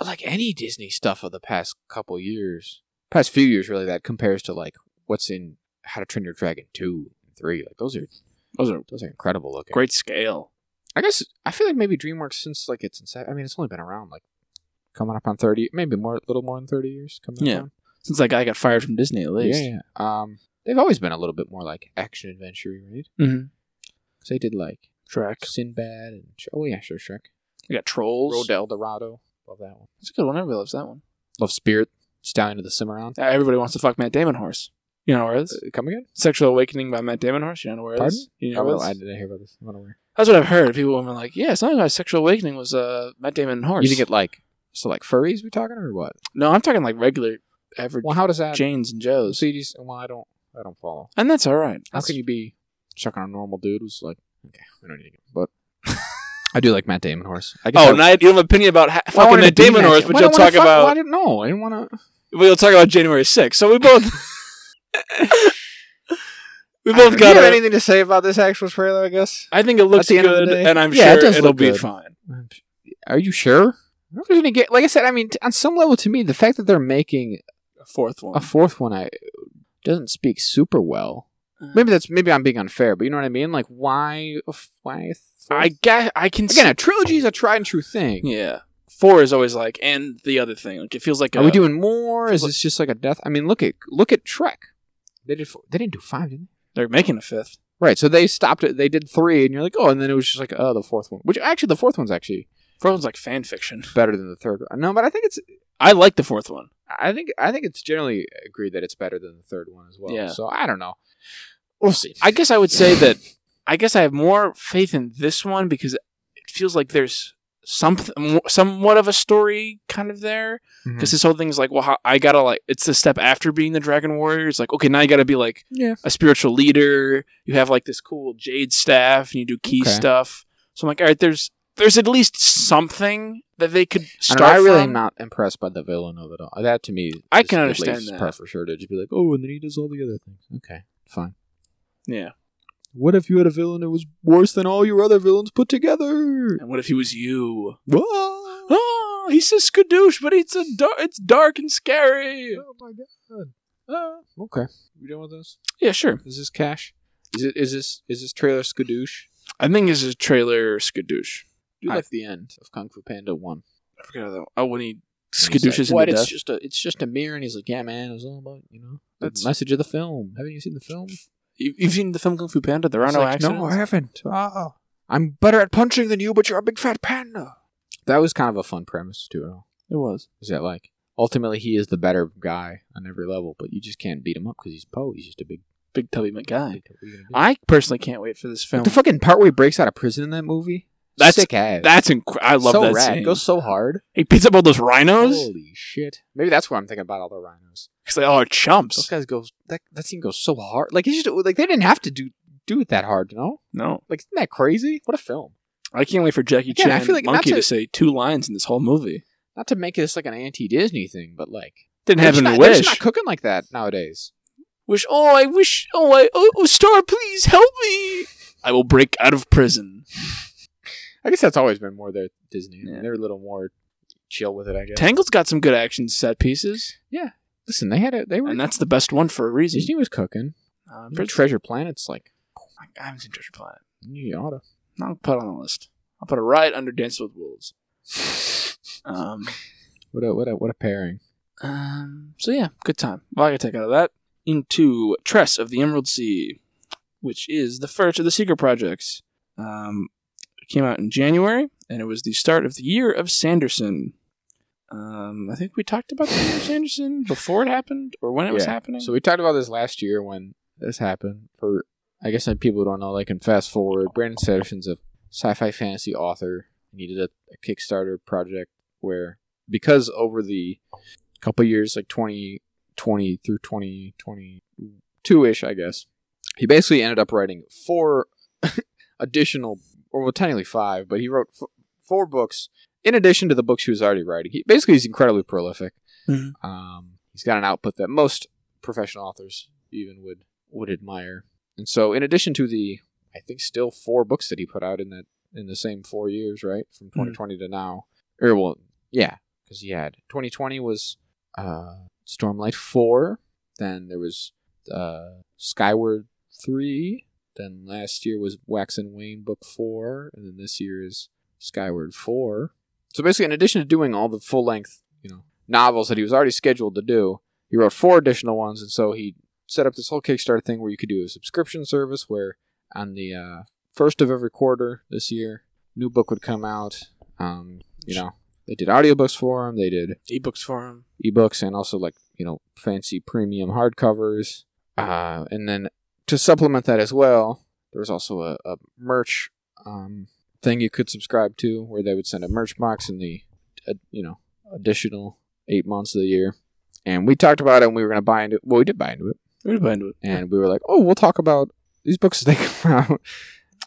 B: like any Disney stuff of the past couple years, past few years really, that compares to like what's in How to Train Your Dragon two and three. Like those are
A: Those are
B: those are incredible looking.
A: great scale.
B: I guess I feel like maybe DreamWorks since like its inception. I mean, it's only been around like coming up on thirty, maybe more, a little more than thirty years. Coming
A: Yeah.
B: up on.
A: Since that guy got fired from Disney, at least.
B: yeah, yeah. Um, they've always been a little bit more like action adventure, right?
A: Mm-hmm.
B: 'Cause they did like
A: Shrek.
B: Sinbad and Sh- oh yeah, sure Shrek.
A: We got Trolls.
B: Road to El Dorado. Love that one.
A: It's a good one. Everybody loves that one.
B: Love Spirit. Stallion of the Cimarron.
A: Uh, Everybody wants to fuck Matt Damon horse. You know where it
B: Uh,
A: is?
B: come again?
A: Sexual Awakening by Matt Damon horse. You know where it
B: Pardon?
A: is? You know
B: Oh,
A: where it
B: well,
A: is?
B: I didn't hear about this. I'm unaware.
A: That's what I've heard. People have been like, yeah, it's not about Sexual Awakening was uh, Matt Damon horse.
B: You think it like so like furries? We talking or what?
A: no, I'm talking like regular, average
B: Well, how does that?
A: Janes and Joes.
B: See, these- well, I don't. I don't follow.
A: And that's all right.
B: How
A: That's-
B: can you be checking on a normal dude who's like, okay, we don't need to. But I do like Matt Damon horse. I guess
A: Oh,
B: I-
A: now you have an opinion about ha-
B: Well, I
A: fucking
B: wanted
A: Matt
B: to be
A: Damon horse,
B: Matt-
A: but
B: well, I
A: you'll
B: wanna
A: talk
B: fuck- well, I
A: about
B: didn't know. I didn't want to.
A: we'll talk about January 6th. So we both we
B: Do
A: both
B: you
A: got.
B: have
A: our-
B: anything to say about this actual trailer? I guess.
A: I think it looks
B: the end of the
A: good,
B: day?
A: and I'm
B: Yeah, it
A: sure
B: does
A: it'll
B: look
A: be
B: good.
A: fine.
B: Are you sure? We're gonna get like I said. I mean, t- on some level, to me, the fact that they're making
A: A fourth one.
B: a fourth one I doesn't speak super well.
A: Uh.
B: Maybe that's maybe I'm being unfair, but you know what I mean. Like why a f- why
A: I
B: a fourth?
A: guess I can.
B: again a trilogy is a tried and true thing.
A: yeah. Four is always like, and the other thing. Like it feels like
B: Are
A: a-
B: we doing more? Is
A: Look-
B: this just like a death? I mean, look at look at Trek. They did four, they didn't do five, did they?
A: They're making a fifth.
B: Right. So they stopped it. They did three, and you're like, oh, and then it was just like, oh, the fourth one. Which actually, the fourth one's actually
A: Fourth one's like fan fiction.
B: better than the third one. No, but I think it's
A: I like the fourth one.
B: I think I think it's generally agreed that it's better than the third one as well.
A: Yeah.
B: So I don't know. We'll see.
A: I guess I would say that I guess I have more faith in this one because it feels like there's something somewhat of a story kind of there
B: Mm-hmm.
A: because this whole thing's like well how, I gotta like it's the step after being the dragon warrior it's like okay now you gotta be like
B: yeah.
A: a spiritual leader you have like this cool jade staff and you do key
B: Okay.
A: stuff so I'm like all right there's there's at least something that they could
B: I,
A: start
B: don't know, I really am
A: from.
B: not impressed by the villain of it all. That to me,
A: I
B: is
A: can
B: at
A: understand
B: least
A: that.
B: Part for sure to just be like, oh, and then he does all the other things. Okay, fine.
A: yeah
B: What if you had a villain that was worse than all your other villains put together?
A: and what if he was you
B: Whoa.
A: oh he's a skadoosh but it's a dar- it's dark and scary
B: Oh my god. Uh, okay. We done with this?
A: yeah sure
B: Is this cash? Is it? Is this? Is this trailer skadoosh?
A: I think it's a trailer skadoosh.
B: Do
A: I-
B: like the end of Kung Fu Panda One.
A: I forgot how that. Oh, when he
B: And he's
A: skadooshes
B: like, what?
A: into death.
B: It's just a. It's just a mirror, and he's like, yeah, man, it was all about you know the
A: That's-
B: message of the film. Haven't you seen the film?
A: You- You've seen the film Kung Fu Panda? There are
B: He's
A: no
B: like,
A: accidents.
B: No, I haven't. Oh, I'm better at punching than you, but you're a big fat panda. That was kind of a fun premise to it all.
A: it was.
B: Is that like ultimately he is the better guy on every level, but you just can't beat him up because he's Poe. He's just a big.
A: Big Tubby McGuy.
B: big what are you gonna do?
A: I personally can't wait for this film.
B: The fucking part where he breaks out of prison in that movie.
A: That's-
B: sick ass.
A: That's inc- I love
B: so
A: that
B: rad.
A: scene.
B: Goes so hard.
A: He picks up all those rhinos
B: Holy shit! Maybe that's what I'm thinking about all the rhinos.
A: because they all are
B: Those
A: "Oh, chumps.
B: guys go that that scene goes so hard. Like he just like they didn't have to do do it that hard, you know?
A: No,
B: Like isn't that crazy? What a film!
A: I can't wait for Jackie
B: Again, I
A: Chan
B: feel like not
A: Monkey to...
B: to-
A: say two lines in this whole movie.
B: Not to make this like an anti-Disney thing, but like
A: Didn't
B: they're just
A: happen.
B: not, they're
A: wish.
B: just not cooking like that nowadays.
A: wish. Oh, I wish. Oh, I. Oh, oh, Star, please help me. I will break out of prison.
B: I guess that's always been more their Disney.
A: Yeah.
B: They're a little more chill with it, I guess.
A: Tangled's got some good action set pieces,
B: Listen, they had a they were
A: and that's the best one for a reason.
B: Disney was cooking.
A: Uh,
B: Their Treasure Planet's like
A: I haven't seen Treasure Planet.
B: you oughta.
A: I'll put it on the list. I'll put it right under Dance with Wolves. Um,
B: What a what a what a pairing.
A: um, so yeah, good time. Well, I gotta take out of that into Tress of the Emerald Sea, which is the first of the Secret Projects. Um, it came out in January, and it was the start of the year of Sanderson. Um, I think we talked about the year of Sanderson before it happened or when it was
B: Yeah.
A: happening.
B: So we talked about this last year when this happened. For I guess like people who don't know, they can fast forward. Brandon Sanderson's a sci-fi fantasy author. and He did a, a Kickstarter project where because over the couple years, like 2020 through 2022 ish, I guess, he basically ended up writing four additional, or well, technically five, but he wrote f- four books in addition to the books he was already writing. He basically he's incredibly prolific.
A: Mhm.
B: Um, he's got an output that most professional authors even would would admire. And so, in addition to the, I think still four books that he put out in that in the same four years, right, from 2020 to now, or well, yeah, because he had 2020 was uh, Stormlight four, then there was uh, Skyward three, then last year was Wax and Wayne book four, and then this year is Skyward four. So basically, in addition to doing all the full length, you know, novels that he was already scheduled to do, he wrote four additional ones, and so he set up this whole Kickstarter thing where you could do a subscription service where on the uh, first of every quarter this year, new book would come out. Um, you know, they did audiobooks for him. They did
A: ebooks for him.
B: ebooks and also like you know fancy premium hardcovers uh, and then to supplement that as well there was also a, a merch um, thing you could subscribe to where they would send a merch box in the uh, you know additional eight months of the year and we talked about it and we were going to buy into it well we did buy into it
A: We're gonna bind to it.
B: and we were like oh we'll talk about these books as they come out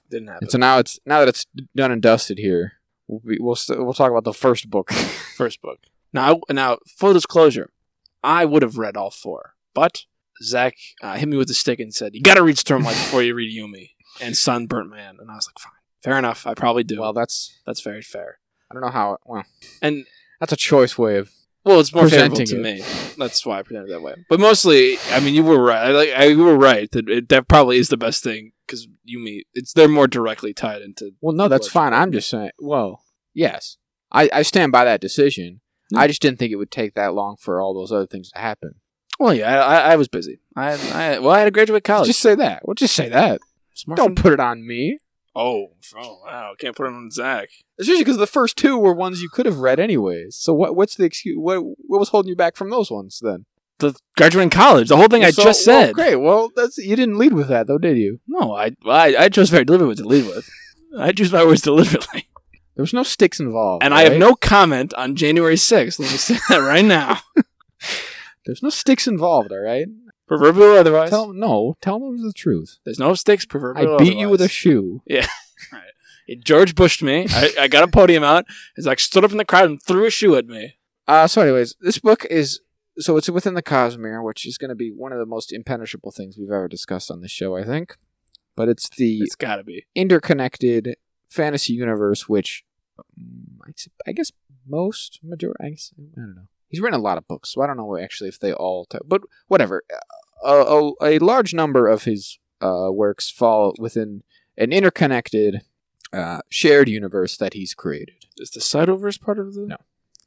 A: Didn't happen.
B: and so now it's now that it's done and dusted here we'll be, we'll, st- we'll talk about the first book
A: first book. Now, now, full disclosure, I would have read all four, but Zach uh, hit me with a stick and said, "You got to read Stormlight before you read Yumi and Sunburnt Man." And I was like, "Fine, fair enough. I probably do.
B: well that's
A: That's very fair."
B: i don't know how well
A: And
B: That's a choice way of.
A: Well, it's more favorable to
B: Presenting
A: me. That's why I presented it that way. But mostly, I mean, you were right. I, like, I, you were right that it, that probably is the best thing because you meet. It's they're more directly tied into.
B: Well, no, that's fine. I'm just saying. Well, yes, I, I stand by that decision. I just didn't think it would take that long for all those other things to happen.
A: Well, yeah, I, I- I was busy. I, I well, I had to graduate college.
B: Just say that. Well, just say that.
A: Smart
B: Don't put it on me.
A: Oh, oh, wow! Can't put it on Zach.
B: Especially because the first two were ones you could have read anyways. So what? What's the excuse? What? What was holding you back from those ones then?
A: The graduating college, the whole thing I
B: So-
A: just
B: well,
A: said.
B: great. Well, that's you didn't lead with that though, did you?
A: no, I, I I chose very deliberately to lead with. I choose my words deliberately,
B: There was no sticks involved,
A: and I have
B: right?
A: no comment on January sixth. Let me say that right now.
B: There's no sticks involved. All right.
A: Proverbial or otherwise,
B: Tell them no. Tell them the truth.
A: there's no sticks.
B: I beat
A: Proverbial.
B: you with a shoe.
A: George bushed me. I, I got a podium out. It's like stood up in the crowd and threw a shoe at me.
B: Uh, so, anyways, this book is so it's within the Cosmere, which is going to be one of the most impenetrable things we've ever discussed on this show, I think. But it's the
A: It's got to be.
B: interconnected fantasy universe, which um, I s- I guess most major I, guess, I don't know. He's written a lot of books, so I don't know actually if they all. t- but whatever, a, a, a large number of his uh, works fall within an interconnected, uh, shared universe that he's created.
A: Is the Sidoverse part of the?
B: No.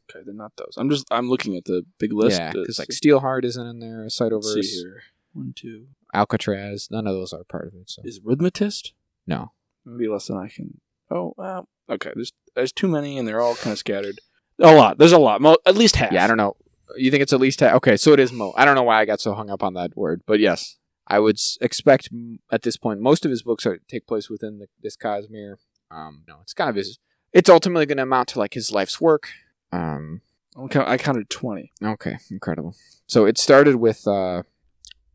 A: Okay, they're not those. I'm just I'm looking at the big list.
B: yeah,
A: Let's
B: because like Steelheart isn't in there,
A: see
B: Sidoverse,
A: here. One, two.
B: Alcatraz, none of those are part of it. So
A: Is Rhythmatist?
B: no,
A: Maybe less than I can. Oh, wow. okay. There's there's too many, and they're all kind of scattered. A lot. There's a lot. Mo- at least half.
B: yeah, I don't know. You think it's at least ha- okay? So it is Mo. I don't know why I got so hung up on that word, but yes, I would s- expect m- at this point most of his books are, take place within the, this Cosmere. Um, no, it's kind of his. It's ultimately going to amount to like his life's work. Um,
A: I'm count- I counted twenty.
B: okay, incredible. So it started with uh,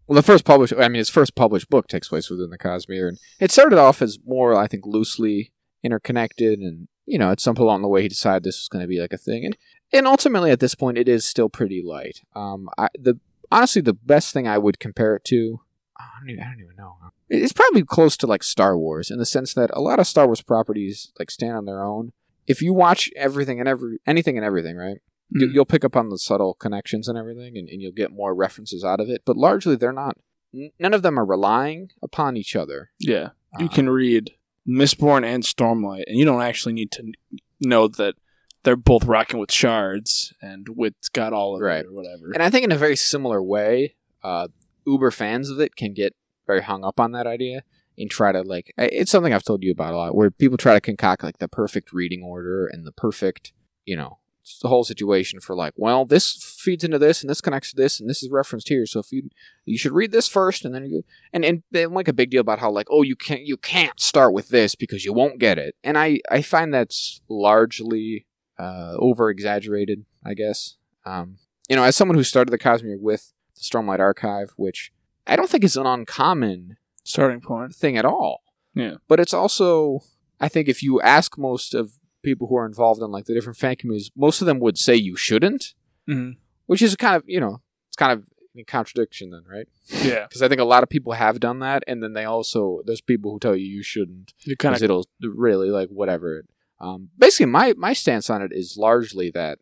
B: well, the first published. I mean, his first published book takes place within the Cosmere, and it started off as more, I think, loosely interconnected, and you know, at some point along the way, he decided this was going to be like a thing, and and ultimately at this point, it is still pretty light. Um, I the honestly the best thing I would compare it to, I don't even, I don't even know. It- It's probably close to like Star Wars in the sense that a lot of Star Wars properties like stand on their own. If you watch everything and every anything and everything, right? you,
A: Mm.
B: you'll pick up on the subtle connections and everything and, and you'll get more references out of it but largely they're not n- none of them are relying upon each other
A: Yeah. You
B: Uh,
A: can read Mistborn and Stormlight, and you don't actually need to kn- know that they're both rocking with shards and wit's got all of
B: Right.
A: it or whatever.
B: and i think in a very similar way uh, uber fans of it can get very hung up on that idea and try to like I- it's something i've told you about a lot where people try to concoct like the perfect reading order and the perfect you know it's the whole situation for like well this feeds into this and this connects to this and this is referenced here so if you you should read this first and then you and and they make a big deal about how like oh you can't you can't start with this because you won't get it and i i find that's largely uh over exaggerated i guess um you know as someone who started the cosmere with the stormlight archive which i don't think is an uncommon
A: Starting point.
B: thing at all.
A: Yeah.
B: But it's also, I think, if you ask most of people who are involved in like the different fan communities, most of them would say you shouldn't,
A: Mhm.
B: which is kind of you know it's kind of a contradiction then, right?
A: Yeah.
B: Because I think a lot of people have done that, and then they also there's people who tell you you shouldn't
A: You kind
B: because
A: of.
B: it'll really like whatever. Um, basically, my my stance on it is largely that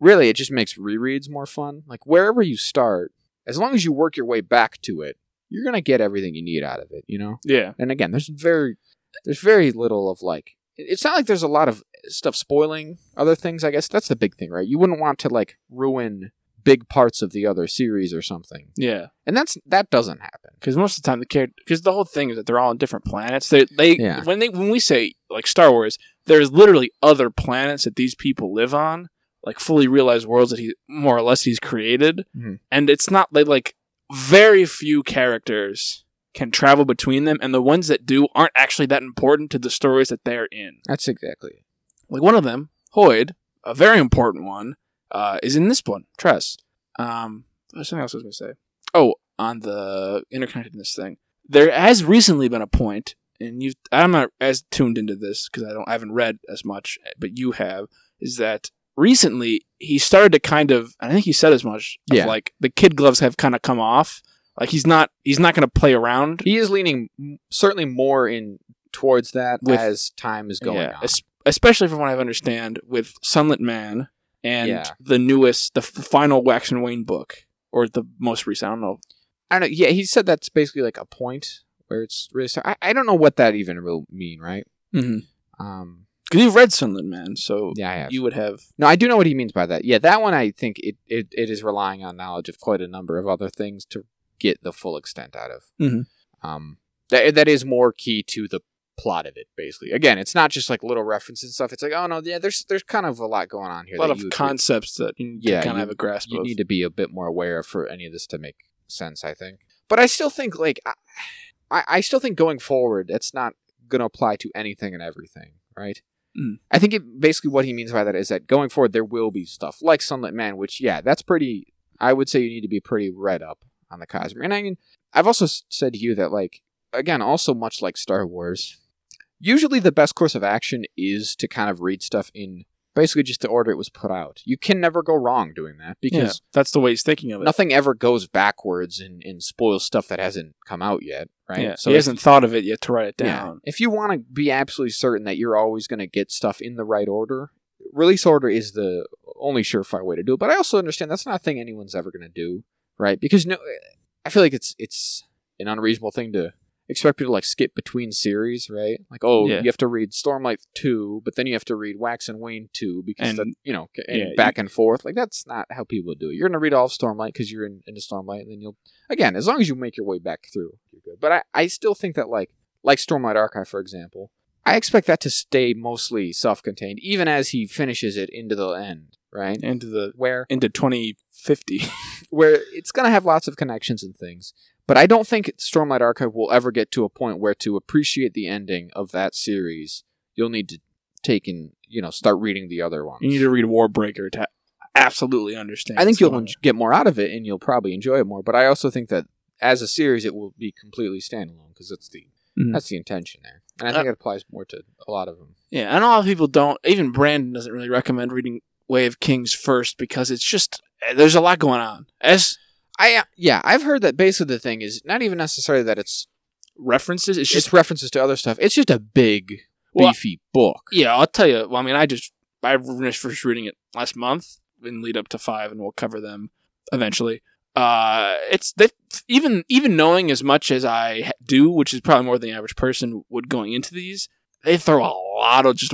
B: really it just makes rereads more fun. Like wherever you start, as long as you work your way back to it, you're gonna get everything you need out of it. You know.
A: Yeah.
B: And again, there's very there's very little of like it's not like there's a lot of stuff spoiling other things, I guess. That's the big thing, right? You wouldn't want to like ruin big parts of the other series or something.
A: Yeah.
B: And that's that doesn't happen.
A: Because most of the time, the character. Because the whole thing is that they're all on different planets. They they
B: Yeah.
A: when they when we say like Star Wars, there's literally other planets that these people live on, like fully realized worlds that he more or less he's created,
B: Mhm.
A: and it's not they like very few characters can travel between them, and the ones that do aren't actually that important to the stories that they're in.
B: That's exactly. it.
A: Like one of them, Hoyd, a very important one, uh, is in this one, Tress. Um, there's something else I was going to say. Oh, on the interconnectedness thing, there has recently been a point, and you, I'm not as tuned into this because I don't, I haven't read as much, but you have, is that recently he started to kind of, and I think he said as much, of
B: Yeah.
A: like the kid gloves have kind of come off. Like he's not, he's not going to play around
B: He is leaning m- certainly more in towards that
A: With-
B: as time is going on.
A: es- especially from what I understand with Sunlit Man and
B: Yeah.
A: the newest, the f- final Wax and Wayne book, or the most recent. I don't know.
B: I don't know. Yeah, he said that's basically like a point where it's really. Start- I, I don't know what that even will mean, right?
A: Because
B: Um,
A: you've read Sunland Man, so
B: yeah, I have.
A: you would have.
B: no, I do know what he means by that. Yeah, that one I think it, it, it is relying on knowledge of quite a number of other things to get the full extent out of.
A: Mhm.
B: Um, that that is more key to the plot of it. Basically, again, it's not just like little references and stuff. It's like, oh no, yeah, there's there's kind of a lot going on here.
A: A lot
B: that
A: of
B: you-
A: concepts that you
B: Yeah,
A: kind of
B: you-
A: have a grasp
B: you
A: of.
B: need to be a bit more aware of for any of this to make sense i think but i still think like i, I I still think going forward that's not going to apply to anything and everything right
A: Mm.
B: i think it, basically what he means by that is that going forward there will be stuff like sunlit man which yeah that's pretty i would say you need to be pretty read up on the cosmere and i mean i've also s- said to you that like again also much like star wars usually the best course of action is to kind of read stuff in basically just the order it was put out you can never go wrong doing that because
A: yeah, that's the way he's thinking of it.
B: nothing ever goes backwards and, and spoils stuff that hasn't come out yet, right?
A: Yeah, he hasn't thought of it yet to write it
B: yeah.
A: down.
B: If you want to be absolutely certain that you're always going to get stuff in the right order, release order is the only surefire way to do it. But I also understand that's not a thing anyone's ever going to do, right? Because no, I feel like it's it's an unreasonable thing to expect people to like skip between series, right? Like, oh,
A: Yeah.
B: you have to read Stormlight two, but then you have to read Wax and Wayne two because
A: And-
B: that, you know, c- and
A: yeah,
B: back and forth. Like that's not how people do it. You're gonna read all of Stormlight because you're in, into Stormlight, and then you'll again, as long as you make your way back through, you're good. But I, I still think that like like Stormlight Archive, for example, I expect that to stay mostly self-contained, even as he finishes it into the end, right?
A: Into the
B: Where
A: into twenty fifty.
B: where it's going to have lots of connections and things. But I don't think Stormlight Archive will ever get to a point where to appreciate the ending of that series, you'll need to take and you know start reading the other ones.
A: you need to read Warbreaker to absolutely understand.
B: I think
A: what's
B: you'll
A: going
B: en- get more out of it, and you'll probably enjoy it more. But I also think that as a series, it will be completely standalone because that's the
A: Mhm.
B: that's the intention there, and I think it applies more to a lot of them.
A: Yeah, and a lot of people don't. Even Brandon doesn't really recommend reading Way of Kings first because it's just eh, there's a lot going on. As
B: I uh, yeah, I've heard that basically the thing is not even necessarily that it's
A: references, it's
B: it's,
A: just
B: references to other stuff. It's just a big
A: Well,
B: beefy book.
A: yeah. I'll tell you. Well, I mean, I just I finished first reading it last month and lead up to five, and we'll cover them eventually. Uh, it's that even even knowing as much as I ha- do, which is probably more than the average person would going into these, they throw a lot of just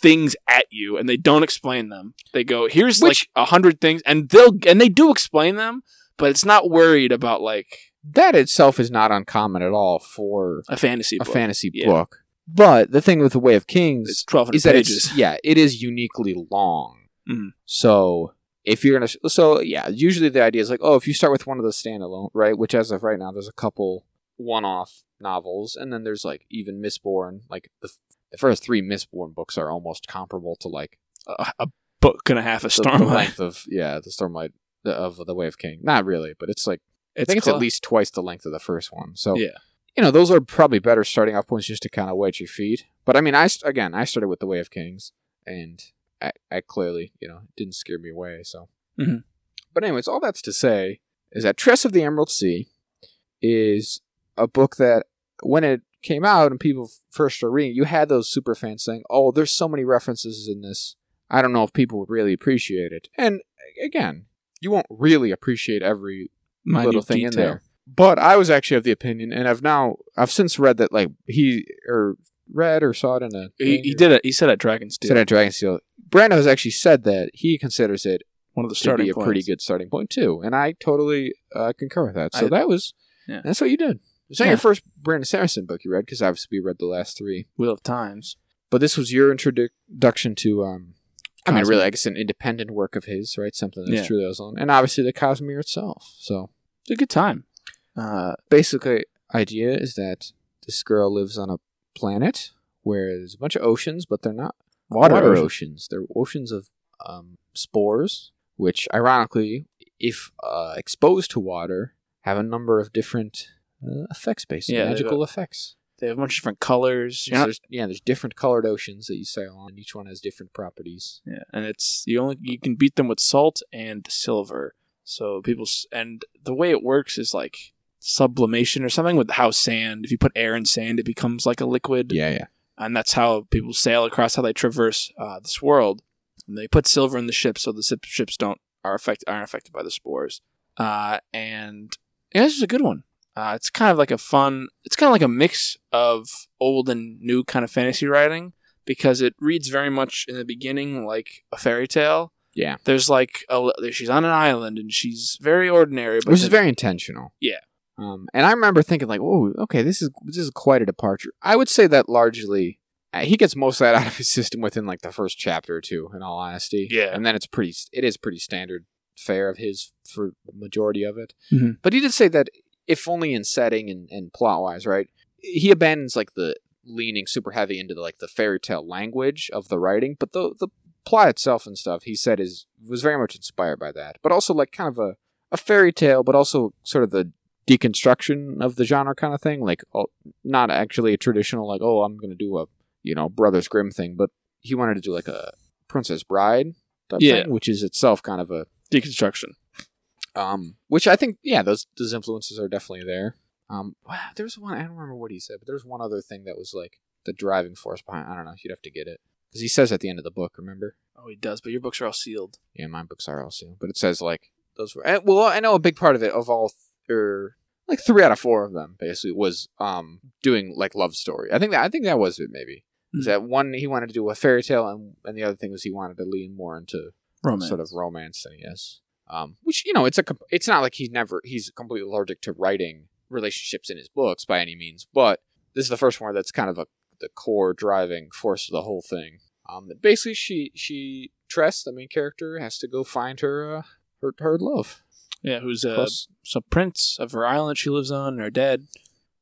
A: things at you and they don't explain them. They go, here's
B: Which-
A: like a hundred things, and they'll and they do explain them, but it's not worried about like
B: that itself is not uncommon at all for
A: a fantasy
B: a
A: book.
B: fantasy
A: Yeah.
B: book. But the thing with The Way of
A: it's
B: Kings
A: twelve hundred
B: is that
A: pages.
B: it's yeah, it is uniquely long.
A: Mhm.
B: So if you're gonna, so yeah, usually the idea is like, oh, if you start with one of the standalone, right? Which as of right now, there's a couple one-off novels, and then there's like even Mistborn. Like the, the first three Mistborn books are almost comparable to like
A: a, a book and a half a
B: the, the
A: Stormlight.
B: length of yeah, the Stormlight the- of the Way of King. Not really, but it's like. I think it's
A: cla-
B: at least twice the length of the first one. So
A: Yeah.
B: you know, those are probably better starting off points just to kind of wet your feet. But I mean, I st- again, I started with the Way of Kings, and I, I clearly, you know, it didn't scare me away. So,
A: Mhm.
B: but anyways, all that's to say is that Tress of the Emerald Sea is a book that when it came out and people f- first started reading, it, you had those super fans saying, "Oh, there's so many references in this. I don't know if people would really appreciate it." And again, you won't really appreciate every
A: Minute
B: little thing in
A: detail.
B: there. But I was actually of the opinion, and I've now I've since read that like he or read or saw it in a
A: He, he did it. He said at Dragon's
B: said
A: Deal,
B: at Dragon Seal. Brando has actually said that he considers it
A: one of the
B: to
A: starting
B: be a
A: points.
B: pretty good starting point too, and I totally uh, concur with that. So
A: I-
B: that was
A: Yeah.
B: that's what you did. It's not
A: Yeah.
B: your first Brandon Sanderson book you read because obviously we read the last three,
A: Wheel of Times.
B: but this was your introduction to. um I mean,
A: Cosmere.
B: really, I guess an independent work of his, right? Something that's
A: Yeah.
B: truly his own, and obviously the Cosmere itself. So
A: It's a good time. Uh,
B: basically idea is that this girl lives on a planet where there's a bunch of oceans, but they're not water,
A: Water oceans.
B: oceans. They're oceans of um, spores, which ironically, if uh, exposed to water, have a number of different uh, effects, basically
A: Yeah, they
B: magical effects.
A: they have a bunch of different colors.
B: So
A: You're not-
B: there's, yeah, there's different colored oceans that you sail on, and each one has different properties.
A: yeah, and it's you only you can beat them with salt and silver. So people s- and the way it works is like sublimation or something with how sand. If you put air in sand, it becomes like a liquid.
B: Yeah, yeah.
A: and that's how people sail across how they traverse uh, this world. And they put silver in the ship so the ship, ships don't are affect aren't affected by the spores. Uh, and yeah, this is a good one. Uh, it's kind of like a fun. It's kind of like a mix of old and new kind of fantasy writing because it reads very much in the beginning like a fairy tale.
B: Yeah.
A: There's like a, she's on an island and she's very ordinary, but
B: which is
A: then-
B: very intentional.
A: Yeah.
B: Um, and I remember thinking like, "Whoa, okay, this is this is quite a departure." I would say that largely uh, he gets most of that out of his system within like the first chapter or two. In all honesty,
A: Yeah.
B: and then it's pretty it is pretty standard fare of his for the majority of it.
A: Mhm.
B: But he did say that if only in setting and, and plot wise, right? He abandons like the leaning super heavy into the, like the fairy tale language of the writing, but the the plot itself and stuff he said is was very much inspired by that, but also like kind of a a fairy tale, but also sort of the deconstruction of the genre kind of thing. Like, oh, not actually a traditional like, oh, I'm gonna do a you know Brothers Grimm thing, but he wanted to do like a Princess Bride type
A: Yeah.
B: thing, which is itself kind of a
A: deconstruction.
B: um, which I think yeah, those those influences are definitely there. Um, wow, there was one I don't remember what he said, but there was one other thing that was like the driving force behind. I don't know, you'd have to get it because he says at the end of the book, remember?
A: Oh, he does, but your books are all sealed.
B: Yeah, my books are also. But it says like those were. eh, Well, I know a big part of it of all, th- or like three out of four of them basically was um doing like love story. I think that I think that was it. Maybe is
A: Mhm.
B: that one he wanted to do a fairy tale, and and the other thing was he wanted to lean more into
A: Romance.
B: sort of romance thing. Yes, um, which you know it's a comp- it's not like he's never he's completely allergic to writing relationships in his books by any means, but this is the first one that's kind of a the core driving force of the whole thing. Um, basically, she she Tress, the main character, has to go find her uh, her her love.
A: Yeah, who's uh, a
B: Plus-
A: so prince of her island she lives on, her dad,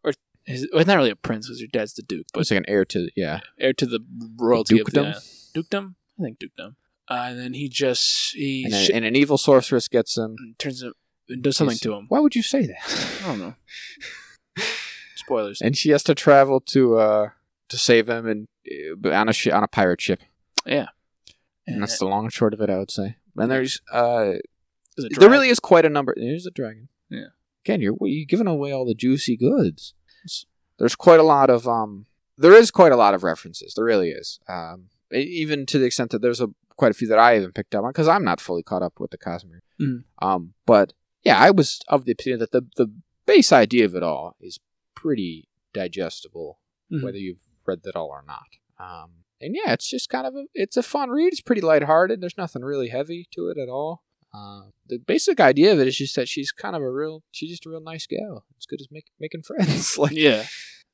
A: or his, well, not really a prince because her dad's the duke,
B: but
A: but
B: it's like an heir to yeah
A: heir to the royalty
B: dukedom,
A: of the uh, dukedom. I think dukedom. Uh, and then he just he
B: and,
A: sh-
B: an, and an evil sorceress gets him.
A: turns him does something
B: He's-
A: to him.
B: Why would you say that?
A: I don't know. Spoilers.
B: And she has to travel to uh to save him and uh, but on a shi on a pirate ship. And
A: And
B: that's the long and short of it, I would say. And there's uh,
A: there's a
B: there
A: dragon.
B: really is quite a number. There's a dragon.
A: Yeah.
B: Again, you're you giving away all the juicy goods.
A: It's-
B: There's quite a lot of um. There is quite a lot of references. There really is. Um, e- even to the extent that there's a quite a few that I even picked up on because I'm not fully caught up with the Cosmere.
A: Mhm.
B: Um, but yeah, I was of the opinion that the the base idea of it all is pretty digestible
A: Mhm.
B: whether you've read that all or not. Um, and yeah, it's just kind of a, it's a fun read. It's pretty lighthearted. There's nothing really heavy to it at all. Uh, the basic idea of it is just that she's kind of a real, she's just a real nice gal. As good as make, making friends. like
A: yeah.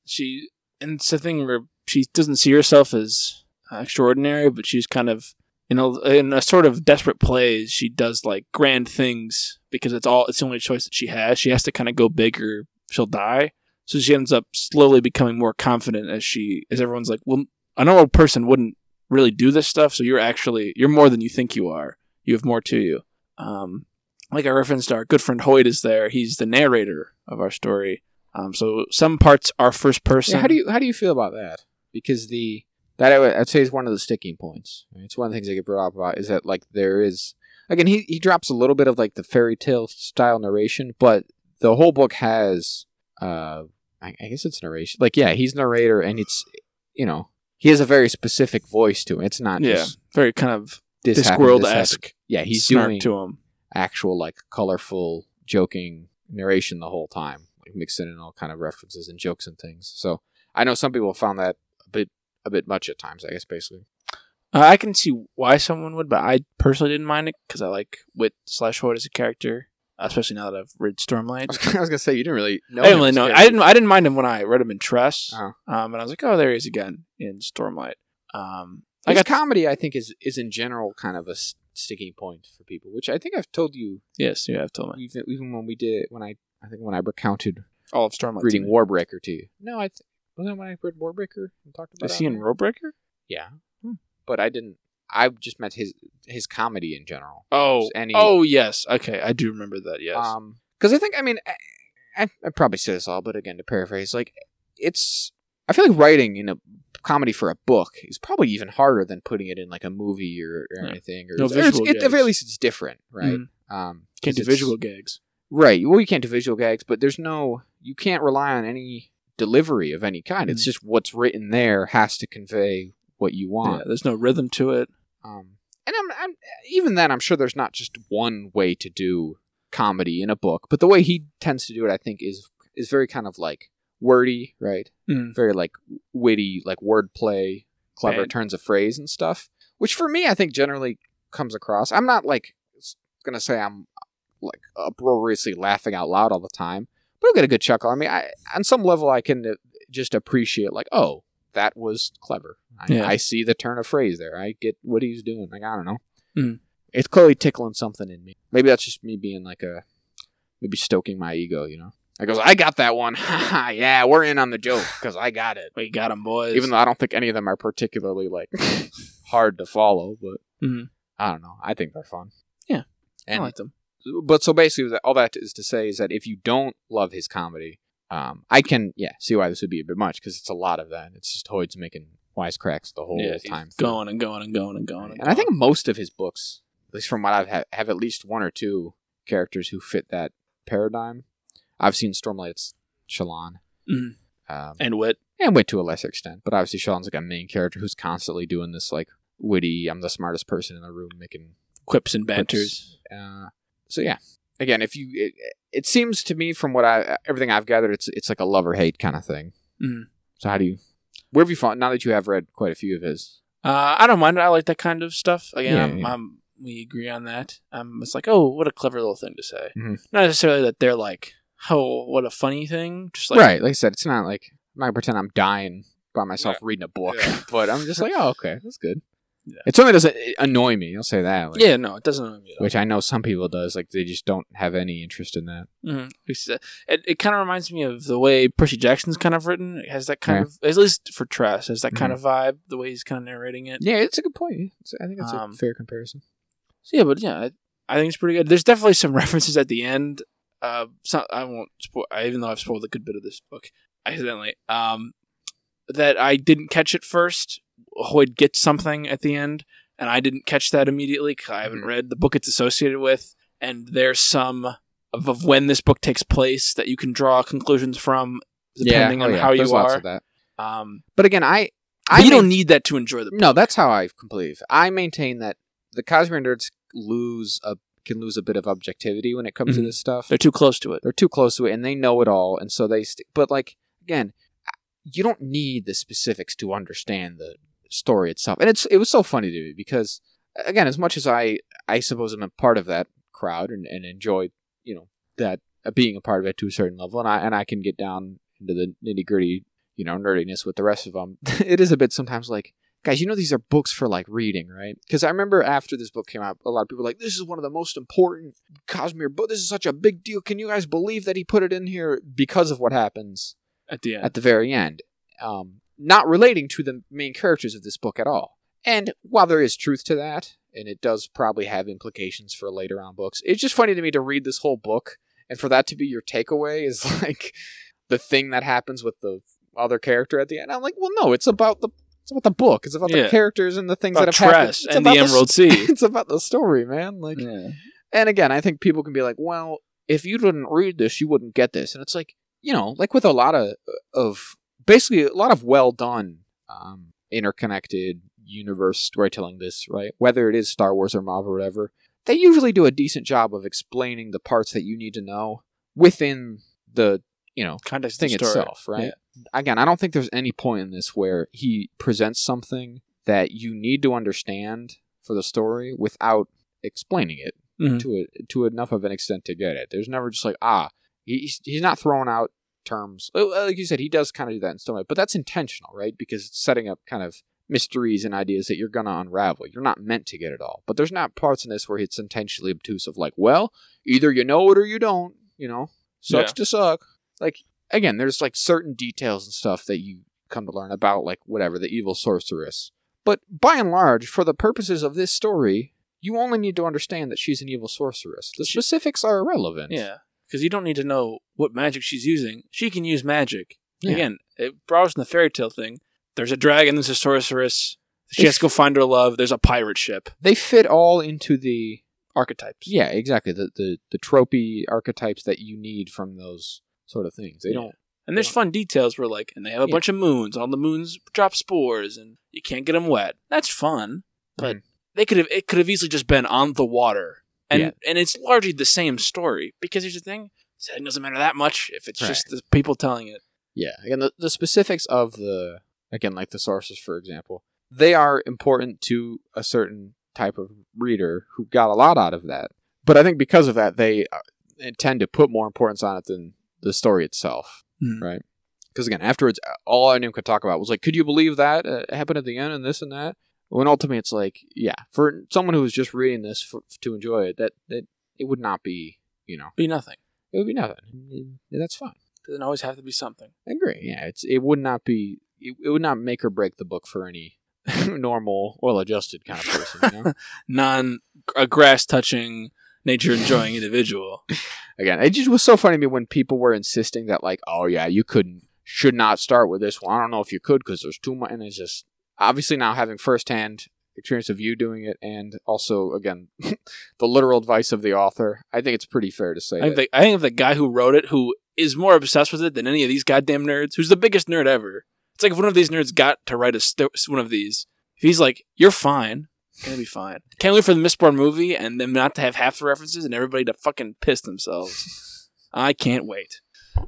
A: She and it's a thing where she doesn't see herself as uh, extraordinary, but she's kind of in a in a sort of desperate plays. She does like grand things because it's all it's the only choice that she has. She has to kind of go big or she'll die. So she ends up slowly becoming more confident as she as everyone's like, well, a normal person wouldn't really do this stuff. So you're actually you're more than you think you are. You have more to you. Um, like I referenced, our good friend Hoyt is there. He's the narrator of our story. Um, so some parts are first person.
B: Yeah, how do you how do you feel about that? Because the that I would, I'd say is one of the sticking points. I mean, it's one of the things I get brought up about is that like there is again he he drops a little bit of like the fairy tale style narration, but the whole book has uh I, I guess it's narration. Like yeah, he's narrator and it's you know he has a very specific voice to it. It's not
A: Yeah,
B: just
A: very kind of
B: this happened, this happened.
A: Discworld-esque
B: Yeah, he's
A: snark
B: doing
A: to him.
B: actual like colorful joking narration the whole time like mixing in all kind of references and jokes and things so i know some people found that a bit a bit much at times i guess basically
A: Uh, I can see why someone would, but I personally didn't mind it because I like Wit slash Hoyt as a character, especially now that I've read Stormlight.
B: i was gonna say you didn't really know
A: I didn't really know. I didn't. I didn't mind him when I read him in Tress,
B: Oh.
A: um, and I was like, oh, there he is again in Stormlight. Um, I
B: like
A: got
B: comedy i think is is in general kind of a s- sticking point for people which i think i've told you
A: yes, you have told me
B: even, even when we did when i i think when i recounted
A: all of Stormlight.
B: reading
A: War-
B: warbreaker to you no i th- wasn't it when i read warbreaker and talked about
A: is
B: it
A: he
B: on
A: in
B: there?
A: Roadbreaker?
B: yeah
A: Hmm.
B: but i didn't i just meant his his comedy in general
A: Oh,
B: Any-
A: oh yes. Okay, I do remember that. Yes.
B: Um 'cause because I think I mean I, I, I probably say this all, but again to paraphrase, like it's I feel like writing in a comedy for a book is probably even harder than putting it in like a movie or, or
A: Yeah.
B: anything. Or,
A: No
B: or it's,
A: visual
B: it, at the
A: gags.
B: very least, it's different, right?
A: Mhm.
B: Um,
A: can't
B: 'cause
A: do
B: it's-
A: visual gigs.
B: right? Well, you can't do visual gags, but there's no you can't rely on any delivery of any kind. It's
A: Mhm.
B: just what's written there has to convey what you
A: Yeah,
B: want.
A: there's no rhythm to it.
B: Um, and I'm, I'm even then I'm sure there's not just one way to do comedy in a book, but the way he tends to do it, I think, is is very kind of like wordy, right?
A: Mm.
B: Very like witty, like wordplay, clever
A: Right.
B: turns of phrase and stuff. Which for me, I think generally comes across. I'm not like s- gonna say I'm like uproariously laughing out loud all the time, but I'll get a good chuckle. I mean, I on some level I can uh, just appreciate like, oh, that was clever. I,
A: Yeah.
B: I see the turn of phrase there. I get what he's doing. Like I don't know.
A: Mm.
B: It's clearly tickling something in me. Maybe that's just me being like a maybe stoking my ego. You know. I goes, I got that one. Ha ha, yeah, we're in on the joke because I got it.
A: We got him, boys.
B: Even though I don't think any of them are particularly like hard to follow, but
A: Mhm.
B: I don't know. I think they're fun.
A: Yeah.
B: and
A: I like them.
B: but so basically, that- all that is to say is that if you don't love his comedy, um, I can yeah see why this would be a bit much because it's a lot of that. It's just Hoyt's making wisecracks the whole
A: Yeah, he's
B: time. through.
A: Going and going and going and going.
B: and I think most of his books, at least from what I've had, have at least one or two characters who fit that paradigm. I've seen Stormlight's Shalon.
A: Mhm.
B: Um,
A: and wit.
B: and wit to a lesser extent. But obviously, Sean's like a main character who's constantly doing this like witty, "I'm the smartest person in the room," making.
A: quips and banters.
B: Uh, so yeah, again, if you, it, it seems to me from what I everything I've gathered, it's it's like a love or hate kind of thing.
A: Mm.
B: So how do you? Where have you found now that you have read quite a few of his?
A: Uh, I don't mind it. I like that kind of stuff. Again,
B: Yeah,
A: I'm,
B: yeah.
A: I'm, we agree on that. Um, it's like, oh, what a clever little thing to say.
B: Mhm.
A: Not necessarily that they're like, oh, what a funny thing. Just like,
B: right, like I said, it's not like I'm not gonna pretend I'm dying by myself
A: Yeah.
B: reading a book,
A: Yeah.
B: but I'm just like, oh, okay, that's good.
A: Yeah.
B: It certainly doesn't annoy me. I'll say that. like-
A: yeah, no, it doesn't annoy me at all.
B: Which I know some people does. Like they just don't have any interest in that.
A: Mhm. It's, uh, It, it kind of reminds me of the way Percy Jackson's kind of written. It has that kind
B: Yeah. Mm-hmm.
A: of, at least for Tress, has that kind of vibe, the way he's kind of narrating it.
B: Yeah, it's a good point. yeah. It's- I think that's
A: Um,
B: a fair comparison.
A: So, yeah, but yeah, I, I think it's pretty good. There's definitely some references at the end. Uh, so I won't spoil. Even though I've spoiled a good bit of this book accidentally, um, that I didn't catch it first. Hoyd gets something at the end, and I didn't catch that immediately 'cause I haven't
B: Mhm.
A: read the book it's associated with. And there's some of, of when this book takes place that you can draw conclusions from, depending
B: Oh,
A: on how
B: There's
A: you
B: lots
A: are.
B: of that.
A: Um,
B: But again, I,
A: but
B: I
A: you don't
B: main-
A: need that to enjoy the book.
B: No, that's how I completely. I maintain that the Cosmere nerds lose a can lose a bit of objectivity when it comes
A: Mhm.
B: to this stuff.
A: They're too close to it.
B: They're too close to it, and they know it all, and so they. St- but like again, I- you don't need the specifics to understand the story itself, and it's it was so funny to me because again, as much as I I suppose I'm a part of that crowd and, and enjoy you know that uh, being a part of it to a certain level, and I and I can get down into the nitty gritty you know nerdiness with the rest of them. it is a bit sometimes like. Guys, you know these are books for like reading, right? Because I remember after this book came out, a lot of people were like, "This is one of the most important Cosmere, but this is such a big deal. Can you guys believe that he put it in here because of what happens
A: At the end,
B: at the very end? Um, not relating to the main characters of this book at all. And while there is truth to that, and it does probably have implications for later on books, it's just funny to me to read this whole book and for that to be your takeaway is like the thing that happens with the other character at the end. I'm like, well, no, it's about the it's about the book. It's about
A: Yeah.
B: the characters and the things
A: about
B: that have happened.
A: Tress
B: It's
A: and the
B: about s-
A: Emerald Sea.
B: it's about the story, man. Like,
A: Yeah.
B: and again, I think people can be like, "Well, if you didn't read this, you wouldn't get this." And it's like, you know, like with a lot of uh, of basically a lot of well done um, interconnected universe storytelling. This right, whether it is Star Wars or Marvel or whatever, they usually do a decent job of explaining the parts that you need to know within the you know
A: Context of
B: thing
A: the story.
B: itself, right? Again, I don't think there's any point in this where he presents something that you need to understand for the story without explaining it
A: Mhm.
B: to it to enough of an extent to get it. There's never just like ah, he- he's he's not throwing out terms. Uh, uh, Like you said, he does kind of do that in Stonewall, but that's intentional, right? Because it's setting up kind of mysteries and ideas that you're gonna unravel. You're not meant to get it all, but there's not parts in this where it's intentionally obtuse of like, well, either you know it or you don't. You know, sucks
A: Yeah.
B: to suck. Like again, there's like certain details and stuff that you come to learn about, like whatever the evil sorceress. But by and large, for the purposes of this story, you only need to understand that she's an evil sorceress. The
A: She-
B: specifics are irrelevant.
A: Yeah, because you don't need to know what magic she's using. She can use magic.
B: Yeah.
A: Again, it brought us in the fairy tale thing. There's a dragon. There's a sorceress. She has to go find her love. There's a pirate ship.
B: They fit all into the
A: Archetypes.
B: yeah, exactly the the, the tropey archetypes that you need from those sort of things. They
A: Yeah.
B: don't.
A: And there's fun details where like, and they have a
B: Yeah.
A: bunch of moons. All the moons drop spores, and you can't get them wet. That's fun, but they could have it could have easily just been on the water, and
D: Yeah.
A: and it's largely the same story. Because here's the thing: it doesn't matter that much if it's
B: Right.
A: just the people telling it.
B: Yeah. Again, the, the specifics of the again, like the sources, for example, they are important to a certain type of reader who got a lot out of that. But I think because of that, they uh, tend to put more importance on it than the story itself,
A: Hmm.
B: right? Because again, afterwards, uh, all anyone could talk about was like, "Could you believe that uh, it happened at the end and this and that?" When ultimately, it's like, yeah, for someone who was just reading this for, to enjoy it, that that it would not be, you know,
A: Be nothing.
B: it would be nothing. That's fine.
A: Doesn't always have to be something.
B: I agree. Yeah, it's it would not be it, it would not make or break the book for any normal, well-adjusted kind of person. You know?
A: Non a grass touching nature enjoying individual.
B: Again, it just was so funny to me when people were insisting that like, oh yeah, you couldn't should not start with this. Well, I don't know if you could because there's too much, and it's just obviously now having firsthand experience of you doing it, and also again the literal advice of the author. I think it's pretty fair to say.
A: I think,
B: that-
A: the, I think if the guy who wrote it, who is more obsessed with it than any of these goddamn nerds, who's the biggest nerd ever. It's like if one of these nerds got to write a st- one of these, if he's like, "You're fine," it's gonna be fine. Can't wait for the Mistborn movie and them not to have half the references and everybody to fucking piss themselves. I can't wait.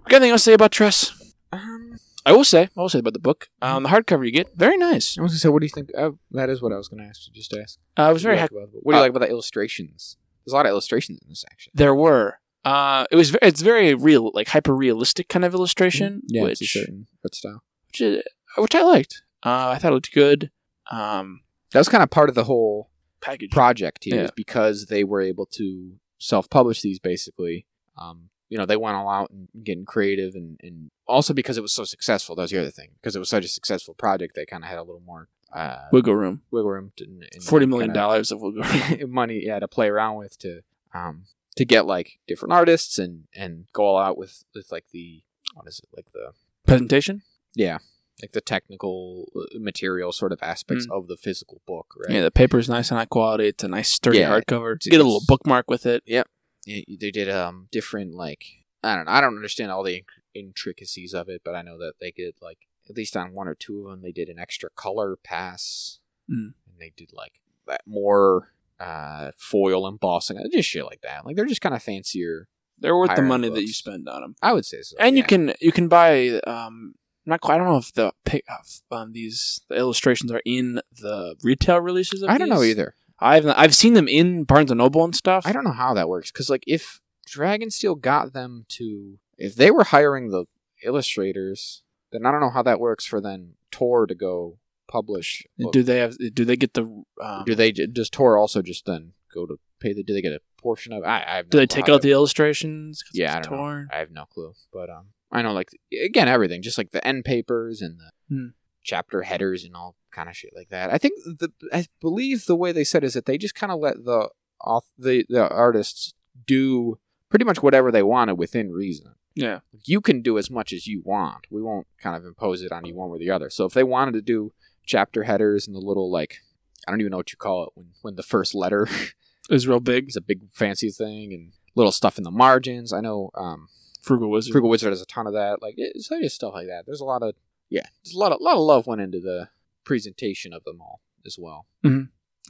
A: Got anything else to say about Tress?
B: um,
A: I will say, I will say about the book. Um, the hardcover you get, very nice.
B: I was gonna say, what do you think? Uh, that is what I was gonna ask you. Just ask.
A: Uh, I was very
B: What do
A: happy.
B: you like about the book? What do you
A: uh,
B: like about the illustrations? There's a lot of illustrations in this section.
A: There were. Uh, it was. Very, it's very real, like hyper realistic kind of illustration.
B: Mm-hmm. Yeah,
A: which,
B: it's a certain art style.
A: which, is- which I liked. Uh, I thought it looked good. Um,
B: That was kind of part of the whole
A: package.
B: project here, is
A: Yeah.
B: because they were able to self-publish these. Basically, um, you know, they went all out and getting creative, and, and also because it was so successful. That was the other thing, because it was such a successful project, they kind of had a little more uh,
A: wiggle room.
B: wiggle room. To, and
A: Forty million
B: kinda-
A: dollars of wiggle room.
B: money, yeah, to play around with to um, to get like different artists and and go all out with with like the what is it like the
A: Presentation.
B: yeah like the technical uh, material sort of aspects of the physical book right
A: Yeah, the paper's nice and high quality. It's a nice sturdy
B: Yeah,
A: hardcover.
B: it's-
A: Get a little bookmark with it.
B: Yeah, they did um different like i don't know i don't understand all the inc- intricacies of it but i know that they did like at least on one or two of them they did an extra color pass
A: Mm.
B: and they did like that more uh foil embossing uh, just shit like that like they're just kind of fancier
A: They're worth the
B: Higher-end
A: money that
B: books.
A: you spend on them.
B: i would say so
A: And you
B: yeah.
A: can you can buy um not quite. I don't know if the pick um, these the illustrations are in the retail releases. Of
B: i don't know
A: these.
B: either
A: I've not- I've seen them in Barnes and Noble and stuff.
B: i don't know how that works because like if dragonsteel got them to if they were hiring the illustrators then i don't know how that works for then tor to go publish books.
A: Do they have? Do they get the? Um,
B: do they does Tor also just then go to pay the? Do they get a portion of? I, I have no
A: do they
B: clue
A: take
B: how
A: out
B: that-
A: the illustrations? 'cause
B: Yeah, I
A: it's
B: don't know.
A: torn?
B: I have no clue, but um, I know like again everything, just like the end papers and the
A: Hmm.
B: chapter headers and all kind of shit like that. I think the I believe the way they said is that they just kind of let the auth- the the artists do pretty much whatever they wanted within reason.
A: Yeah.
B: You can do as much as you want. We won't kind of impose it on you one way or the other. So if they wanted to do chapter headers and the little like I don't even know what you call it when when the first letter
A: It was real big.
B: It's a big fancy thing and little stuff in the margins. I know um,
A: Frugal Wizard.
B: Frugal Wizard has a ton of that. Like it's just stuff like that. There's a lot of yeah, there's a lot of lot of love went into the presentation of them all as well.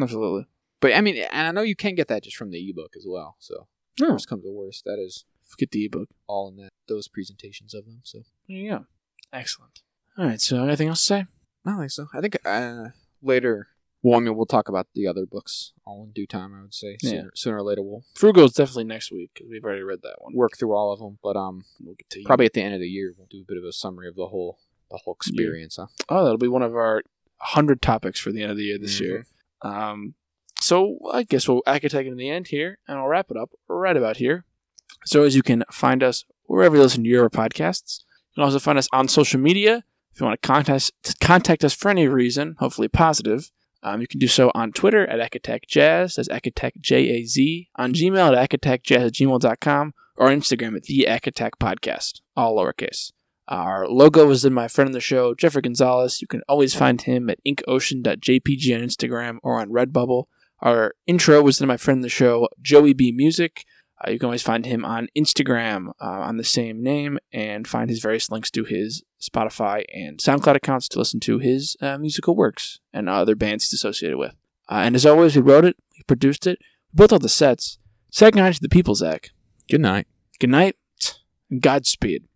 A: Absolutely.
B: But I mean, and I know you can get that just from the ebook as well. So
A: No.
B: worst comes to worst, that is
A: Get the ebook.
B: all in that those presentations of them. So
A: There you go. Excellent. All right. So anything else to say?
B: I don't think so. I think uh, later. Well, I mean, we'll talk about the other books all in due time. I would say
A: Yeah.
B: sooner, sooner or later we'll
A: Frugal's definitely next week because we've already read that one.
B: work through all of them. But um,
A: We'll get to you.
B: probably at the end of the year we'll do a bit of a summary of the whole the whole experience. Huh?
A: Oh, that'll be one of our hundred topics for the end of the year this
B: Mm-hmm.
A: year. Um, so I guess we'll I could take it in the end here, and I'll wrap it up right about here. So as you can find us wherever you listen to your podcasts, you can also find us on social media. If you want to contact us, to contact us for any reason, hopefully positive, um, you can do so on Twitter at Acatech Jazz. That's Acatech J A Z. On Gmail at acatechjazz at gmail.com or Instagram at the Acatech Podcast, all lowercase. Our logo was in my friend of the show, Jeffrey Gonzalez. You can always find him at inkocean.jpg on Instagram or on Redbubble. Our intro was in my friend of the show, Joey B Music. Uh, you can always find him on Instagram uh, on the same name and find his various links to his Spotify and SoundCloud accounts to listen to his uh, musical works and other bands he's associated with. Uh, and as always, we wrote it, we produced it, we built all the sets. Second night to the people, Zach.
C: Good night.
A: Good night, and Godspeed.